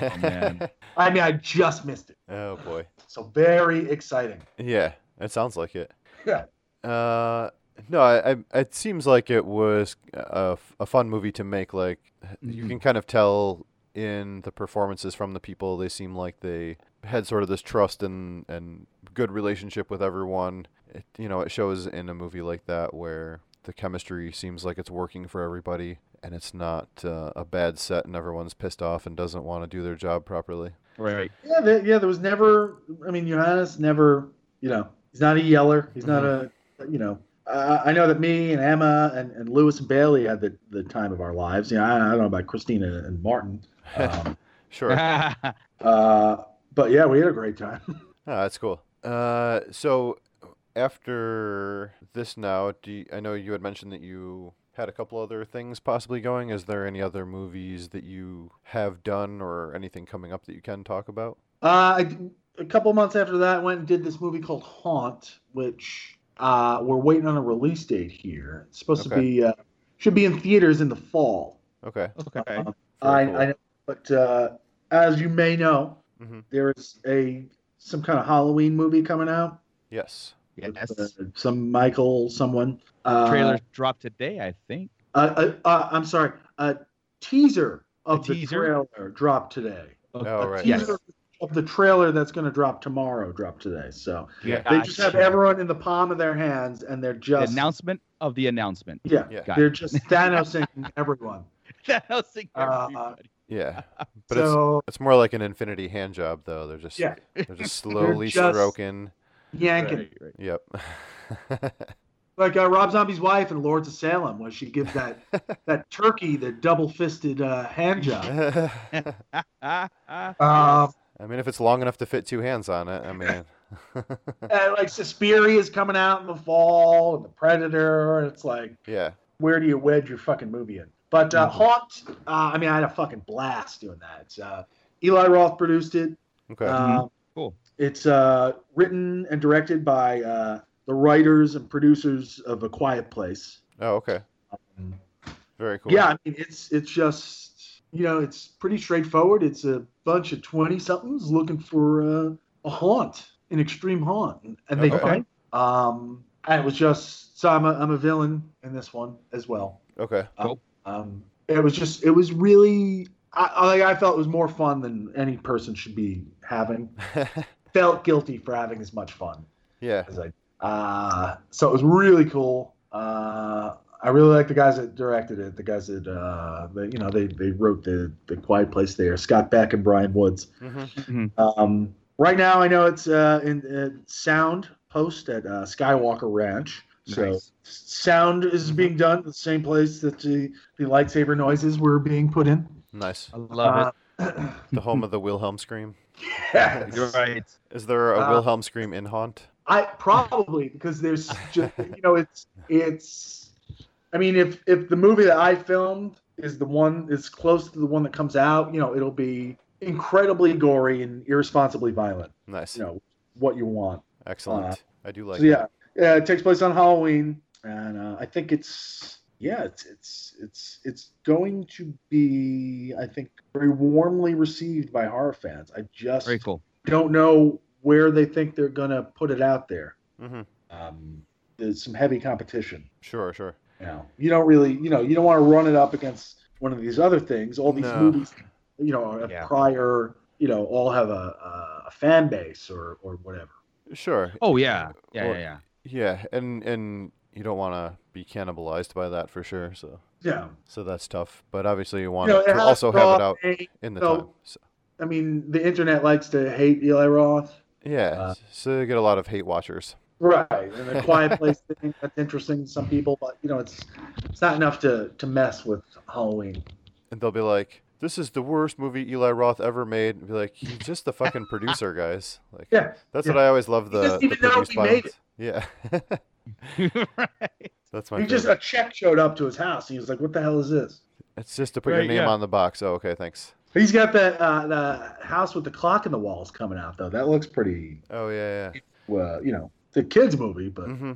Speaker 9: Oh, man.
Speaker 8: I mean, I just missed it.
Speaker 7: oh boy.
Speaker 8: So very exciting.
Speaker 7: Yeah. It sounds like it.
Speaker 8: Yeah.
Speaker 7: Uh, no, I, I, it seems like it was a, f- a fun movie to make. Like you
Speaker 9: Mhm.
Speaker 7: can kind of tell in the performances from the people, they seem like they had sort of this trust and and good relationship with everyone. It, you know, it shows in a movie like that where the chemistry seems like it's working for everybody, and it's not uh, a bad set, and everyone's pissed off and doesn't want to do their job properly.
Speaker 9: Right.
Speaker 8: Yeah, there, yeah. There was never. I mean, Johannes never. You know, he's not a yeller. He's not a. You know, I I know that me and Emma and, and Lewis and Bailey had the, the time of our lives. You know, I, I don't know about Christina and Martin. Um,
Speaker 7: Sure.
Speaker 8: uh, but yeah, we had a great time.
Speaker 7: Ah, that's cool. Uh, so after this now, do you, I know you had mentioned that you had a couple other things possibly going. Is there any other movies that you have done or anything coming up that you can talk about?
Speaker 8: Uh, I, a couple months after that, I went and did this movie called Haunt, which uh, we're waiting on a release date here. It's supposed to
Speaker 7: Okay.
Speaker 8: be uh, should be in theaters in the fall.
Speaker 7: Okay.
Speaker 9: okay.
Speaker 8: Uh,
Speaker 7: very
Speaker 8: I,
Speaker 7: cool.
Speaker 8: I know, but uh, as you may know,
Speaker 9: Mm-hmm.
Speaker 7: Mhm.
Speaker 8: there is a some kind of Halloween movie coming out.
Speaker 7: Yes.
Speaker 9: Yes.
Speaker 8: Uh, some Michael, someone. Uh,
Speaker 9: Trailer dropped today, I think.
Speaker 8: Uh, uh, uh, I'm sorry. A teaser of
Speaker 9: A
Speaker 8: the
Speaker 9: teaser?
Speaker 8: trailer dropped today.
Speaker 7: Oh,
Speaker 8: a
Speaker 7: right.
Speaker 9: Yes.
Speaker 8: teaser of the trailer that's going to drop tomorrow dropped today. So
Speaker 9: Yeah.
Speaker 8: they just have everyone in the palm of their hands, and they're
Speaker 9: The
Speaker 8: just
Speaker 9: announcement of the announcement.
Speaker 8: yeah,
Speaker 7: Yeah.
Speaker 9: Got
Speaker 8: they're just Thanosing everyone.
Speaker 9: Announcing
Speaker 8: Uh,
Speaker 9: everybody.
Speaker 7: Yeah. But it's
Speaker 8: so
Speaker 7: it's more like an infinity hand job though. They're just
Speaker 8: Yeah.
Speaker 7: they're just slowly
Speaker 8: just-
Speaker 7: stroking.
Speaker 8: yanking
Speaker 9: Right, right.
Speaker 7: Yep.
Speaker 8: like uh, Rob Zombie's wife in Lords of Salem, when she gives that that turkey the double-fisted uh, hand job.
Speaker 7: I
Speaker 9: Ah, ah.
Speaker 8: Um,
Speaker 7: mean if it's long enough to fit two hands on it, I mean
Speaker 8: and, Uh, like Suspiria's coming out in the fall, and The Predator. And it's like
Speaker 7: Yeah.
Speaker 8: where do you wedge your fucking movie in? But uh, Haunt, uh, I mean, I had a fucking blast doing that. It's, uh, Eli Roth produced it.
Speaker 7: Okay.
Speaker 8: Uh,
Speaker 9: Cool.
Speaker 8: It's uh, written and directed by uh, the writers and producers of A Quiet Place.
Speaker 7: oh, okay. Very cool.
Speaker 8: Um, Yeah, I mean, it's it's just you know, it's pretty straightforward. It's a bunch of twenty somethings looking for uh, a haunt, an extreme haunt, and they
Speaker 7: Okay.
Speaker 8: find. it. Um, and it was just so I'm a, I'm a villain in this one as well.
Speaker 7: Okay.
Speaker 8: Um, it was just it was really I, I like, I felt it was more fun than any person should be having. Felt guilty for having as much fun
Speaker 7: yeah.
Speaker 8: as I. Uh, so it was really cool. Uh, I really like the guys that directed it. The guys that uh, they, you know they they wrote the the Quiet Place there. Scott Beck and Brian Woods.
Speaker 7: Mhm.
Speaker 9: Mm-hmm.
Speaker 8: Um, right now, I know it's uh, in uh, sound post at uh, Skywalker Ranch. So
Speaker 9: Nice.
Speaker 8: sound is being done at the same place that the, the lightsaber noises were being put in.
Speaker 7: Nice.
Speaker 8: Um,
Speaker 9: I love
Speaker 8: uh,
Speaker 7: The home of the Wilhelm scream.
Speaker 9: it. You're right.
Speaker 7: Is there a
Speaker 8: Uh,
Speaker 7: Wilhelm scream in Haunt?
Speaker 8: I probably because there's just you know it's it's. I mean, if if the movie that I filmed is the one is close to the one that comes out, you know, it'll be incredibly gory and irresponsibly violent.
Speaker 7: Nice.
Speaker 8: You know what you want.
Speaker 7: Excellent. I do like
Speaker 8: Uh, so yeah, yeah, it takes place on Halloween, and uh, I think it's yeah, it's it's it's it's going to be I think very warmly received by horror fans. I just
Speaker 9: Very cool.
Speaker 8: don't know where they think they're gonna put it out there.
Speaker 7: Mm-hmm.
Speaker 8: Um, there's some heavy competition.
Speaker 7: Sure, sure.
Speaker 8: You know, you don't really you know you don't want to run it up against one of these other things. All these
Speaker 7: No.
Speaker 8: movies, you know, have
Speaker 9: Yeah.
Speaker 8: prior you know all have a, a fan base or or whatever.
Speaker 7: Sure.
Speaker 9: Oh yeah. Yeah,
Speaker 7: Well,
Speaker 9: yeah, yeah.
Speaker 7: Yeah, and and you don't want to be cannibalized by that for sure. So
Speaker 8: Yeah.
Speaker 7: so that's tough. But obviously you want
Speaker 8: You know,
Speaker 7: to
Speaker 8: and I
Speaker 7: also have it
Speaker 8: saw
Speaker 7: out
Speaker 8: a-
Speaker 7: in the
Speaker 8: so-
Speaker 7: time. So,
Speaker 8: I mean, the internet likes to hate Eli Roth.
Speaker 7: yeah.
Speaker 8: uh,
Speaker 7: so you get a lot of hate watchers.
Speaker 8: Right. Mm-hmm. And the quiet place thing, that's interesting to some people, but you know, it's it's not enough to, to mess with Halloween.
Speaker 7: And they'll be like, "This is the worst movie Eli Roth ever made." And be like, "He's just the fucking producer, guys." Like
Speaker 8: Yeah.
Speaker 7: that's
Speaker 8: yeah.
Speaker 7: what I always love the,
Speaker 8: doesn't
Speaker 7: the
Speaker 8: even know
Speaker 7: produced
Speaker 8: he made
Speaker 7: violence. Yeah.
Speaker 9: right.
Speaker 7: that's my
Speaker 8: he just uh,
Speaker 7: favorite.
Speaker 8: a check showed up to his house and he was like, What the hell is this?
Speaker 7: It's just to put
Speaker 9: Right,
Speaker 7: your name
Speaker 9: yeah.
Speaker 7: on the box. Oh, okay, thanks.
Speaker 8: He's got the uh, the house with the clock in the walls coming out though. That looks pretty
Speaker 7: Oh yeah, yeah.
Speaker 8: well, you know, the kids movie, but
Speaker 7: Mm-hmm.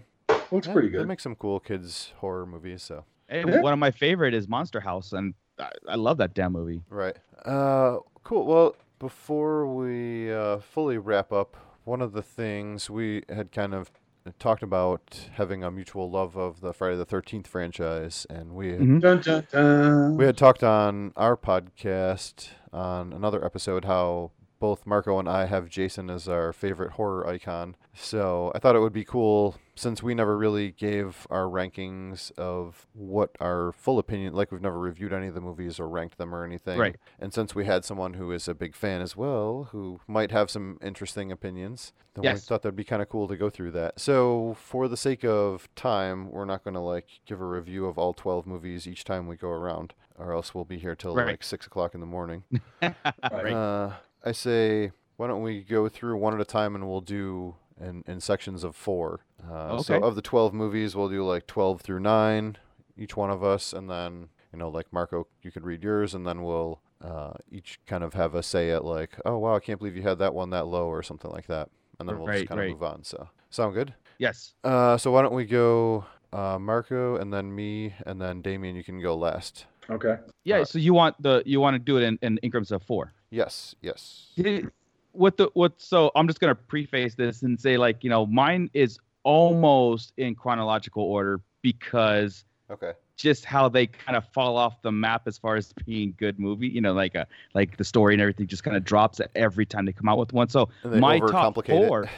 Speaker 8: looks pretty
Speaker 7: They
Speaker 8: good.
Speaker 7: make some cool kids horror movies, so
Speaker 9: Hey,
Speaker 8: Yeah.
Speaker 9: one of my favorite is Monster House, and I, I love that damn movie.
Speaker 7: Right. Uh, cool. Well, before we uh, fully wrap up, one of the things we had kind of talked about having a mutual love of the Friday the Thirteenth franchise, and we had,
Speaker 9: Mhm.
Speaker 8: Dun, dun, dun.
Speaker 7: we had talked on our podcast on another episode how both Marco and I have Jason as our favorite horror icon. So I thought it would be cool since we never really gave our rankings of what our full opinion, like we've never reviewed any of the movies or ranked them or anything.
Speaker 9: Right.
Speaker 7: And since we had someone who is a big fan as well, who might have some interesting opinions, then we
Speaker 9: Yes.
Speaker 7: thought that'd be kind of cool to go through that. So for the sake of time, we're not going to like give a review of all 12 movies each time we go around, or else we'll be here till
Speaker 9: Right.
Speaker 7: like six o'clock in the morning.
Speaker 8: Right.
Speaker 7: Uh, I say, why don't we go through one at a time and we'll do in, in sections of four. Uh, So
Speaker 9: Okay.
Speaker 7: of the 12 movies, we'll do like 12 through 9, each one of us. And then, you know, like Marco, you could read yours and then we'll uh, each kind of have a say at like, oh, wow, I can't believe you had that one that low or something like that. And then we'll just
Speaker 9: Right,
Speaker 7: kind of
Speaker 9: right.
Speaker 7: move on. So, sound good?
Speaker 9: Yes.
Speaker 7: Uh, so why don't we go uh, Marco and then me and then Damien, you can go last.
Speaker 8: Okay.
Speaker 9: Yeah.
Speaker 7: Uh,
Speaker 9: so you want the you want to do it in, in increments of four.
Speaker 7: Yes, yes.
Speaker 9: Did- What the what? So I'm just gonna preface this and say like you know mine is almost in chronological order because
Speaker 7: Okay.
Speaker 9: just how they kind of fall off the map as far as being good movie. You know, like a like the story and everything just kind of drops at every time they come out with one. So
Speaker 7: And they
Speaker 9: my top
Speaker 7: overcomplicate it.
Speaker 9: four.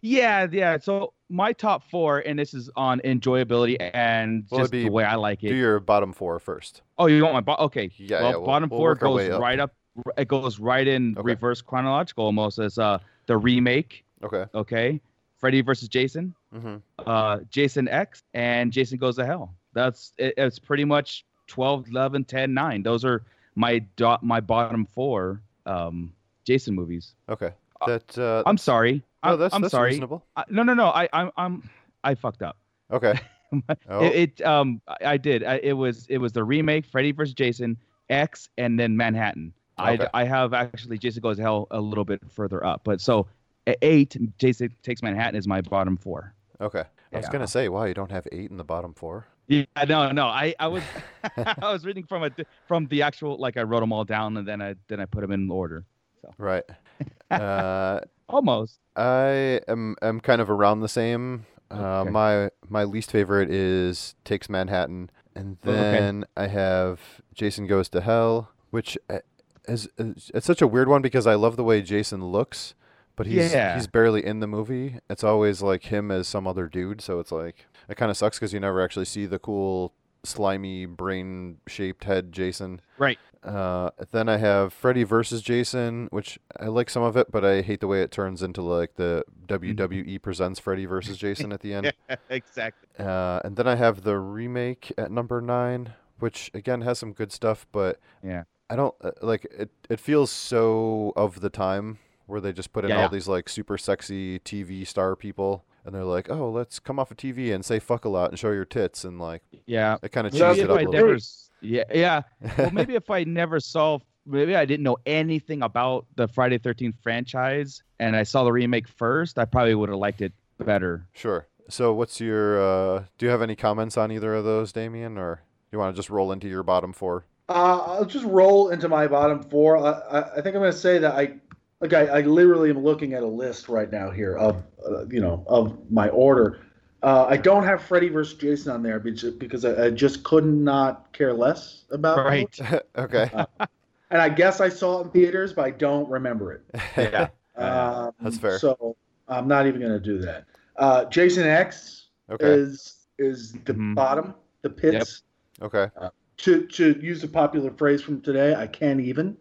Speaker 9: yeah, yeah. So my top four, and this is on enjoyability and
Speaker 7: Well,
Speaker 9: just
Speaker 7: it'd be-
Speaker 9: the way I like
Speaker 7: Do
Speaker 9: it.
Speaker 7: your bottom four first.
Speaker 9: Oh, you want my bo- okay?
Speaker 7: Yeah,
Speaker 9: well,
Speaker 7: yeah, we'll-
Speaker 9: bottom
Speaker 7: we'll
Speaker 9: four
Speaker 7: work our
Speaker 9: goes
Speaker 7: way up.
Speaker 9: right up. It goes right in
Speaker 7: Okay.
Speaker 9: reverse chronological almost as uh the remake.
Speaker 7: Okay.
Speaker 9: Okay, Freddy versus Jason
Speaker 7: Mm-hmm.
Speaker 9: uh, Jason X and Jason Goes to Hell. That's it, it's pretty much 12, 11, 10, 9. Those are my do- my bottom four um, Jason movies.
Speaker 7: Okay. That. Uh,
Speaker 9: I'm sorry.
Speaker 7: no,
Speaker 9: I'm,
Speaker 7: that's,
Speaker 9: I'm
Speaker 7: that's
Speaker 9: sorry.
Speaker 7: reasonable.
Speaker 9: I, no, no, no. I I'm, I'm I fucked up.
Speaker 7: Okay. oh,
Speaker 9: It, it um I- I did. I, it was it was the remake Freddy vs Jason X and then Manhattan.
Speaker 7: Okay.
Speaker 9: I I have actually Jason Goes to Hell a little bit further up, but so at eight Jason takes Manhattan is my bottom four.
Speaker 7: okay. I was
Speaker 9: yeah.
Speaker 7: gonna say, wow, you don't have eight in the bottom four.
Speaker 9: Yeah, no, no. I, I was I was reading from a di- from the actual like I wrote them all down and then I then I put them in order.
Speaker 7: Right. uh,
Speaker 9: Almost.
Speaker 7: I am am kind of around the same. Uh,
Speaker 9: Okay.
Speaker 7: My my least favorite is Takes Manhattan, and
Speaker 9: Oh, Okay.
Speaker 7: then I have Jason Goes to Hell, which uh, is, is it's such a weird one because I love the way Jason looks, but he's
Speaker 9: Yeah.
Speaker 7: he's barely in the movie. It's always like him as some other dude, so it's like it kind of sucks because you never actually see the cool slimy brain shaped head Jason.
Speaker 9: Right.
Speaker 7: Uh, then I have Freddy versus Jason, which I like some of it, but I hate the way it turns into like the
Speaker 9: Mm-hmm.
Speaker 7: WWE presents Freddy versus Jason at the end.
Speaker 9: exactly.
Speaker 7: Uh, and then I have the remake at number nine, which again has some good stuff, but
Speaker 9: Yeah.
Speaker 7: I don't uh, like it. It feels so of the time where they just put in
Speaker 9: Yeah,
Speaker 7: all
Speaker 9: yeah.
Speaker 7: these like super sexy TV star people, and they're like, "Oh, let's come off of TV and say fuck a lot and show your tits," and like
Speaker 9: Yeah.
Speaker 7: it kind of
Speaker 9: Maybe
Speaker 7: cheesed
Speaker 8: Sounds
Speaker 7: it
Speaker 9: if
Speaker 7: up
Speaker 9: I
Speaker 7: a
Speaker 8: like
Speaker 7: little.
Speaker 9: never,
Speaker 7: bit.
Speaker 9: s- yeah, yeah. Well, maybe if I never saw, maybe I didn't know anything about the Friday Thirteenth franchise, and I saw the remake first, I probably would have liked it better.
Speaker 7: Sure. So, what's your? Uh, do you have any comments on either of those, Damien, or you want to just roll into your bottom four?
Speaker 8: Uh, I'll just roll into my bottom four. I, I, I think I'm going to say that I, like, I, I literally am looking at a list right now here of, uh, you know, of my order. Uh, I don't have Freddy versus Jason on there because, because I, I just could not care less about it.
Speaker 9: Right.
Speaker 7: okay.
Speaker 8: And I guess I saw it in theaters, but I don't remember it.
Speaker 9: Yeah.
Speaker 8: Um,
Speaker 7: That's fair.
Speaker 8: So I'm not even going to do that. Uh, Jason X
Speaker 7: okay. Mm-hmm.
Speaker 8: is is the
Speaker 9: Mhm.
Speaker 8: bottom, the pits.
Speaker 7: Okay.
Speaker 8: To to use a popular phrase from today, I can't even.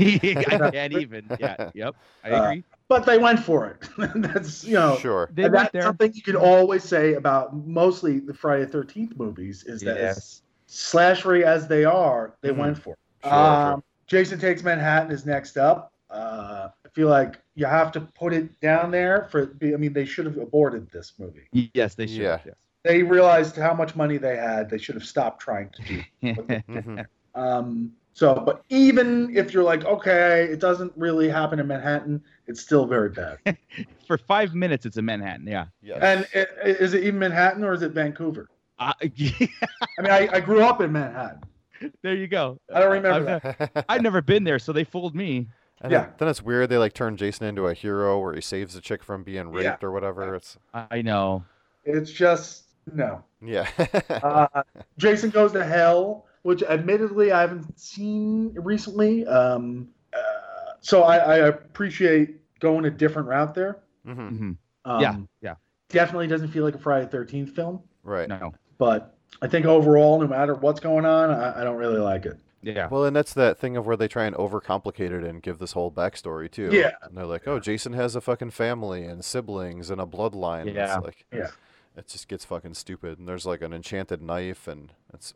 Speaker 9: I can't even. Yeah. Yep. I
Speaker 8: Uh,
Speaker 9: agree.
Speaker 8: But they went for it. That's you know.
Speaker 7: Sure.
Speaker 9: they
Speaker 8: and
Speaker 9: went
Speaker 8: that's
Speaker 9: there.
Speaker 8: something you can always say about mostly the Friday Thirteenth movies is that as
Speaker 9: Yes.
Speaker 8: slashery as they are, they
Speaker 7: Mhm.
Speaker 8: went for. It.
Speaker 7: Sure,
Speaker 8: um, Jason Takes Manhattan is next up. Uh, I feel like you have to put it down there for. I mean, they should have aborted this movie.
Speaker 9: Yes, they should.
Speaker 7: Yeah.
Speaker 9: Yes.
Speaker 8: They realized how much money they had. They should have stopped trying to do.
Speaker 7: hmm
Speaker 8: Um, so, but even if you're like, okay, it doesn't really happen in Manhattan, it's still very bad.
Speaker 9: For five minutes, it's in Manhattan. Yeah.
Speaker 7: Yeah.
Speaker 8: and i- i- is it even Manhattan or is it Vancouver?
Speaker 9: Uh,
Speaker 8: I mean, I, I grew up in Manhattan.
Speaker 9: there you go.
Speaker 8: I don't remember
Speaker 9: I've,
Speaker 8: that.
Speaker 9: I've never been there, so they fooled me.
Speaker 7: And
Speaker 8: Yeah.
Speaker 7: Then, then it's weird they like turn Jason into a hero where he saves a chick from being raped
Speaker 8: Yeah.
Speaker 7: or whatever. It's
Speaker 9: I know.
Speaker 8: It's just no.
Speaker 7: yeah.
Speaker 8: Uh, Jason Goes to Hell, which admittedly I haven't seen recently. Um, uh, so I, I appreciate going a different route there.
Speaker 7: hmm
Speaker 9: Mhm.
Speaker 8: Um,
Speaker 9: Yeah, yeah.
Speaker 8: Definitely doesn't feel like a Friday Thirteenth film,
Speaker 7: Right.
Speaker 9: No.
Speaker 8: but I think overall, no matter what's going on, I, I don't really like it.
Speaker 9: Yeah.
Speaker 7: Well, and that's that thing of where they try and overcomplicate it and give this whole backstory too.
Speaker 8: Yeah.
Speaker 7: And they're like, oh, Jason has a fucking family and siblings and a bloodline. and
Speaker 9: Yeah.
Speaker 7: It's like,
Speaker 8: Yeah.
Speaker 7: It just gets fucking stupid. And there's like an enchanted knife and it's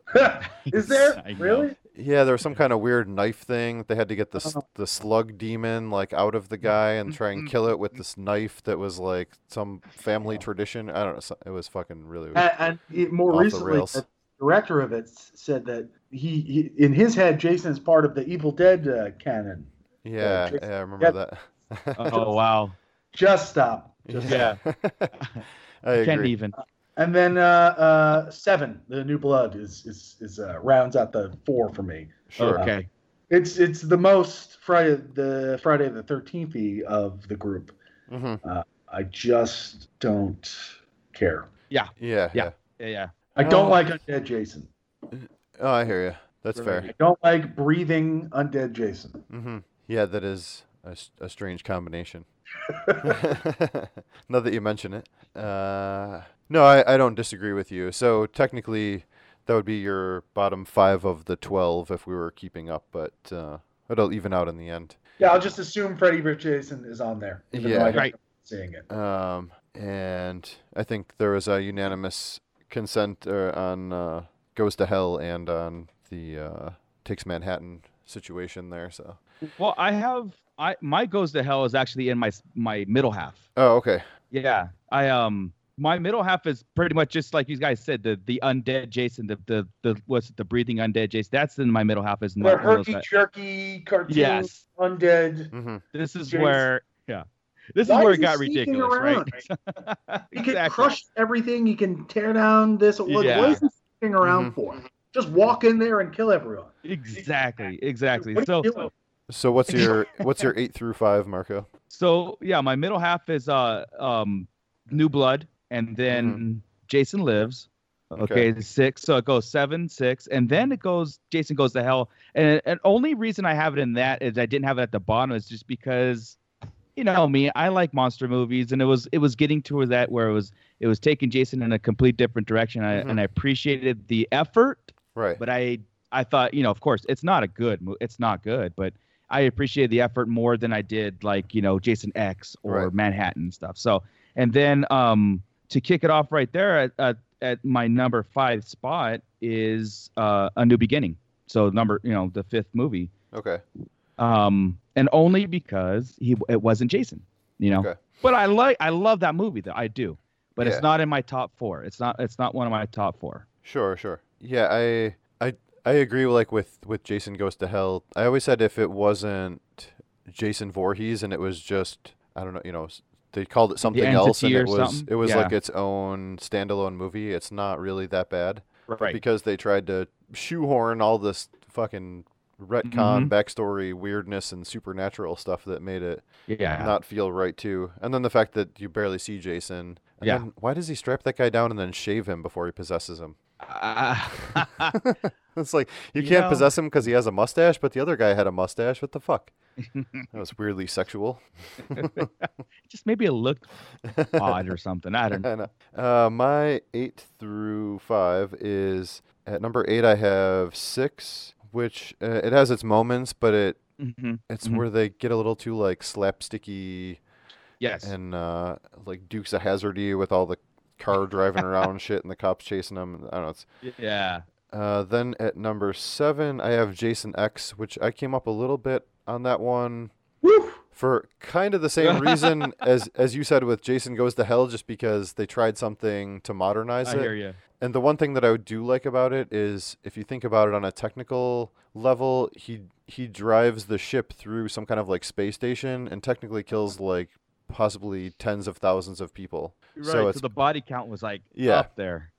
Speaker 8: Is there
Speaker 9: I know.
Speaker 8: really?
Speaker 7: yeah, there was some kind of weird knife thing that they had to get the s- the slug demon like out of the guy and try and kill it with this knife that was like some family tradition. I don't know. so- It was fucking really weird.
Speaker 8: And, and it- more
Speaker 7: Off the
Speaker 8: recently,
Speaker 7: rails.
Speaker 8: the director of it s- said that he, he, in his head, Jason is part of the Evil Dead uh, canon.
Speaker 7: Yeah,
Speaker 8: Jason-
Speaker 7: yeah, I remember that.
Speaker 9: Oh wow.
Speaker 8: Just stop. Just stop.
Speaker 7: I
Speaker 9: Can't
Speaker 7: agree.
Speaker 9: even.
Speaker 8: And then uh, uh, seven, the New Blood is is, is uh, rounds out the four for me.
Speaker 7: Sure.
Speaker 9: Okay.
Speaker 8: It's it's the most Friday the Friday the Thirteenth of the group.
Speaker 7: hmm
Speaker 8: I just don't care.
Speaker 7: Yeah, yeah.
Speaker 9: Yeah. Yeah.
Speaker 8: I don't
Speaker 7: Oh.
Speaker 8: like undead Jason.
Speaker 7: Oh, I hear you. That's fair.
Speaker 8: I don't like breathing undead Jason.
Speaker 7: Mm-hmm. Yeah, that is a, s- a strange combination. now that you mention it, uh, no, I, I don't disagree with you. So technically, that would be your bottom five of the twelve if we were keeping up, but uh, it'll even out in the end.
Speaker 8: Yeah, I'll just assume Freddy vs. Jason is on there. Even
Speaker 7: Yeah.
Speaker 8: though I don't
Speaker 9: Right.
Speaker 8: Seeing it.
Speaker 7: Um, and I think there was a unanimous consent uh, on uh, Goes to Hell and on the uh, Takes Manhattan situation there. So
Speaker 9: Well, I have. I my goes to hell is actually in my s- my middle half.
Speaker 7: oh, okay,
Speaker 9: Yeah, I um, my middle half is pretty much just like you guys said the the undead Jason, the the the what's it, the breathing undead Jason. That's in my middle half is
Speaker 8: The
Speaker 9: not one of
Speaker 8: herky
Speaker 9: those guys.
Speaker 8: jerky cartoon
Speaker 9: Yes,
Speaker 8: undead.
Speaker 7: hmm
Speaker 9: this is
Speaker 8: Jason.
Speaker 9: where yeah, this
Speaker 8: Why
Speaker 9: is where
Speaker 8: is
Speaker 9: it
Speaker 8: he
Speaker 9: got
Speaker 8: sneaking
Speaker 9: ridiculous,
Speaker 8: around?
Speaker 9: right?
Speaker 8: He can crush everything. He can tear down this. What,
Speaker 9: Yeah.
Speaker 8: what is he sticking around
Speaker 7: Mm-hmm.
Speaker 8: for? Just walk in there and kill everyone.
Speaker 9: exactly, exactly.
Speaker 8: What are
Speaker 9: So
Speaker 8: you doing?
Speaker 7: So what's your what's your eight through five, Marco?
Speaker 9: so yeah, my middle half is uh um, New Blood, and then
Speaker 8: Mm-hmm.
Speaker 9: Jason Lives. Okay, six. So it goes seven, six, and then it goes. Jason goes to hell, and and only reason I have it in that is I didn't have it at the bottom is just because, you know me, I like monster movies, and it was it was getting to that where it was it was taking Jason in a complete different direction, I,
Speaker 8: Mm-hmm.
Speaker 7: Mhm.
Speaker 9: and I appreciated the effort,
Speaker 7: Right.
Speaker 9: but I I thought you know of course it's not a good mo- it's not good, but I appreciated the effort more than I did like you know Jason X or
Speaker 7: Right.
Speaker 9: Manhattan stuff. So and then um to kick it off right there at at, at my number five spot is uh, a new beginning. So number you know the fifth movie,
Speaker 7: Okay.
Speaker 9: um and only because he it wasn't Jason, you know.
Speaker 7: Okay.
Speaker 9: But I like I love that movie though I do, but
Speaker 7: Yeah.
Speaker 9: it's not in my top four. It's not it's not one of my top four.
Speaker 7: Sure. Sure. Yeah. I I I agree. Like with with Jason Goes to Hell. I always said if it wasn't Jason Voorhees and it was just I don't know. You know, s- they called it something else, and
Speaker 9: Entity
Speaker 7: it
Speaker 9: or
Speaker 7: was
Speaker 9: something?
Speaker 7: it was
Speaker 9: Yeah.
Speaker 7: like its own standalone movie. It's not really that bad. Because they tried to shoehorn all this fucking retcon
Speaker 9: Mm-hmm.
Speaker 7: backstory weirdness and supernatural stuff that made it
Speaker 9: Yeah.
Speaker 7: not feel right too. And then the fact that you barely see Jason. And
Speaker 9: Yeah.
Speaker 7: Then why does he strap that guy down and then shave him before he possesses him?
Speaker 9: Ah.
Speaker 7: It's like you
Speaker 9: You
Speaker 7: can't
Speaker 9: know-
Speaker 7: possess him because he has a mustache, but the other guy had a mustache. What the fuck? that was weirdly sexual.
Speaker 9: just maybe it looked odd or something. I don't know.
Speaker 7: I know. Uh, my eight through five is at number eight. I have six, which uh, it has its moments, but it
Speaker 9: Mhm.
Speaker 7: it's
Speaker 9: Mhm.
Speaker 7: where they get a little too like slapsticky.
Speaker 9: Yes.
Speaker 7: and uh, like Dukes of Hazardy with all the car driving around and shit and the cops chasing them. I don't know. It's,
Speaker 9: yeah.
Speaker 7: uh, then at number seven, I have Jason X, which I came up a little bit on that one
Speaker 8: Woo!
Speaker 7: for kind of the same reason as as you said with Jason Goes to Hell, just because they tried something to modernize
Speaker 9: I
Speaker 7: it.
Speaker 9: hear you.
Speaker 7: And the one thing that I would do like about it is if you think about it on a technical level, he he drives the ship through some kind of like space station and technically kills like possibly tens of thousands of people.
Speaker 9: Right.
Speaker 7: So
Speaker 9: So,
Speaker 7: it's-
Speaker 9: the body count was like
Speaker 7: Yeah.
Speaker 9: up there.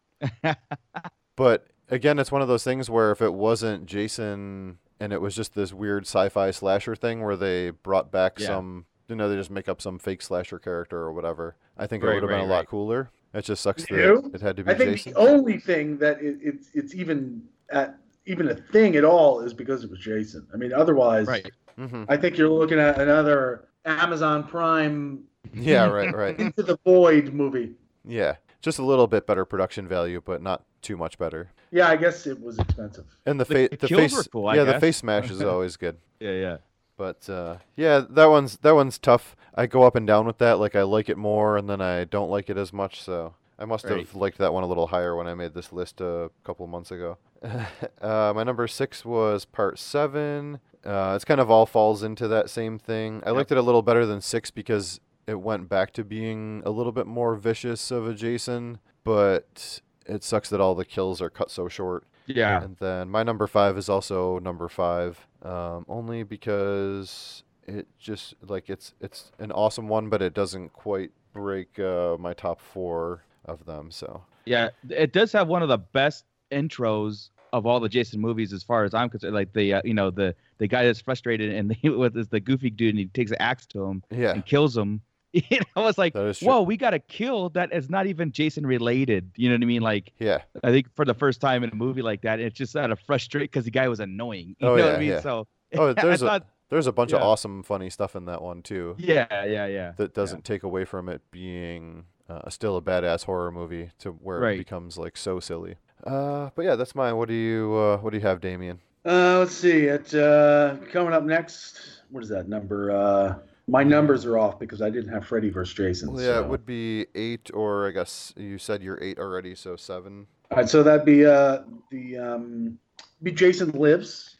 Speaker 7: But again, it's one of those things where if it wasn't Jason and it was just this weird sci-fi slasher thing where they brought back
Speaker 9: Yeah.
Speaker 7: some you know, they just make up some fake slasher character or whatever, I think it
Speaker 9: Right,
Speaker 7: would have
Speaker 9: right,
Speaker 7: been a lot
Speaker 9: right.
Speaker 7: cooler. It just sucks that
Speaker 8: You?
Speaker 7: it had to be
Speaker 8: I think
Speaker 7: Jason.
Speaker 8: the only thing that it, it's it's even at even a thing at all is because it was Jason. I mean, otherwise,
Speaker 9: Right.
Speaker 7: hmm
Speaker 8: I think you're looking at another Amazon Prime
Speaker 7: Yeah, right, right.
Speaker 8: Into the Void movie.
Speaker 7: Yeah, just a little bit better production value, but not too much better.
Speaker 8: Yeah, I guess it was expensive.
Speaker 7: And the
Speaker 9: The-
Speaker 7: face,
Speaker 9: the
Speaker 7: the
Speaker 9: kills
Speaker 7: face,
Speaker 9: were cool, I
Speaker 7: yeah, the
Speaker 9: guess.
Speaker 7: face smash is always good.
Speaker 9: Yeah, yeah.
Speaker 7: But uh, yeah, that one's that one's tough. I go up and down with that. Like I like it more, and then I don't like it as much. So I must have
Speaker 9: Right.
Speaker 7: liked that one a little higher when I made this list a couple months ago. uh, my number six was part seven. Uh, it's kind of all falls into that same thing. I liked it a little better than six because it went back to being a little bit more vicious of a Jason, but it sucks that all the kills are cut so short.
Speaker 9: Yeah.
Speaker 7: And then my number five is also number five, um, only because it just like it's it's an awesome one, but it doesn't quite break uh, my top four of them. So
Speaker 9: Yeah, it does have one of the best intros of all the Jason movies, as far as I'm concerned. Like the uh, you know the the guy that's frustrated and he, with is the goofy dude, and he takes an axe to him
Speaker 7: yeah,
Speaker 9: and kills him. You know, I was like,
Speaker 7: That is true.
Speaker 9: whoa, we got a kill that is not even Jason related. You know what I mean? Like
Speaker 7: yeah,
Speaker 9: I think for the first time in a movie like that, it's just out of frustrate because the guy was annoying. You
Speaker 7: Oh,
Speaker 9: know
Speaker 7: yeah,
Speaker 9: what I mean?
Speaker 7: yeah.
Speaker 9: So
Speaker 7: Oh,
Speaker 9: I
Speaker 7: there's a-
Speaker 9: thought,
Speaker 7: there's a bunch of
Speaker 9: Yeah.
Speaker 7: awesome, funny stuff in that one too
Speaker 9: yeah, yeah, yeah.
Speaker 7: that doesn't take away from it being uh, still a badass horror movie to where it
Speaker 9: Right.
Speaker 7: becomes like so silly. Uh, but yeah, that's mine. What do you uh, what do you have, Damien?
Speaker 8: Uh, let's see. It uh, coming up next. What is that number? Uh, my numbers are off because I didn't have Freddy versus Jason.
Speaker 7: Well, yeah,
Speaker 8: so-
Speaker 7: it would be eight, or I guess you said you're eight already, so seven.
Speaker 8: All right, so that'd be uh, the um, be Jason Lives.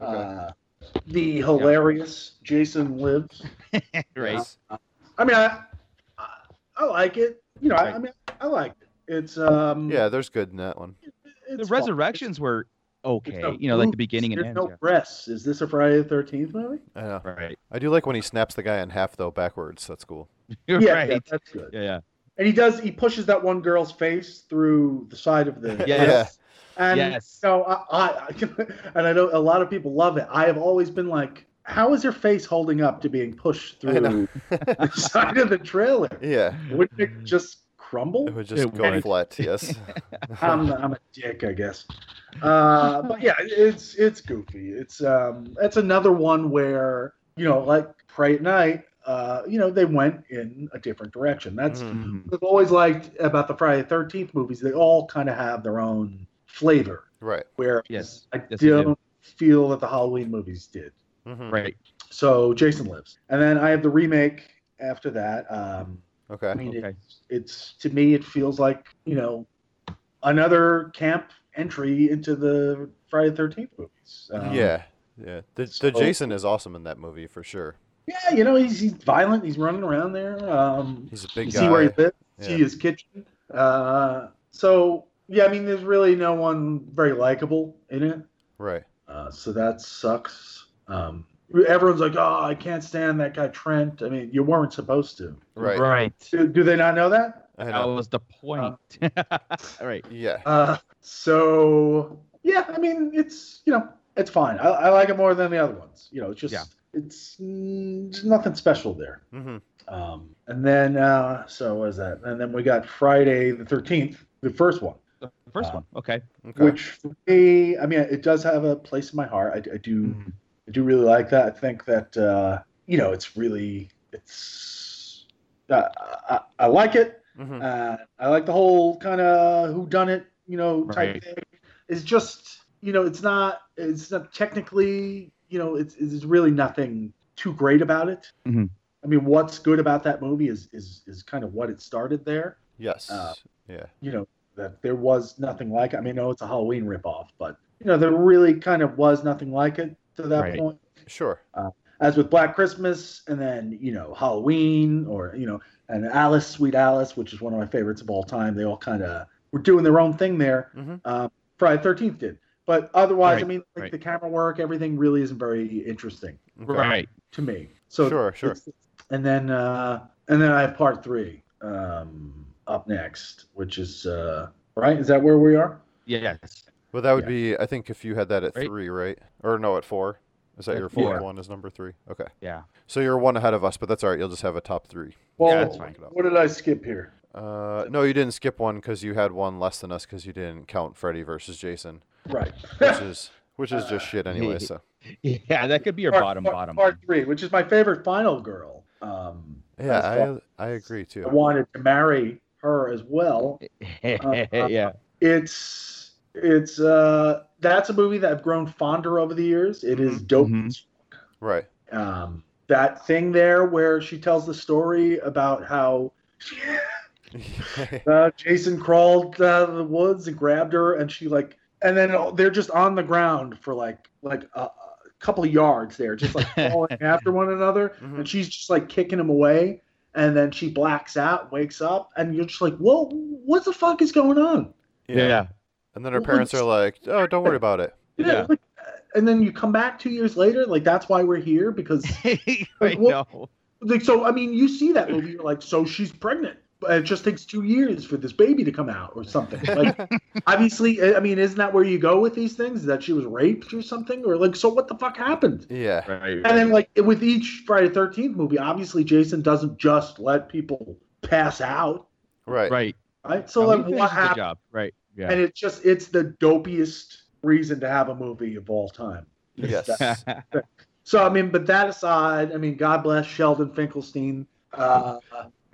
Speaker 7: Okay.
Speaker 8: Uh, the hilarious Jason Lives.
Speaker 9: Right.
Speaker 8: I mean, I, I, I like it. You know, I, I
Speaker 9: Right.
Speaker 8: mean, I like it. It's um,
Speaker 7: Yeah, there's good in that one.
Speaker 8: it's
Speaker 9: the
Speaker 8: fun.
Speaker 9: resurrections were
Speaker 8: There's
Speaker 9: okay.
Speaker 8: no
Speaker 9: you know, like the
Speaker 8: boobs,
Speaker 9: beginning and
Speaker 8: there's
Speaker 9: end.
Speaker 8: no
Speaker 9: yeah.
Speaker 8: breasts. Is this a Friday the Thirteenth movie?
Speaker 7: I know.
Speaker 9: Right.
Speaker 7: I do like when he snaps the guy in half though backwards. That's cool.
Speaker 9: You're
Speaker 8: yeah,
Speaker 9: right.
Speaker 8: yeah, that's good.
Speaker 9: yeah. yeah.
Speaker 8: And he does. He pushes that one girl's face through the side of the.
Speaker 9: Yes.
Speaker 8: And
Speaker 9: Yes.
Speaker 8: so I, I, I and I know a lot of people love it. I have always been like, how is your face holding up to being pushed
Speaker 7: I know.
Speaker 8: through the side of the trailer?
Speaker 7: Yeah,
Speaker 8: Wouldn't it just crumble?
Speaker 7: it would just
Speaker 9: It
Speaker 7: go
Speaker 9: would.
Speaker 7: flat. Yes.
Speaker 8: I'm, I'm a dick, I guess. Uh, but yeah, it's it's goofy. It's um, it's another one where you know, like Pray at Night. Uh, you know, they went in a different direction. That's
Speaker 7: Mm-hmm.
Speaker 9: Mhm.
Speaker 8: what I've always liked about the Friday the Thirteenth movies. They all kind of have their own flavor.
Speaker 7: right.
Speaker 8: Where
Speaker 9: Yes.
Speaker 8: I
Speaker 9: Yes, they do.
Speaker 8: don't feel that the Halloween movies did.
Speaker 7: hmm
Speaker 9: Right.
Speaker 8: So Jason Lives, and then I have the remake after that. Um,
Speaker 7: Okay.
Speaker 8: I mean,
Speaker 9: Okay.
Speaker 8: it's, it's to me, it feels like you know another camp entry into the Friday the Thirteenth movies. Um,
Speaker 7: yeah. Yeah. The,
Speaker 8: so-
Speaker 7: the Jason is awesome in that movie for sure.
Speaker 8: yeah, you know, he's, he's violent. He's running around there. Um,
Speaker 7: He's a
Speaker 8: you
Speaker 7: big
Speaker 8: see where he
Speaker 7: guy.
Speaker 8: lives.
Speaker 7: Yeah.
Speaker 8: See his kitchen. Uh, so yeah, I mean, there's really no one very likable in it.
Speaker 7: Right.
Speaker 8: Uh, so that sucks. Um, everyone's like, oh, I can't stand that guy Trent. I mean, you weren't supposed to.
Speaker 7: Right.
Speaker 8: Do, do they not know that?
Speaker 7: I
Speaker 9: That
Speaker 7: know.
Speaker 9: was the point. right.
Speaker 7: Yeah.
Speaker 8: Uh, so yeah, I mean, it's you know, it's fine. I, I like it more than the other ones. You know, it's just
Speaker 9: Yeah.
Speaker 8: it's mm, there's nothing special there.
Speaker 7: hmm
Speaker 8: Um, and then uh, so what is that? And then we got Friday the Thirteenth, the first one,
Speaker 9: The first
Speaker 8: Uh,
Speaker 9: one. Okay.
Speaker 7: Okay.
Speaker 8: which for me, I mean, it does have a place in my heart. I, I do.
Speaker 7: Hmm.
Speaker 8: I do really like that. I think that uh, you know it's really it's uh, I, I like it.
Speaker 7: hmm
Speaker 8: Uh, I like the whole kind of who done it, you know, type
Speaker 9: Right.
Speaker 8: thing. It's just you know it's not it's not technically you know it's it's really nothing too great about it.
Speaker 7: Mm-hmm.
Speaker 9: Mhm.
Speaker 8: I mean, what's good about that movie is is is kind of what it started there.
Speaker 7: Yes.
Speaker 8: uh,
Speaker 7: yeah.
Speaker 8: You know that there was nothing like. I mean, no, it's a Halloween ripoff, but you know there really kind of was nothing like it to that
Speaker 9: Right.
Speaker 8: point
Speaker 7: Sure.
Speaker 8: as with Black Christmas, and then you know Halloween, or you know, and Alice, Sweet Alice, which is one of my favorites of all time. They all kind of were doing their own thing there.
Speaker 7: Mhm.
Speaker 8: Um, Friday Thirteenth did, but otherwise,
Speaker 9: Mm-hmm.
Speaker 8: I
Speaker 9: Right,
Speaker 8: mean, like
Speaker 9: right.
Speaker 8: the camera work, everything really isn't very interesting
Speaker 7: Okay.
Speaker 9: Right.
Speaker 8: to me. So
Speaker 7: Sure, sure.
Speaker 8: it's- And then uh, and then I have part three um, up next, which is uh, right. Is that where we are?
Speaker 9: Yes.
Speaker 7: Well, that would
Speaker 8: Yeah.
Speaker 7: be. I think if you had that at
Speaker 9: Right.
Speaker 7: three, right? Or no, at four. Is that
Speaker 9: At
Speaker 7: your fourth
Speaker 9: four.
Speaker 7: one? Is number three? Okay.
Speaker 9: Yeah.
Speaker 7: So you're one ahead of us, but that's all right. You'll just have a top three.
Speaker 8: Well,
Speaker 9: that's fine.
Speaker 8: what did I skip here?
Speaker 7: Uh, no, you didn't skip one because you had one less than us because you didn't count Freddy versus Jason,
Speaker 8: Right.
Speaker 7: which is which is just shit anyway. So
Speaker 9: Yeah, that could be your
Speaker 8: Part-
Speaker 9: bottom
Speaker 8: part-
Speaker 9: bottom.
Speaker 8: Part three, which is my favorite Final Girl. Um,
Speaker 7: yeah, I I agree too.
Speaker 8: I wanted to marry her as well.
Speaker 9: yeah.
Speaker 8: It's it's uh that's a movie that I've grown fonder over the years. It is dope.
Speaker 9: Mhm.
Speaker 7: Right.
Speaker 8: Um, that thing there where she tells the story about how uh, Jason crawled out of the woods and grabbed her, and she like, and then they're just on the ground for like like a, a couple of yards there, just like falling after one another,
Speaker 7: Mhm.
Speaker 8: and she's just like kicking him away, and then she blacks out, wakes up, and you're just like, whoa, what the fuck is going on?
Speaker 9: Yeah.
Speaker 7: And then her
Speaker 8: Well,
Speaker 7: parents are
Speaker 8: it's-
Speaker 7: like, "Oh, don't worry about it."
Speaker 9: Yeah.
Speaker 8: like, and then you come back two years later, like that's why we're here because
Speaker 9: I know.
Speaker 8: like so. I mean, you see that movie, you're like, so she's pregnant. but It just takes two years for this baby to come out or something. Like, obviously, I I mean, isn't that where you go with these things? That she was raped or something, or like, so what the fuck happened?
Speaker 7: Yeah.
Speaker 9: Right,
Speaker 8: And then, like with each Friday Thirteenth movie, obviously Jason doesn't just let people pass out,
Speaker 7: Right.
Speaker 9: right.
Speaker 8: right? So,
Speaker 9: No, he
Speaker 8: like,
Speaker 9: finishes
Speaker 8: what
Speaker 9: the
Speaker 8: happened?
Speaker 9: job. Right. Yeah.
Speaker 8: And it's just it's the dopiest reason to have a movie of all time.
Speaker 7: Yes.
Speaker 8: That's- So I mean, but that aside, I mean, God bless Sheldon Finkelstein. Uh,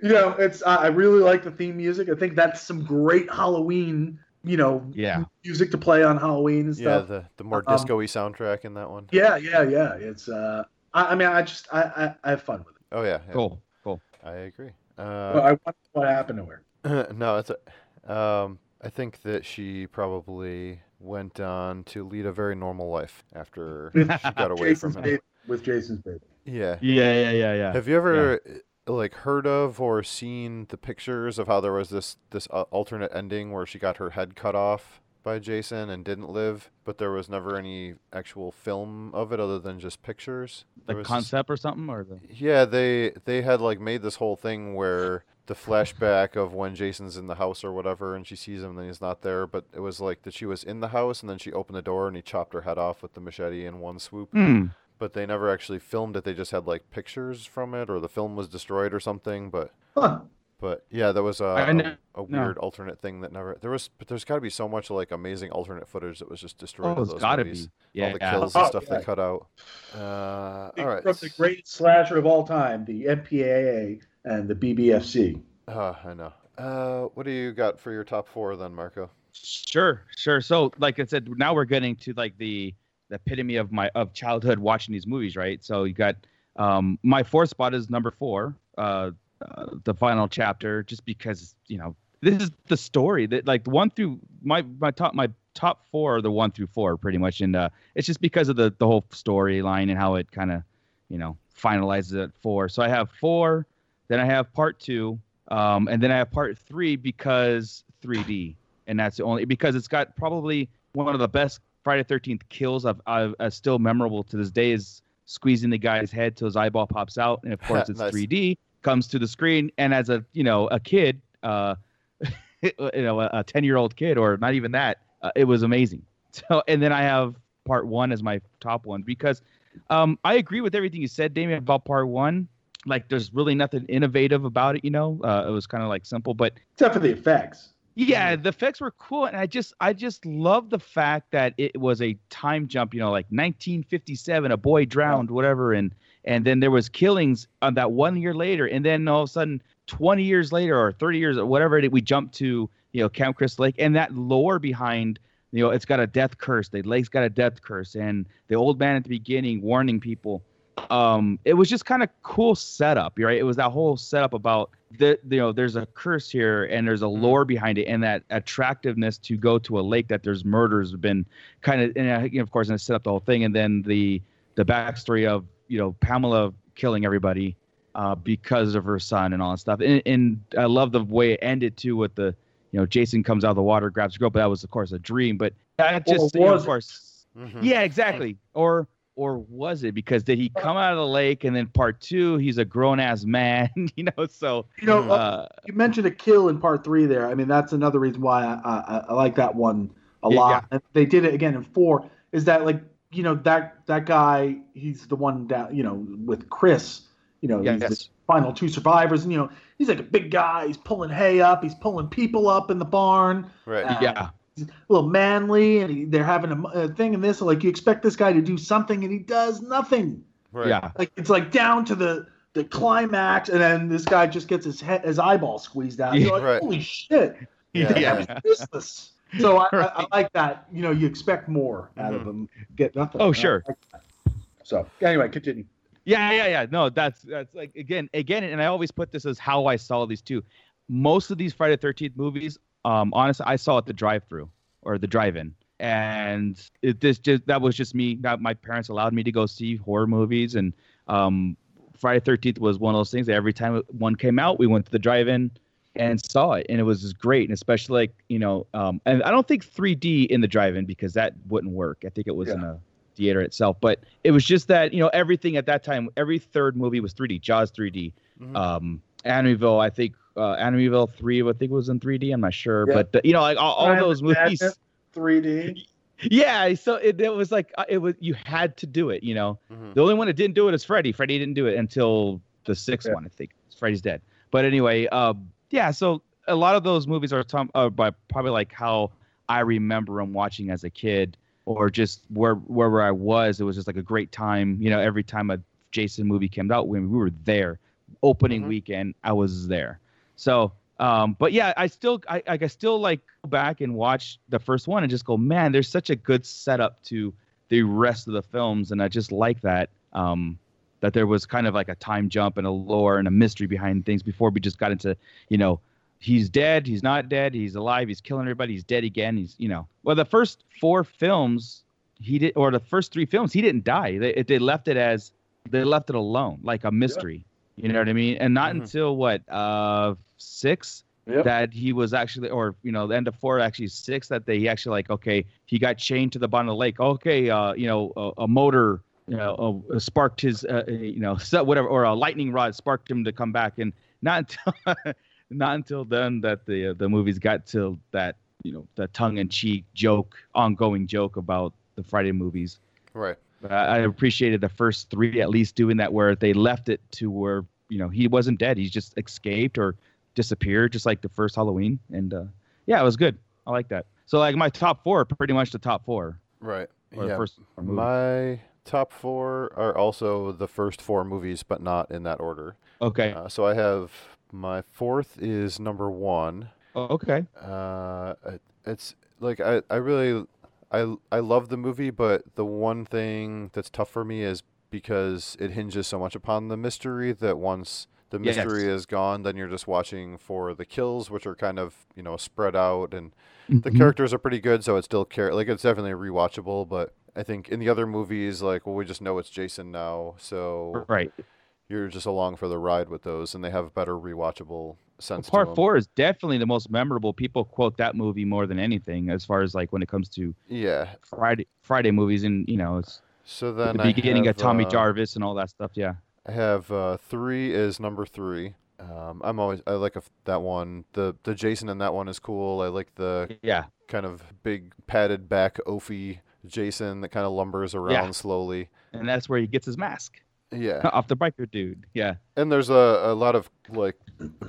Speaker 8: you know, it's I, I really like the theme music. I think that's some great Halloween, you know,
Speaker 9: Yeah.
Speaker 8: music to play on Halloween and
Speaker 7: Yeah.
Speaker 8: stuff.
Speaker 7: The the more
Speaker 8: Um,
Speaker 7: disco-y soundtrack in that one.
Speaker 8: Yeah, yeah, yeah. It's uh, I, I mean, I just I, I I have fun with it.
Speaker 7: Oh yeah. yeah.
Speaker 9: cool. Cool.
Speaker 7: I agree.
Speaker 8: But
Speaker 7: Uh,
Speaker 8: I wonder what happened to her.
Speaker 7: no, it's. A, um, I think that she probably went on to lead a very normal life after she got away from
Speaker 8: Jason's
Speaker 7: him.
Speaker 8: baby with Jason's baby.
Speaker 7: Yeah.
Speaker 9: Yeah. Yeah. Yeah. Yeah.
Speaker 7: Have you ever uh, like heard of or seen the pictures of how there was this this uh, alternate ending where she got her head cut off by Jason and didn't live, but there was never any actual film of it other than just pictures. There
Speaker 9: the
Speaker 7: was this-
Speaker 9: concept or something or the
Speaker 7: Yeah, they they had like made this whole thing where the flashback of when Jason's in the house or whatever and she sees him and then he's not there, but it was like that she was in the house and then she opened the door and he chopped her head off with the machete in one swoop
Speaker 9: Hmm.
Speaker 8: Hmm.
Speaker 7: but they never actually filmed it. They just had like pictures from it, or the film was destroyed or something. But
Speaker 8: Huh.
Speaker 7: but yeah, that was a,
Speaker 9: I
Speaker 7: a-
Speaker 9: know-
Speaker 7: a
Speaker 9: no.
Speaker 7: weird alternate thing that never there was. But there's got to be so much like amazing alternate footage that was just destroyed.
Speaker 9: oh
Speaker 7: of
Speaker 9: it's
Speaker 7: those
Speaker 9: gotta
Speaker 7: movies.
Speaker 9: be yeah
Speaker 7: all the kills
Speaker 8: Oh,
Speaker 7: and stuff
Speaker 8: yeah.
Speaker 7: they cut out. Uh, all right.
Speaker 8: From the greatest slasher of all time, the MPAA and the BBFC.
Speaker 7: Uh, I know. Uh, what do you got for your top four then, Marco?
Speaker 9: Sure, sure. So, like I said, now we're getting to like the, the epitome of my of childhood watching these movies, right? So you got um, my fourth spot is number four, uh, uh, the final chapter, just because you know this is the story that like one through my my top my top four are the one through four pretty much, and uh, it's just because of the the whole storyline and how it kind of you know finalizes at four. So I have four, then I have part two, um, and then I have part three because 3D and that's the only because it's got probably one of the best Friday Thirteenth kills I've, I've uh, still memorable to this day is squeezing the guy's head till his eyeball pops out, and of course it's
Speaker 7: Nice.
Speaker 9: 3D comes to the screen, and as a you know a kid, uh, you know a ten year old kid or not even that, uh, it was amazing. So and then I have part one as my top one because um, I agree with everything you said, Damien, about part one. Like there's really nothing innovative about it, you know. Uh, it was kind of like simple, but
Speaker 8: Except for the effects.
Speaker 9: yeah, the effects were cool, and I just I just love the fact that it was a time jump. You know, like 1957, a boy drowned, whatever, and and then there was killings on that one year later, and then all of a sudden, 20 years later or 30 years or whatever, it- we jump to you know Camp Crystal Lake, and that lore behind you know it's got a death curse. The lake's got a death curse, and the old man at the beginning warning people um, it was just kind of cool setup, right? It was that whole setup about the you know there's a curse here and there's a
Speaker 8: Mm-hmm.
Speaker 9: lore behind it and that attractiveness to go to a lake that there's murders have been kind of and uh, you know, of course and it set up the whole thing and then the the backstory of you know Pamela killing everybody uh, because of her son and all that stuff and, and I love the way it ended too with the you know Jason comes out of the water grabs the girl but that was of course a dream but that
Speaker 8: Or
Speaker 9: just you know, of
Speaker 8: was it?
Speaker 9: course
Speaker 7: Mhm.
Speaker 9: yeah, exactly. Or or was it because did he come out of the lake and then part two he's a grown ass man, you know? So
Speaker 8: You know,
Speaker 7: Hmm.
Speaker 8: uh,
Speaker 9: uh,
Speaker 8: you mentioned a kill in part three there. I mean, that's another reason why I, I, I like that one a
Speaker 9: Yeah,
Speaker 8: lot. And they did it again in four. Is that like you know that that guy? He's the one down. You know, with Chris. You know, he's
Speaker 9: Yes.
Speaker 8: the final two survivors, and you know he's like a big guy. He's pulling hay up. He's pulling people up in the barn.
Speaker 7: Right.
Speaker 8: Uh,
Speaker 9: yeah,
Speaker 8: he's a little manly, and he, they're having a, a thing in this. Like you expect this guy to do something, and he does nothing.
Speaker 10: Right.
Speaker 9: Yeah.
Speaker 8: Like it's like down to the the climax, and then this guy just gets his head, his eyeball squeezed out. You're like,
Speaker 7: Right.
Speaker 8: holy shit!
Speaker 7: Yeah.
Speaker 8: That
Speaker 10: Yeah.
Speaker 8: was useless. So I, I, I like that. You know, you expect more out of him. Get nothing.
Speaker 9: Mm-hmm. Oh, sure.
Speaker 8: I like that. So anyway, continue.
Speaker 9: Yeah, yeah, yeah. No, that's that's like again, again, and I always put this as how I saw these two. Most of these Friday Thirteenth movies, um, honestly, I saw at the drive-through or the drive-in, and it, this just that was just me. That my parents allowed me to go see horror movies, and um, Friday Thirteenth was one of those things that every time one came out, we went to the drive-in and saw it, and it was just great. And especially like you know, um, and I don't think 3D in the drive-in because that wouldn't work. I think it was in a theater itself, but it was just that you know everything at that time, every third movie was 3D. Jaws 3D,
Speaker 10: Mhm.
Speaker 8: Mm-hmm.
Speaker 9: um, Amityville, I think uh, Amityville 3, I think was in 3D. I'm not sure,
Speaker 8: Yeah.
Speaker 9: but uh, you know, like all, all
Speaker 8: Right,
Speaker 9: those
Speaker 8: with
Speaker 9: movies.
Speaker 8: Madness. 3D.
Speaker 9: Yeah, so it, it was like uh, it was you had to do it, you know.
Speaker 10: Mhm.
Speaker 9: The only one that didn't do it is Freddy. Freddy didn't do it until the sixth
Speaker 8: Yeah.
Speaker 9: one, I think. Freddy's dead. But anyway, um, yeah. So a lot of those movies are tom- uh, by probably like how I remember them watching as a kid, or just where wherever I was. It was just like a great time, you know. Every time a Jason movie came out, when we were there, opening
Speaker 10: Mhm.
Speaker 9: weekend, I was there. So, um, but yeah, I still, I, I can still like go back and watch the first one and just go, man, there's such a good setup to the rest of the films, and I just like that. Um, that there was kind of like a time jump and a lore and a mystery behind things before we just got into, you know, he's dead, he's not dead, he's alive, he's killing everybody, he's dead again, he's, you know, well, the first four films, he did, or the first three films, he didn't die. They, they left it as, they left it alone, like a mystery. You know what I mean? And not
Speaker 10: Mhm.
Speaker 9: until what, uh, six
Speaker 8: Yep.
Speaker 9: that he was actually, or you know, the end of four, actually six, that they actually like, okay, he got chained to the bottom of the lake. Okay, uh, you know, a, a motor, you know, uh, sparked his, uh, you know, so- whatever, or a lightning rod sparked him to come back, and not until, not until then that the uh, the movies got to that, you know, the tongue-in-cheek joke, ongoing joke about the Friday movies.
Speaker 7: Right.
Speaker 9: But I I appreciated the first three at least doing that where they left it to where you know he wasn't dead. He's just escaped or disappeared, just like the first Halloween. And uh, yeah, it was good. I like that. So like my top four, are pretty much the top four.
Speaker 7: Right.
Speaker 9: Or the
Speaker 7: Yeah.
Speaker 9: first four movies.
Speaker 7: My top four are also the first four movies, but not in that order.
Speaker 9: okay.
Speaker 7: Uh, so I have my fourth is number one.
Speaker 9: Oh, okay.
Speaker 7: Uh, it- it's like I, I really I l- I love the movie, but the one thing that's tough for me is because it hinges so much upon the mystery that once the
Speaker 9: Yes.
Speaker 7: mystery is gone, then you're just watching for the kills, which are kind of you know spread out and the
Speaker 9: Mhm.
Speaker 7: characters are pretty good, so it's still care like it's definitely rewatchable. But I think in the other movies, like well, we just know it's Jason now, so
Speaker 9: Right.
Speaker 7: you're just along for the ride with those, and they have better rewatchable sense. to
Speaker 9: Part
Speaker 7: 'em.
Speaker 9: four is definitely the most memorable. People quote that movie more than anything, as far as like when it comes to
Speaker 7: yeah.
Speaker 9: Friday Friday movies, and you know it's
Speaker 7: So then
Speaker 9: the
Speaker 7: I
Speaker 9: beginning
Speaker 7: have,
Speaker 9: of Tommy
Speaker 7: uh,
Speaker 9: Jarvis and all that stuff. Yeah.
Speaker 7: I have uh, three is number three. Um, I'm always I like a f that one. The the Jason in that one is cool. I like the
Speaker 9: Yeah.
Speaker 7: kind of big padded back Ophi Jason that kind of lumbers around slowly.
Speaker 9: And that's where he gets his mask
Speaker 7: Yeah.
Speaker 9: off the biker dude. Yeah.
Speaker 7: And there's a, a lot of like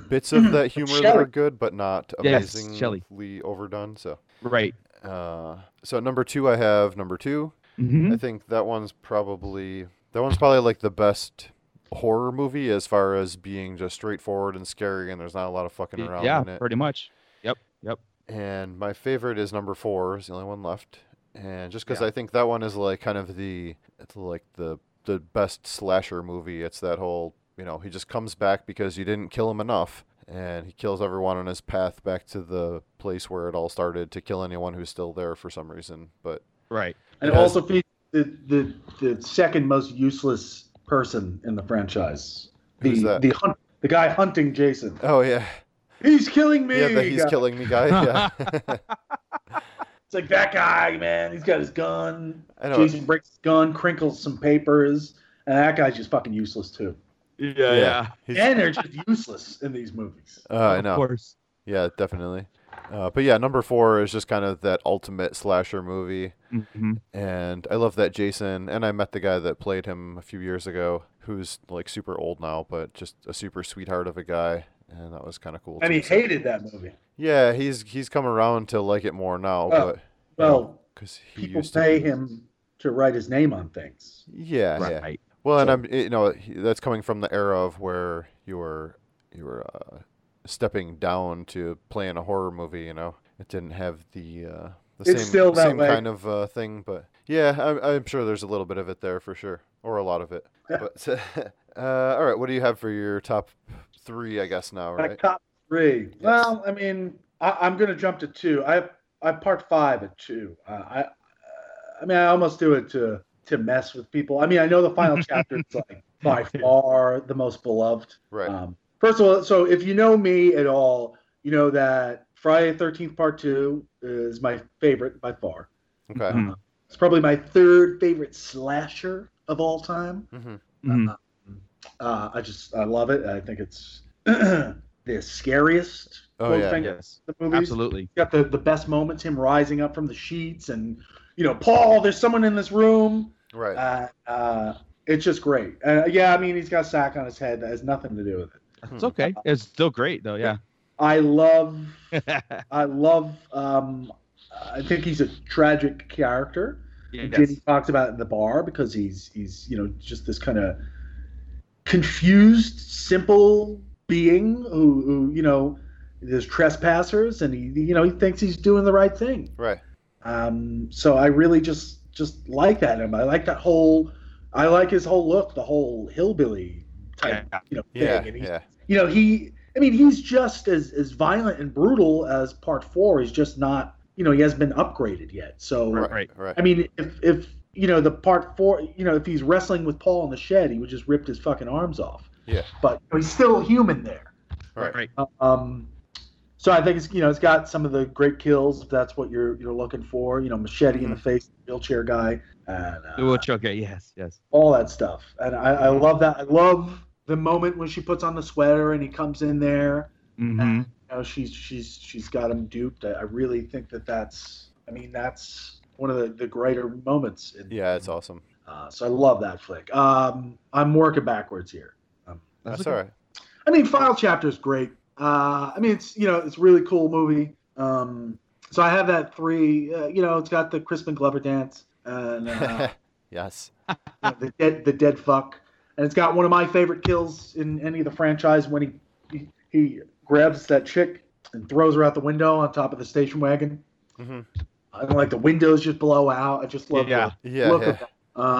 Speaker 7: bits of that humor that are
Speaker 8: Shelley.
Speaker 7: good, but not
Speaker 9: Yes,
Speaker 7: amazingly
Speaker 9: Shelley.
Speaker 7: overdone. So,
Speaker 9: Right.
Speaker 7: uh, so at number two, I have number 2
Speaker 9: Mhm.
Speaker 7: I think that one's probably that one's probably like the best horror movie as far as being just straightforward and scary, and there's not a lot of fucking
Speaker 9: Y-
Speaker 7: around
Speaker 9: yeah,
Speaker 7: in it.
Speaker 9: pretty much. Yep, yep.
Speaker 7: And my favorite is number four. Is the only one left. And just because
Speaker 9: Yeah.
Speaker 7: I think that one is like kind of the it's like the the best slasher movie. It's that whole you know he just comes back because you didn't kill him enough, and he kills everyone on his path back to the place where it all started to kill anyone who's still there for some reason. But
Speaker 9: Right.
Speaker 8: And it
Speaker 7: Yeah.
Speaker 8: also feeds the, the the second most useless person in the franchise. The
Speaker 7: Who's that?
Speaker 8: the hunt, the guy hunting Jason.
Speaker 7: oh yeah,
Speaker 8: He's killing me.
Speaker 7: yeah, the he's
Speaker 8: guy.
Speaker 7: killing me guy. Yeah,
Speaker 8: It's like that guy, man. He's got his gun.
Speaker 7: I know.
Speaker 8: Jason breaks his gun, crinkles some papers, and that guy's just fucking useless too.
Speaker 9: Yeah,
Speaker 7: He's,
Speaker 8: And they're just useless in these movies.
Speaker 7: uh, I
Speaker 9: Of
Speaker 7: know.
Speaker 9: course.
Speaker 7: Yeah, definitely. Uh, but yeah, number four is just kind of that ultimate slasher movie,
Speaker 9: Mhm.
Speaker 7: and I love that Jason. And I met the guy that played him a few years ago, who's like super old now, but just a super sweetheart of a guy. and that was kind of cool.
Speaker 8: And
Speaker 7: too,
Speaker 8: he
Speaker 7: so-
Speaker 8: hated that movie.
Speaker 7: Yeah, he's he's come around to like it more now, but
Speaker 8: Well,
Speaker 7: because he
Speaker 8: Oh. people
Speaker 7: used to
Speaker 8: pay
Speaker 7: be-
Speaker 8: him to write his name on things.
Speaker 7: Yeah, yeah.
Speaker 9: Right.
Speaker 7: Well, and I'm you know he- that's coming from the era of where you were you were uh, stepping down to playing a horror movie. You know, it didn't have the uh, the
Speaker 8: It's
Speaker 7: same
Speaker 8: still that
Speaker 7: same
Speaker 8: way.
Speaker 7: kind of uh, thing. But yeah, I'm, I'm sure there's a little bit of it there for sure, or a lot of it. But uh, all right, what do you have for your top three? I guess now,
Speaker 8: My
Speaker 7: right?
Speaker 8: top three. Well, I mean, I, I'm going to jump to two. I I part five at two. Uh, I I mean, I almost do it to to mess with people. I mean, I know the final chapter is like by far the most beloved.
Speaker 7: Right.
Speaker 8: Um, first of all, so if you know me at all, you know that Friday Thirteenth Part Two is my favorite by far.
Speaker 7: okay.
Speaker 9: Mhm.
Speaker 8: It's probably my third favorite slasher of all time.
Speaker 7: Mhm.
Speaker 9: Mhm.
Speaker 8: Uh, I just I love it. I think it's the scariest.
Speaker 7: Oh,
Speaker 8: quote
Speaker 7: yeah.
Speaker 8: thing of
Speaker 9: Yes.
Speaker 8: The movies.
Speaker 9: Absolutely.
Speaker 8: You got the, the best moments, him rising up from the sheets, and you know, Paul, there's someone in this room.
Speaker 7: Right.
Speaker 8: Uh, uh, it's just great. Uh, yeah, I mean, he's got a sack on his head that has nothing to do with it.
Speaker 7: Hmm.
Speaker 9: It's okay. It's still great though. Yeah.
Speaker 8: I love, I love. Um, I think he's a tragic character.
Speaker 9: Yes.
Speaker 8: Jenny talks about in the bar because he's he's you know just this kind of confused, simple being who, who you know there's trespassers and he you know he thinks he's doing the right thing.
Speaker 7: Right.
Speaker 8: Um, so I really just just like that in him. I like that whole. I like his whole look, the whole hillbilly type,
Speaker 9: Yeah.
Speaker 8: you know, thing.
Speaker 7: Yeah.
Speaker 8: and he's
Speaker 7: Yeah.
Speaker 8: you know he i mean he's just as as violent and brutal as part four he's just not you know he hasn't been upgraded yet so
Speaker 7: Right.
Speaker 9: Right.
Speaker 7: Right.
Speaker 8: i mean if if you know the part four you know if he's wrestling with paul in the shed he would just ripped his fucking arms off
Speaker 7: Yeah.
Speaker 8: but you know, he's still human there
Speaker 7: Right.
Speaker 9: Right.
Speaker 8: um so i think it's you know it's got some of the great kills if that's what you're you're looking for you know machete in the
Speaker 7: Mm-hmm.
Speaker 8: face wheelchair guy and uh,
Speaker 9: The wheelchair guy. Yes. Yes.
Speaker 8: all that stuff. And I, I love that. I love the moment when she puts on the sweater and he comes in there.
Speaker 9: Mhm.
Speaker 8: You know, she's she's she's got him duped. I, I really think that that's. I mean, that's one of the, the greater moments. In,
Speaker 7: Yeah, it's awesome.
Speaker 8: Uh, so I love that flick. Um, I'm working backwards here.
Speaker 7: That's,
Speaker 9: okay.
Speaker 7: all right.
Speaker 8: I mean, Final Chapter is great. Uh, I mean, it's you know, it's a really cool movie. Um, so I have that three. Uh, you know, it's got the Crispin Glover dance and uh,
Speaker 7: yes.
Speaker 8: Yeah, the dead the dead fuck and it's got one of my favorite kills in any of the franchise when he he, he grabs that chick and throws her out the window on top of the station wagon
Speaker 7: Mhm.
Speaker 8: and like the windows just blow out i just love
Speaker 9: Yeah.
Speaker 8: the
Speaker 7: Yeah.
Speaker 8: look
Speaker 7: yeah.
Speaker 8: of that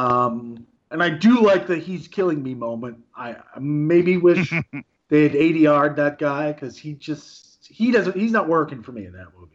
Speaker 8: um and i do like the he's killing me moment i I maybe wish they had adr'd that guy because he just he doesn't he's not working for me in that movie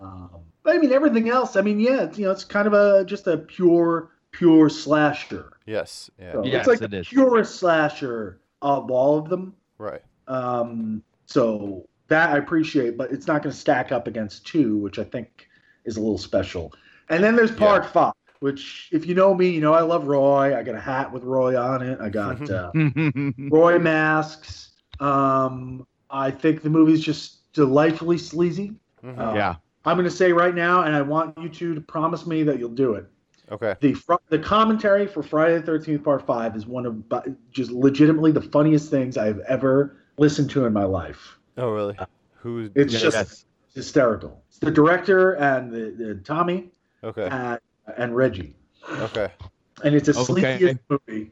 Speaker 8: um, but I mean, everything else. I mean, yeah, it's, you know, it's kind of a just a pure, pure slasher.
Speaker 7: yes. Yeah.
Speaker 8: So
Speaker 9: Yes,
Speaker 8: it's like
Speaker 9: it
Speaker 8: the
Speaker 9: is.
Speaker 8: purest slasher of all of them.
Speaker 7: Right.
Speaker 8: Um, so that I appreciate, but it's not going to stack up against two, which I think is a little special. And then there's part five, which if you know me, you know I love Roy. I got a hat with Roy on it. I got uh, Roy masks. Um, I think the movie's just delightfully sleazy.
Speaker 7: Mhm.
Speaker 8: Uh,
Speaker 9: yeah.
Speaker 8: I'm going to say right now, and I want you two to promise me that you'll do it.
Speaker 7: Okay.
Speaker 8: The fr- the commentary for Friday the 13th Part 5 is one of bu- just legitimately the funniest things I've ever listened to in my life.
Speaker 7: Oh, really? Who?
Speaker 8: Uh, It's
Speaker 7: yeah,
Speaker 8: just
Speaker 9: Yes.
Speaker 8: hysterical. It's the director and the, the Tommy
Speaker 7: Okay.
Speaker 8: and, and Reggie.
Speaker 7: Okay.
Speaker 8: And it's a
Speaker 9: Okay.
Speaker 8: sleepiest movie.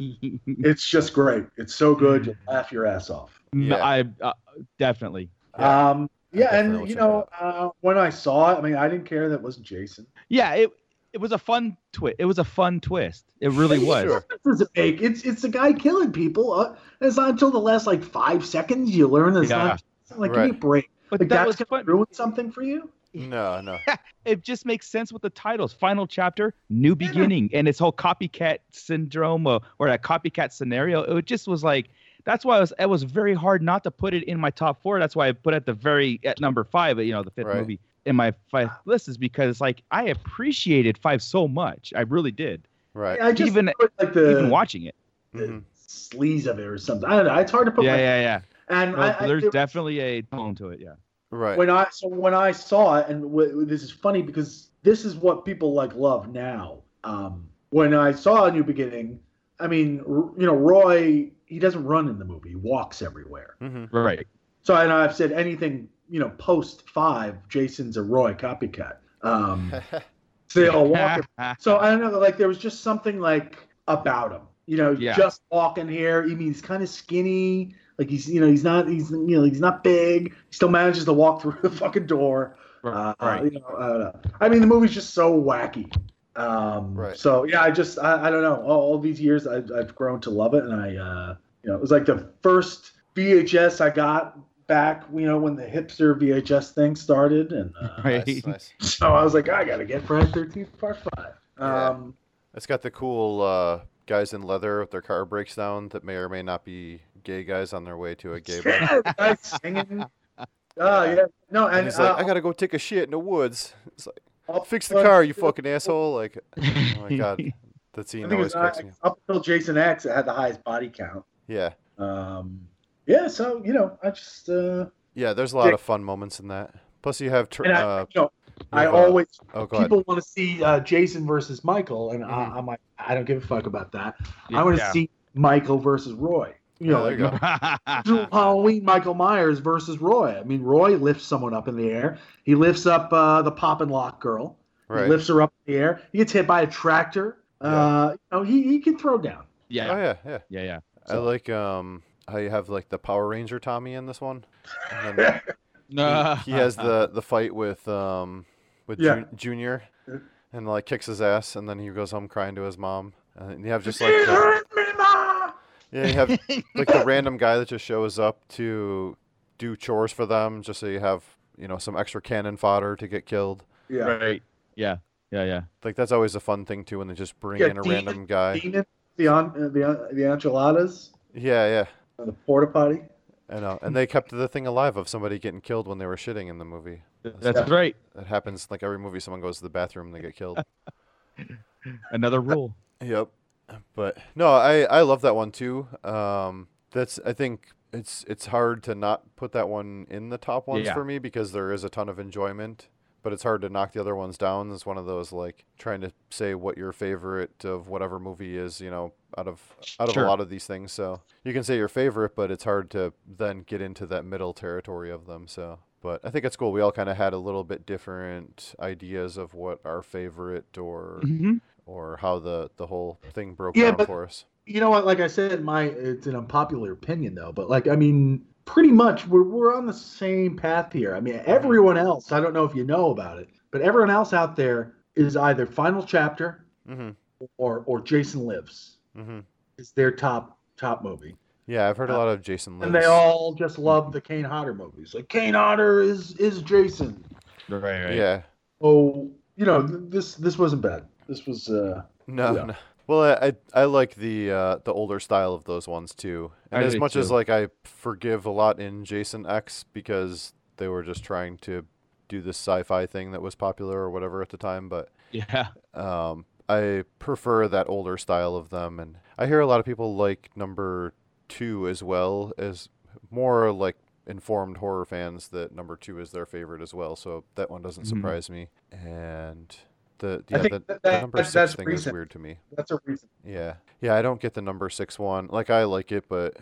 Speaker 8: It's just great. It's so good. You'll
Speaker 7: Mm-hmm.
Speaker 8: laugh your ass off.
Speaker 9: No,
Speaker 7: Yeah.
Speaker 9: I uh, definitely.
Speaker 7: Yeah.
Speaker 8: Um,
Speaker 7: I
Speaker 8: yeah,
Speaker 7: definitely will
Speaker 8: and you
Speaker 7: check
Speaker 8: know,
Speaker 7: it
Speaker 8: uh, when I saw it, I mean, I didn't care that it wasn't Jason.
Speaker 9: Yeah. It it was a fun twist. It was a fun twist. It really was.
Speaker 7: Sure.
Speaker 8: difference it make? It's it's the guy killing people. Uh, it's not until the last like five seconds you learn it's
Speaker 9: Yeah.
Speaker 8: not it's not like
Speaker 7: Right.
Speaker 8: give me a break.
Speaker 9: But
Speaker 8: Like
Speaker 9: that
Speaker 8: that's
Speaker 9: was
Speaker 8: gonna
Speaker 9: fun.
Speaker 8: ruin something for you.
Speaker 7: No, no.
Speaker 9: It just makes sense with the titles. Final chapter, new beginning, and this whole copycat syndrome or, or that copycat scenario. It just was like that's why it was it was very hard not to put it in my top four. That's why I put it at the very at number five. You know, the fifth
Speaker 7: Right.
Speaker 9: movie in my five list is because like I appreciated five so much. I really did.
Speaker 7: Right.
Speaker 8: I just
Speaker 9: Uh, Even-
Speaker 8: put, like the
Speaker 9: Even watching it.
Speaker 7: Mhm.
Speaker 8: sleaze of it or something. I don't know. It's hard to put.
Speaker 9: Yeah,
Speaker 8: my,
Speaker 9: yeah, yeah.
Speaker 8: And
Speaker 9: No,
Speaker 8: I, I,
Speaker 9: there's
Speaker 8: it-
Speaker 9: definitely a tone to it. Yeah.
Speaker 7: Right.
Speaker 8: when I so when I saw it, and w- w- this is funny because this is what people like love now. Um, when I saw a new beginning, I mean, r- you know, Roy he doesn't run in the movie. He walks everywhere.
Speaker 9: Right.
Speaker 8: So I know I've said anything you know post five. Jason's a Roy copycat. Um, so they all walk. so I don't know. Like there was just something like about him. You know,
Speaker 9: Yeah.
Speaker 8: just walking here. I mean, he's kind of skinny. Like he's you know he's not he's you know he's not big. He still manages to walk through the fucking door. Uh,
Speaker 9: right.
Speaker 8: You know, I, don't know. I mean, the movie's just so wacky. Um,
Speaker 7: Right.
Speaker 8: So yeah, I just I, I don't know. All, all these years, I've, I've grown to love it, and I uh, you know it was like the first VHS I got back. You know when the hipster VHS thing started, and uh,
Speaker 9: right.
Speaker 7: Nice, nice.
Speaker 8: so I was like, I gotta get Friday Thirteenth Part Five. Um,
Speaker 7: It's got the cool uh, guys in leather if their car breaks down that may or may not be gay guys on their way to a gay bar.
Speaker 8: yeah, the guy singing. Oh yeah, no, and,
Speaker 7: And he's like,
Speaker 8: uh,
Speaker 7: I gotta go take a shit in the woods. It's like,
Speaker 8: I'll
Speaker 7: fix the car, you fucking asshole. Like, oh my god, that
Speaker 8: I
Speaker 7: scene
Speaker 8: think it
Speaker 7: always
Speaker 8: was,
Speaker 7: cracks
Speaker 8: uh,
Speaker 7: me. up.
Speaker 8: up until Jason X, it had the highest body count.
Speaker 7: Yeah,
Speaker 8: Um, yeah, so you know, I just uh,
Speaker 7: yeah. There's a lot of fun moments in that. Plus, you have, tr-
Speaker 8: and I,
Speaker 7: uh,
Speaker 8: you know, I
Speaker 7: have, uh,
Speaker 8: always
Speaker 7: oh god,
Speaker 8: people want to see uh, Jason versus Michael, and
Speaker 7: Mm-hmm.
Speaker 8: I, I'm like, I don't give a fuck about that. I want to
Speaker 9: Yeah.
Speaker 8: see Michael versus Roy. You know,
Speaker 7: Yeah, there
Speaker 8: like
Speaker 7: you go.
Speaker 8: original Halloween Michael Myers versus Roy. I mean, Roy lifts someone up in the air. He lifts up uh, the pop and lock girl. He
Speaker 7: Right.
Speaker 8: lifts her up in the air. He gets hit by a tractor. Uh, you know, he, he can throw down.
Speaker 9: yeah.
Speaker 7: Oh yeah, yeah.
Speaker 9: Yeah. Yeah.
Speaker 7: I like um how you have like the Power Ranger Tommy in this one. And then he has the the fight with um with
Speaker 8: Yeah.
Speaker 7: Jun- Junior, and like kicks his ass, and then he goes home crying to his mom. And you have just like the, yeah, you have like the random guy that just shows up to do chores for them, just so you have you know some extra cannon fodder to get killed.
Speaker 8: Yeah.
Speaker 9: Right. Yeah. Yeah. Yeah.
Speaker 7: Like that's always a fun thing too when they just bring
Speaker 8: Yeah,
Speaker 7: in a
Speaker 8: Dean-
Speaker 7: random guy.
Speaker 8: Demon, uh, the, on, the, the enchiladas,
Speaker 7: Yeah, yeah.
Speaker 8: uh, the porta potty.
Speaker 7: I know. And they kept the thing alive of somebody getting killed when they were shitting in the movie.
Speaker 9: That's right.
Speaker 7: That happens like every movie. Someone goes to the bathroom and they get killed.
Speaker 9: Another rule.
Speaker 7: yep. But no, I I love that one too. Um, that's I think it's it's hard to not put that one in the top ones
Speaker 9: Yeah.
Speaker 7: for me because there is a ton of enjoyment. But it's hard to knock the other ones down. It's one of those like trying to say what your favorite of whatever movie is, you know, out of out of
Speaker 9: Sure.
Speaker 7: a lot of these things. So you can say your favorite, but it's hard to then get into that middle territory of them. So, but I think it's cool. We all kind of had a little bit different ideas of what our favorite or or how the the whole thing broke
Speaker 8: Yeah,
Speaker 7: down
Speaker 8: but-
Speaker 7: for us.
Speaker 8: You know what? Like I said, my it's an unpopular opinion though, but like I mean, pretty much we're we're on the same path here. I mean, everyone else, I don't know if you know about it, but everyone else out there is either Final Chapter
Speaker 7: hmm
Speaker 8: or or Jason Lives
Speaker 7: hmm
Speaker 8: is their top top movie,
Speaker 7: Yeah, I've heard a lot of Jason. Lives.
Speaker 8: Uh, and they all just love the Kane Hodder movies. Like Kane Hodder is is Jason.
Speaker 9: Right. Right.
Speaker 7: Yeah.
Speaker 8: Oh, you know th- this this wasn't bad. This was uh
Speaker 7: No,
Speaker 8: Yeah.
Speaker 7: no. Well, I, I I like the uh, the older style of those ones too. And
Speaker 9: I
Speaker 7: as
Speaker 9: do
Speaker 7: much as
Speaker 9: too.
Speaker 7: like I forgive a lot in Jason X because they were just trying to do this sci-fi thing that was popular or whatever at the time, but
Speaker 9: Yeah.
Speaker 7: um, I prefer that older style of them. And I hear a lot of people like number two as well as more like informed horror fans that number two is their favorite as well. So that one doesn't
Speaker 9: Mhm.
Speaker 7: surprise me. And the
Speaker 8: I
Speaker 7: yeah,
Speaker 8: think
Speaker 7: the,
Speaker 8: that-
Speaker 7: the
Speaker 8: that-
Speaker 7: number
Speaker 8: that-
Speaker 7: six
Speaker 8: that's
Speaker 7: thing is
Speaker 8: recent.
Speaker 7: weird to me.
Speaker 8: that's a reason.
Speaker 7: Yeah. Yeah, I don't get the number six one. Like I like it, but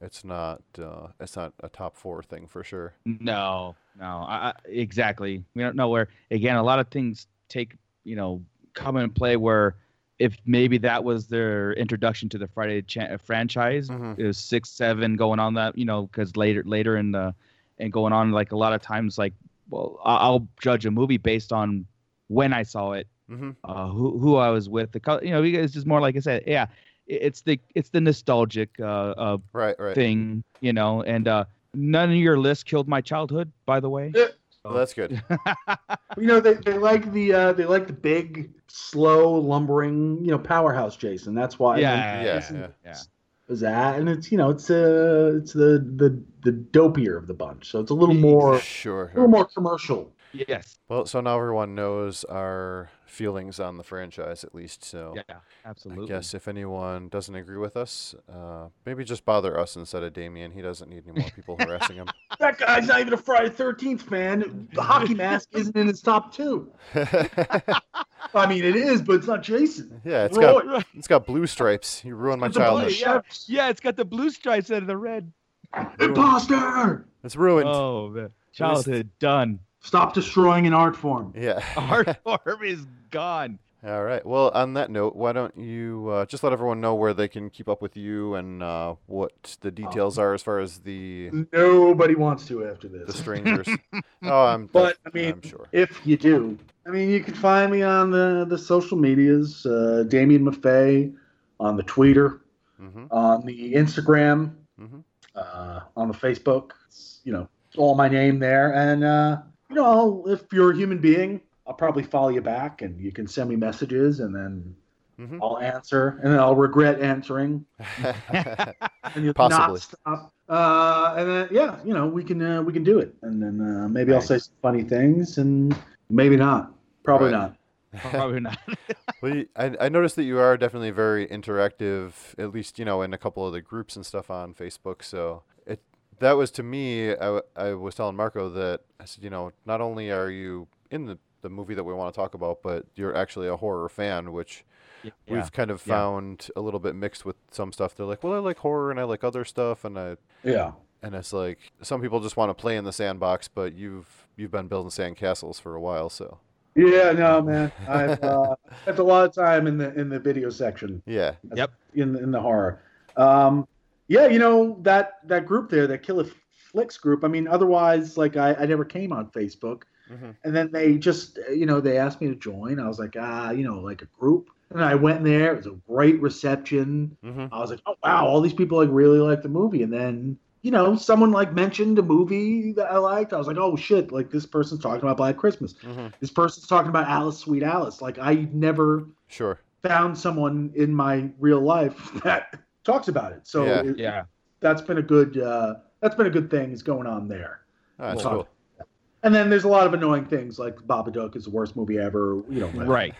Speaker 7: it's not uh it's not a top four thing for sure.
Speaker 9: No, no, I, I, exactly. We don't know where. Again, a lot of things take you know come and play where if maybe that was their introduction to the Friday cha- uh, franchise
Speaker 7: Mhm.
Speaker 9: is six seven going on that you know because later later in the and going on like a lot of times like well I- I'll judge a movie based on when I saw it
Speaker 7: Mm-hmm.
Speaker 9: uh, who who I was with the color you know it's just more like I said yeah it- it's the it's the nostalgic uh, uh
Speaker 7: Right, right.
Speaker 9: thing, you know. And uh, none of your list killed my childhood, by the way.
Speaker 7: Well, that's good.
Speaker 8: You know, they, they like the uh, they like the big, slow, lumbering, you know, powerhouse Jason. That's why
Speaker 9: Yeah,
Speaker 7: Yeah,
Speaker 9: yeah,
Speaker 7: yeah.
Speaker 9: yeah.
Speaker 8: is that, and it's you know, it's uh, it's the the the dopier of the bunch, so it's a little more a
Speaker 7: Sure.
Speaker 8: little more commercial.
Speaker 9: Yes.
Speaker 7: Well, so now everyone knows our feelings on the franchise, at least. So
Speaker 9: Yeah. Absolutely.
Speaker 7: I guess if anyone doesn't agree with us, uh, maybe just bother us instead of Damien. He doesn't need any more people harassing him.
Speaker 8: That guy's not even a Friday Thirteenth fan. The hockey mask isn't in his top two. I mean, it is, but it's not Jason.
Speaker 7: yeah, it's
Speaker 8: Roy.
Speaker 7: got it's got blue stripes. You ruined my
Speaker 8: It's a blue
Speaker 7: childhood.
Speaker 8: shirt.
Speaker 9: Yeah, it's got the blue stripes out of the red.
Speaker 8: Imposter!
Speaker 7: It's ruined.
Speaker 9: Oh man. Childhood done.
Speaker 8: Stop destroying an art form.
Speaker 7: Yeah.
Speaker 9: Art form is gone.
Speaker 7: All right. Well, on that note, why don't you uh, just let everyone know where they can keep up with you and uh, what
Speaker 8: Oh.
Speaker 7: the details are as far as the
Speaker 8: Nobody wants to after
Speaker 7: the
Speaker 8: this.
Speaker 7: strangers? oh, I'm.
Speaker 8: But, I mean,
Speaker 7: am sure.
Speaker 8: If you do, I mean, you can find me on the, the social medias, uh, Damien Maffei, on the Twitter,
Speaker 7: hmm
Speaker 8: on the Instagram,
Speaker 7: Mhm.
Speaker 8: uh, on the Facebook. It's, you know, it's all my name there. And, uh, you know, I'll, if you're a human being, I'll probably follow you back and you can send me messages and then
Speaker 7: Mhm.
Speaker 8: I'll answer and then I'll regret answering.
Speaker 7: Mm-hmm.
Speaker 8: And you'll
Speaker 7: Possibly.
Speaker 8: Not stop. Uh, and then, yeah, you know, we can uh, we can do it. And then uh, maybe I'll say some funny things and maybe not. Probably
Speaker 7: Right.
Speaker 8: not.
Speaker 9: Probably not.
Speaker 7: Well, you- I, I noticed that you are definitely very interactive, at least you know in a couple of the groups and stuff on Facebook. So it that was to me. I, w- I was telling Marco that I said, you know, not only are you in the the movie that we want to talk about, but you're actually a horror fan, which
Speaker 9: Yeah.
Speaker 7: we've kind of
Speaker 9: yeah.
Speaker 7: found a little bit mixed with some stuff. They're like, well, I like horror and I like other stuff, and I
Speaker 8: Yeah.
Speaker 7: and it's like some people just want to play in the sandbox, but you've you've been building sand castles for a while, so
Speaker 8: Yeah, no, man. I've uh, spent a lot of time in the in the video section.
Speaker 7: yeah,
Speaker 8: in in the horror. Um, yeah, you know that that group there, that Killer Flicks group. I mean, otherwise, like I, I never came on Facebook,
Speaker 7: Mhm.
Speaker 8: and then they just uh, you know they asked me to join. I was like, ah, you know, like a group, and I went in there. It was a great reception.
Speaker 7: Mhm.
Speaker 8: I was like, oh wow, all these people like really like the movie, and then. You know, someone like mentioned a movie that I liked. I was like, "Oh shit!" Like this person's talking about Black Christmas.
Speaker 7: Mhm.
Speaker 8: This person's talking about Alice, Sweet Alice. Like I never
Speaker 7: sure,
Speaker 8: found someone in my real life that talks about it. So
Speaker 7: Yeah.
Speaker 8: it-
Speaker 9: Yeah.
Speaker 8: that's been a good uh, that's been a good thing is going on there.
Speaker 7: Ah, that's
Speaker 8: Well, And then there's a lot of annoying things like Babadook is the worst movie ever, you know,
Speaker 9: Right.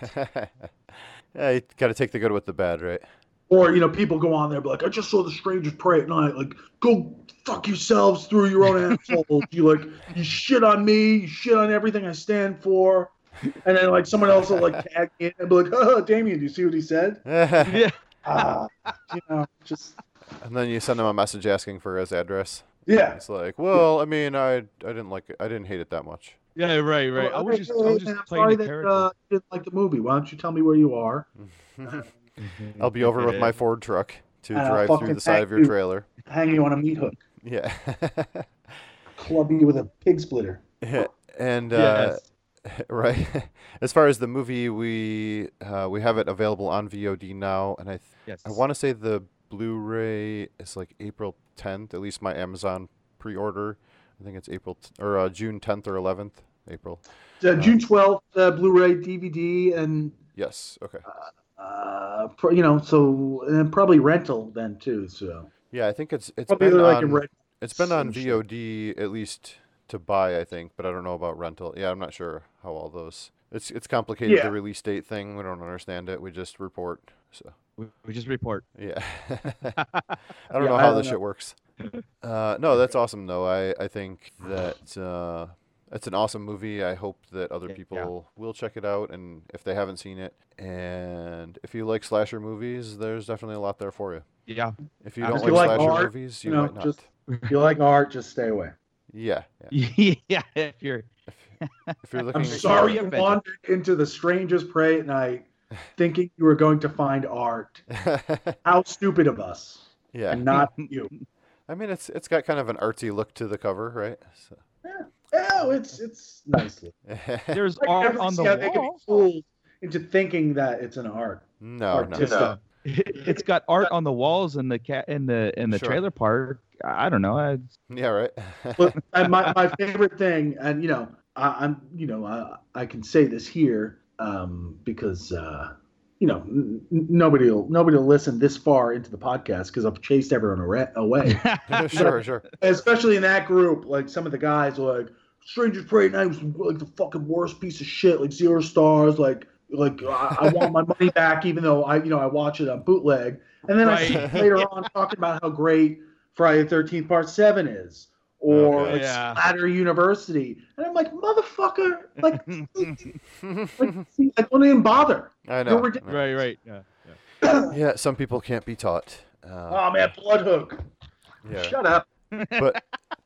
Speaker 7: yeah, you got to take the good with the bad, right?
Speaker 8: or you know people go on there and be like, I just saw The Strangers Pray at night, like go fuck yourselves through your own assholes. You like you shit on me, you shit on everything I stand for. And then like someone else will like tag me in and be like, oh, Damien, do you see what he said?
Speaker 7: and
Speaker 9: Yeah.
Speaker 8: Ah, you know, just
Speaker 7: then you send him a message asking for his address.
Speaker 8: yeah.
Speaker 7: It's like, well, I mean, I I didn't like it. I didn't hate it that much.
Speaker 9: Yeah. Right. Right. I was
Speaker 8: Okay,
Speaker 9: just, I
Speaker 8: hey,
Speaker 9: was
Speaker 8: man,
Speaker 9: just
Speaker 8: I'm
Speaker 9: playing the
Speaker 8: sorry that
Speaker 9: character.
Speaker 8: uh, you didn't like the movie. Why don't you tell me where you are?
Speaker 7: I'll be over with my Ford truck to
Speaker 8: And
Speaker 9: Uh,
Speaker 8: I'll
Speaker 7: drive through
Speaker 8: fucking
Speaker 7: the side
Speaker 8: thank
Speaker 7: of your
Speaker 8: you.
Speaker 7: trailer.
Speaker 8: Hang you on a meat hook,
Speaker 7: Yeah.
Speaker 8: club you with a pig splitter.
Speaker 7: and uh,
Speaker 9: Yes.
Speaker 7: right, as far as the movie, we uh, we have it available on VOD now, and I th-
Speaker 9: Yes.
Speaker 7: I want to say the Blu-ray is like April 10th. At least my Amazon pre-order. I think it's April t- or uh, June 10th or 11th. April.
Speaker 8: Uh, June twelfth, uh, Blu-ray, DVD, and
Speaker 7: Yes. Okay.
Speaker 8: uh, pro- you know, so and probably rental then too. So
Speaker 7: Yeah, I think it's it's
Speaker 8: probably
Speaker 7: been
Speaker 8: they're like a
Speaker 7: on
Speaker 8: red.
Speaker 7: it's been
Speaker 8: some
Speaker 7: on
Speaker 8: shit.
Speaker 7: VOD at least to buy, I think, but I don't know about rental. Yeah, I'm not sure how all those. It's it's complicated
Speaker 8: Yeah.
Speaker 7: the release date thing. We don't understand it. We just report. So
Speaker 9: We, we just report.
Speaker 7: yeah, I don't
Speaker 8: Yeah,
Speaker 7: know
Speaker 8: I
Speaker 7: how
Speaker 8: don't
Speaker 7: this
Speaker 8: know.
Speaker 7: shit works. Uh, no, that's awesome though. I I think that uh, it's an awesome movie. I hope that other
Speaker 9: Yeah.
Speaker 7: people will check it out, and if they haven't seen it, and if you like slasher movies, there's definitely a lot there for you.
Speaker 9: Yeah.
Speaker 7: If you don't
Speaker 9: If
Speaker 7: like,
Speaker 9: you
Speaker 8: like
Speaker 7: slasher
Speaker 8: art,
Speaker 7: movies, you
Speaker 8: you know,
Speaker 7: might not.
Speaker 8: just if you like art, just stay away.
Speaker 7: Yeah, yeah.
Speaker 9: yeah. If you're.
Speaker 7: If you're looking,
Speaker 8: I'm
Speaker 7: at-
Speaker 8: sorry you
Speaker 9: offended.
Speaker 8: wandered into the strangers' prey at night, thinking you were going to find art. How stupid of us,
Speaker 7: yeah,
Speaker 8: and not you.
Speaker 7: I mean it's it's got kind of an artsy look to the cover, right? So.
Speaker 8: Oh, it's it's nicely.
Speaker 9: There's
Speaker 8: I
Speaker 9: art
Speaker 8: never
Speaker 9: on
Speaker 8: see
Speaker 9: the
Speaker 8: how they could be
Speaker 9: wall.
Speaker 8: fooled into thinking that it's an art.
Speaker 7: no, Oh, no,
Speaker 8: artistic.
Speaker 9: it's got art on the walls in the cat in the in the
Speaker 7: Sure.
Speaker 9: trailer park. I don't know. I,
Speaker 7: yeah, right.
Speaker 8: But and my, my favorite thing, and you know, I, I'm you know I I can say this here um, because uh, you know n- n- nobody will nobody will listen this far into the podcast because I've chased everyone ara- away,
Speaker 7: sure, sure.
Speaker 8: especially in that group. Like some of the guys were like, Stranger's Parade 9 was like the fucking worst piece of shit, like zero stars, like like I, I want my money back, even though I you know I watch it on bootleg. And then I see
Speaker 9: Right.
Speaker 8: later on talking about how great Friday the Thirteenth Part Seven is, or
Speaker 7: Okay.
Speaker 8: like
Speaker 9: Yeah.
Speaker 8: Splatter University, and I'm like, motherfucker, like, like, see, like don't even bother.
Speaker 7: I know.
Speaker 8: They're ridic-
Speaker 9: Right, right. Yeah.
Speaker 7: Yeah, some people can't be taught. Uh,
Speaker 8: Oh man, Bloodhook,
Speaker 7: yeah.
Speaker 8: shut up.
Speaker 7: uh,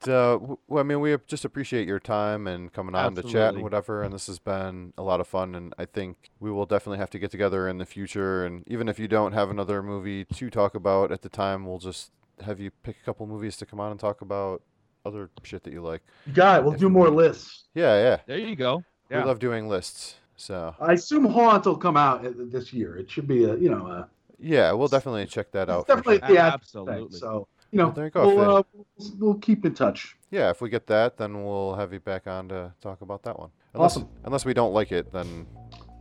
Speaker 7: w- well, I mean, we just appreciate your time and coming on to chat
Speaker 9: Absolutely.
Speaker 7: and whatever. And this has been a lot of fun. And I think we will definitely have to get together in the future. And even if you don't have another movie to talk about at the time, we'll just have you pick a couple movies to come on and talk about other shit that you like.
Speaker 8: You got it. We'll do more lists.
Speaker 7: Yeah, yeah.
Speaker 9: There you go.
Speaker 7: We
Speaker 9: Yeah.
Speaker 7: love doing lists. So
Speaker 8: I assume Haunt will come out uh, this year. It should be a you know a
Speaker 7: yeah, we'll definitely check that out.
Speaker 8: It's
Speaker 7: for
Speaker 8: definitely
Speaker 7: sure.
Speaker 8: the ad thing.
Speaker 9: Absolutely.
Speaker 8: So you know,
Speaker 7: Well, there you go,
Speaker 8: We'll, uh, we'll, we'll keep in touch.
Speaker 7: Yeah, if we get that, then we'll have you back on to talk about that one. Unless,
Speaker 8: Awesome.
Speaker 7: Unless we don't like it, then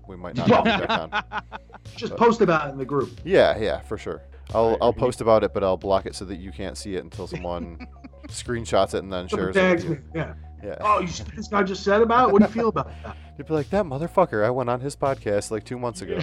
Speaker 7: we might not have you back on.
Speaker 8: Just
Speaker 7: Uh,
Speaker 8: post about it in the group.
Speaker 7: Yeah, yeah, for sure. I'll I'll post about it, but I'll block it so that you can't see it until someone screenshots it and then
Speaker 8: Someone
Speaker 7: shares it.
Speaker 8: tags
Speaker 7: With you.
Speaker 8: me, Yeah.
Speaker 7: Yeah,
Speaker 8: Oh, you, see this guy just said about it? What do you feel about that?
Speaker 7: you'd be like that motherfucker. I went on his podcast like two months ago.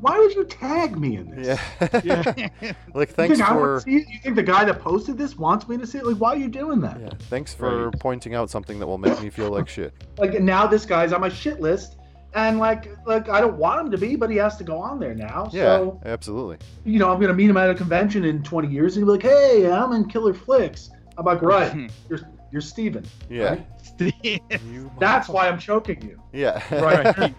Speaker 8: Why would you tag me in this?
Speaker 7: Yeah, like
Speaker 8: You
Speaker 7: thanks
Speaker 8: think I
Speaker 7: for
Speaker 8: would see it? You think the guy that posted this wants me to see it? Like, why are you doing that?
Speaker 7: yeah, thanks for pointing out something that will make me feel like shit.
Speaker 8: Like, now this guy's on my shit list, and like, like I don't want him to be, but he has to go on there now.
Speaker 7: Yeah,
Speaker 8: So
Speaker 7: absolutely.
Speaker 8: you know, I'm gonna meet him at a convention in 20 years, and he'll be like, "Hey, I'm in Killer Flicks." I'm like, "Right, you're you're Steven.
Speaker 7: Yeah,
Speaker 8: Right? That's why I'm choking you."
Speaker 7: yeah.
Speaker 9: right.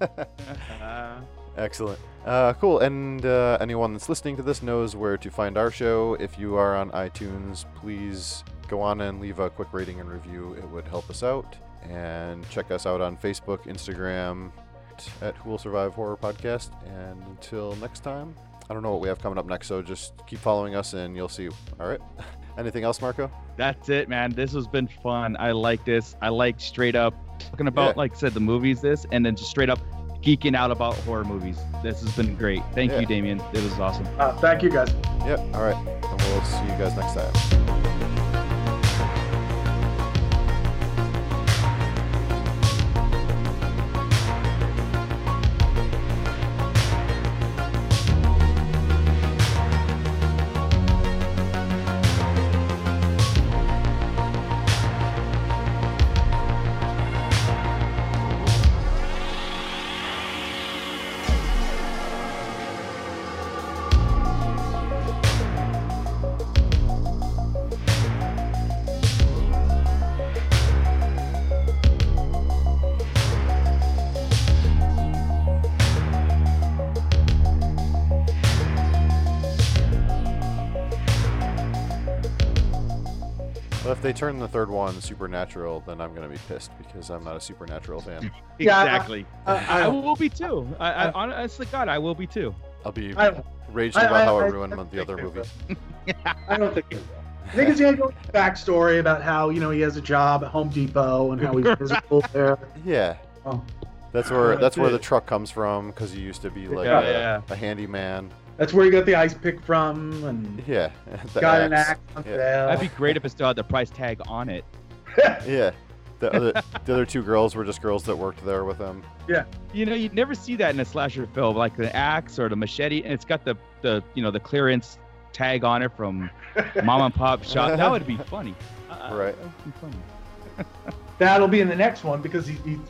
Speaker 9: Uh-huh.
Speaker 7: Excellent. Uh, cool. And uh, anyone that's listening to this knows where to find our show. If you are on iTunes, please go on and leave a quick rating and review. It would help us out. And check us out on Facebook, Instagram, t- at Who Will Survive Horror Podcast. And until next time, I don't know what we have coming up next, so just keep following us and you'll see. All right. Anything else, Marco?
Speaker 9: That's it, man. This has been fun. I like this. I like straight up talking about,
Speaker 7: Yeah.
Speaker 9: like I said, the movies, this, and then just straight up geeking out about horror movies. This has been great. Thank
Speaker 7: Yeah.
Speaker 9: you, Damien. It was awesome.
Speaker 8: Uh, thank you, guys.
Speaker 7: Yep. All right. And we'll see you guys next time. Well, if they turn the third one supernatural, then I'm going to be pissed because I'm not a supernatural fan.
Speaker 8: Yeah, I-
Speaker 9: Exactly. I,
Speaker 8: I, I,
Speaker 9: will be too. I, I honestly, God, I will be too.
Speaker 7: I'll be
Speaker 8: I,
Speaker 7: raged
Speaker 8: I-
Speaker 7: about
Speaker 8: I-
Speaker 7: how it
Speaker 8: I-
Speaker 7: ruined
Speaker 8: I
Speaker 7: the other
Speaker 8: think
Speaker 7: movie.
Speaker 8: I don't think. I think it's gonna go with the backstory about how you know he has a job at Home Depot and how he's miserable there.
Speaker 7: Yeah,
Speaker 8: Oh,
Speaker 7: that's where
Speaker 9: That's
Speaker 7: that's where the
Speaker 9: it.
Speaker 7: truck comes from because he used to be like
Speaker 9: Yeah,
Speaker 7: a,
Speaker 9: yeah.
Speaker 7: a handyman.
Speaker 8: that's where he got the ice pick from, and
Speaker 7: Yeah, the
Speaker 8: got an
Speaker 7: axe.
Speaker 8: axe on
Speaker 7: Yeah.
Speaker 8: sale.
Speaker 9: That'd be great if it still had the price tag on it.
Speaker 7: Yeah, the other the other two girls were just girls that worked there with him.
Speaker 9: You know, you'd never see that in a slasher film, like the axe or the machete, and it's got the the you know the clearance tag on it from mom and pop shop. That would be funny. Uh,
Speaker 7: Right.
Speaker 9: that would be funny.
Speaker 8: That'll be in the next one because he, he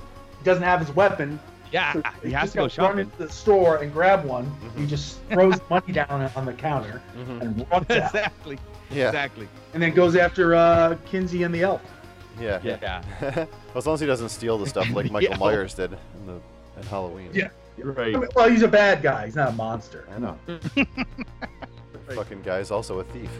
Speaker 8: doesn't have his weapon.
Speaker 9: Yeah,
Speaker 8: so
Speaker 9: he has
Speaker 8: just
Speaker 9: to go
Speaker 8: gotta Run
Speaker 9: shopping.
Speaker 8: into the store and grab one.
Speaker 7: Mm-hmm.
Speaker 8: He just throws money down on the counter and runs out,
Speaker 9: exactly.
Speaker 7: Yeah,
Speaker 9: Mm-hmm. Exactly.
Speaker 8: and then goes after uh, Kinsey and the elf.
Speaker 7: yeah.
Speaker 9: Yeah.
Speaker 7: well, as long as he doesn't steal the stuff like Michael
Speaker 9: Yeah.
Speaker 7: Myers did in the in Halloween.
Speaker 8: Yeah.
Speaker 9: Right.
Speaker 8: Well, he's a bad guy. He's not a monster.
Speaker 7: I know. Fucking guy's also a thief.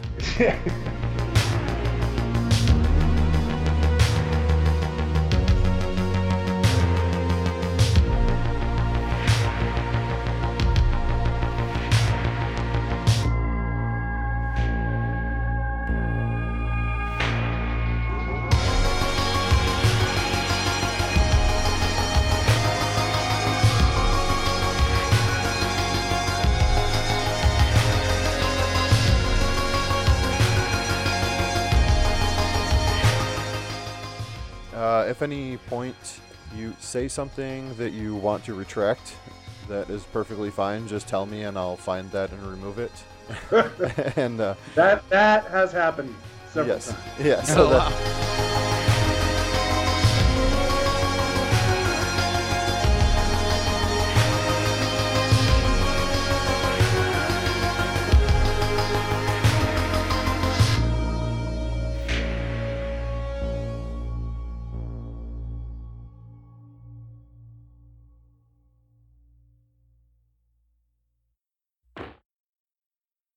Speaker 7: Uh, if any point you say something that you want to retract, that is perfectly fine. Just tell me, and I'll find that and remove it. and uh,
Speaker 8: That that has happened several
Speaker 7: yes,
Speaker 8: times.
Speaker 7: yeah. So that,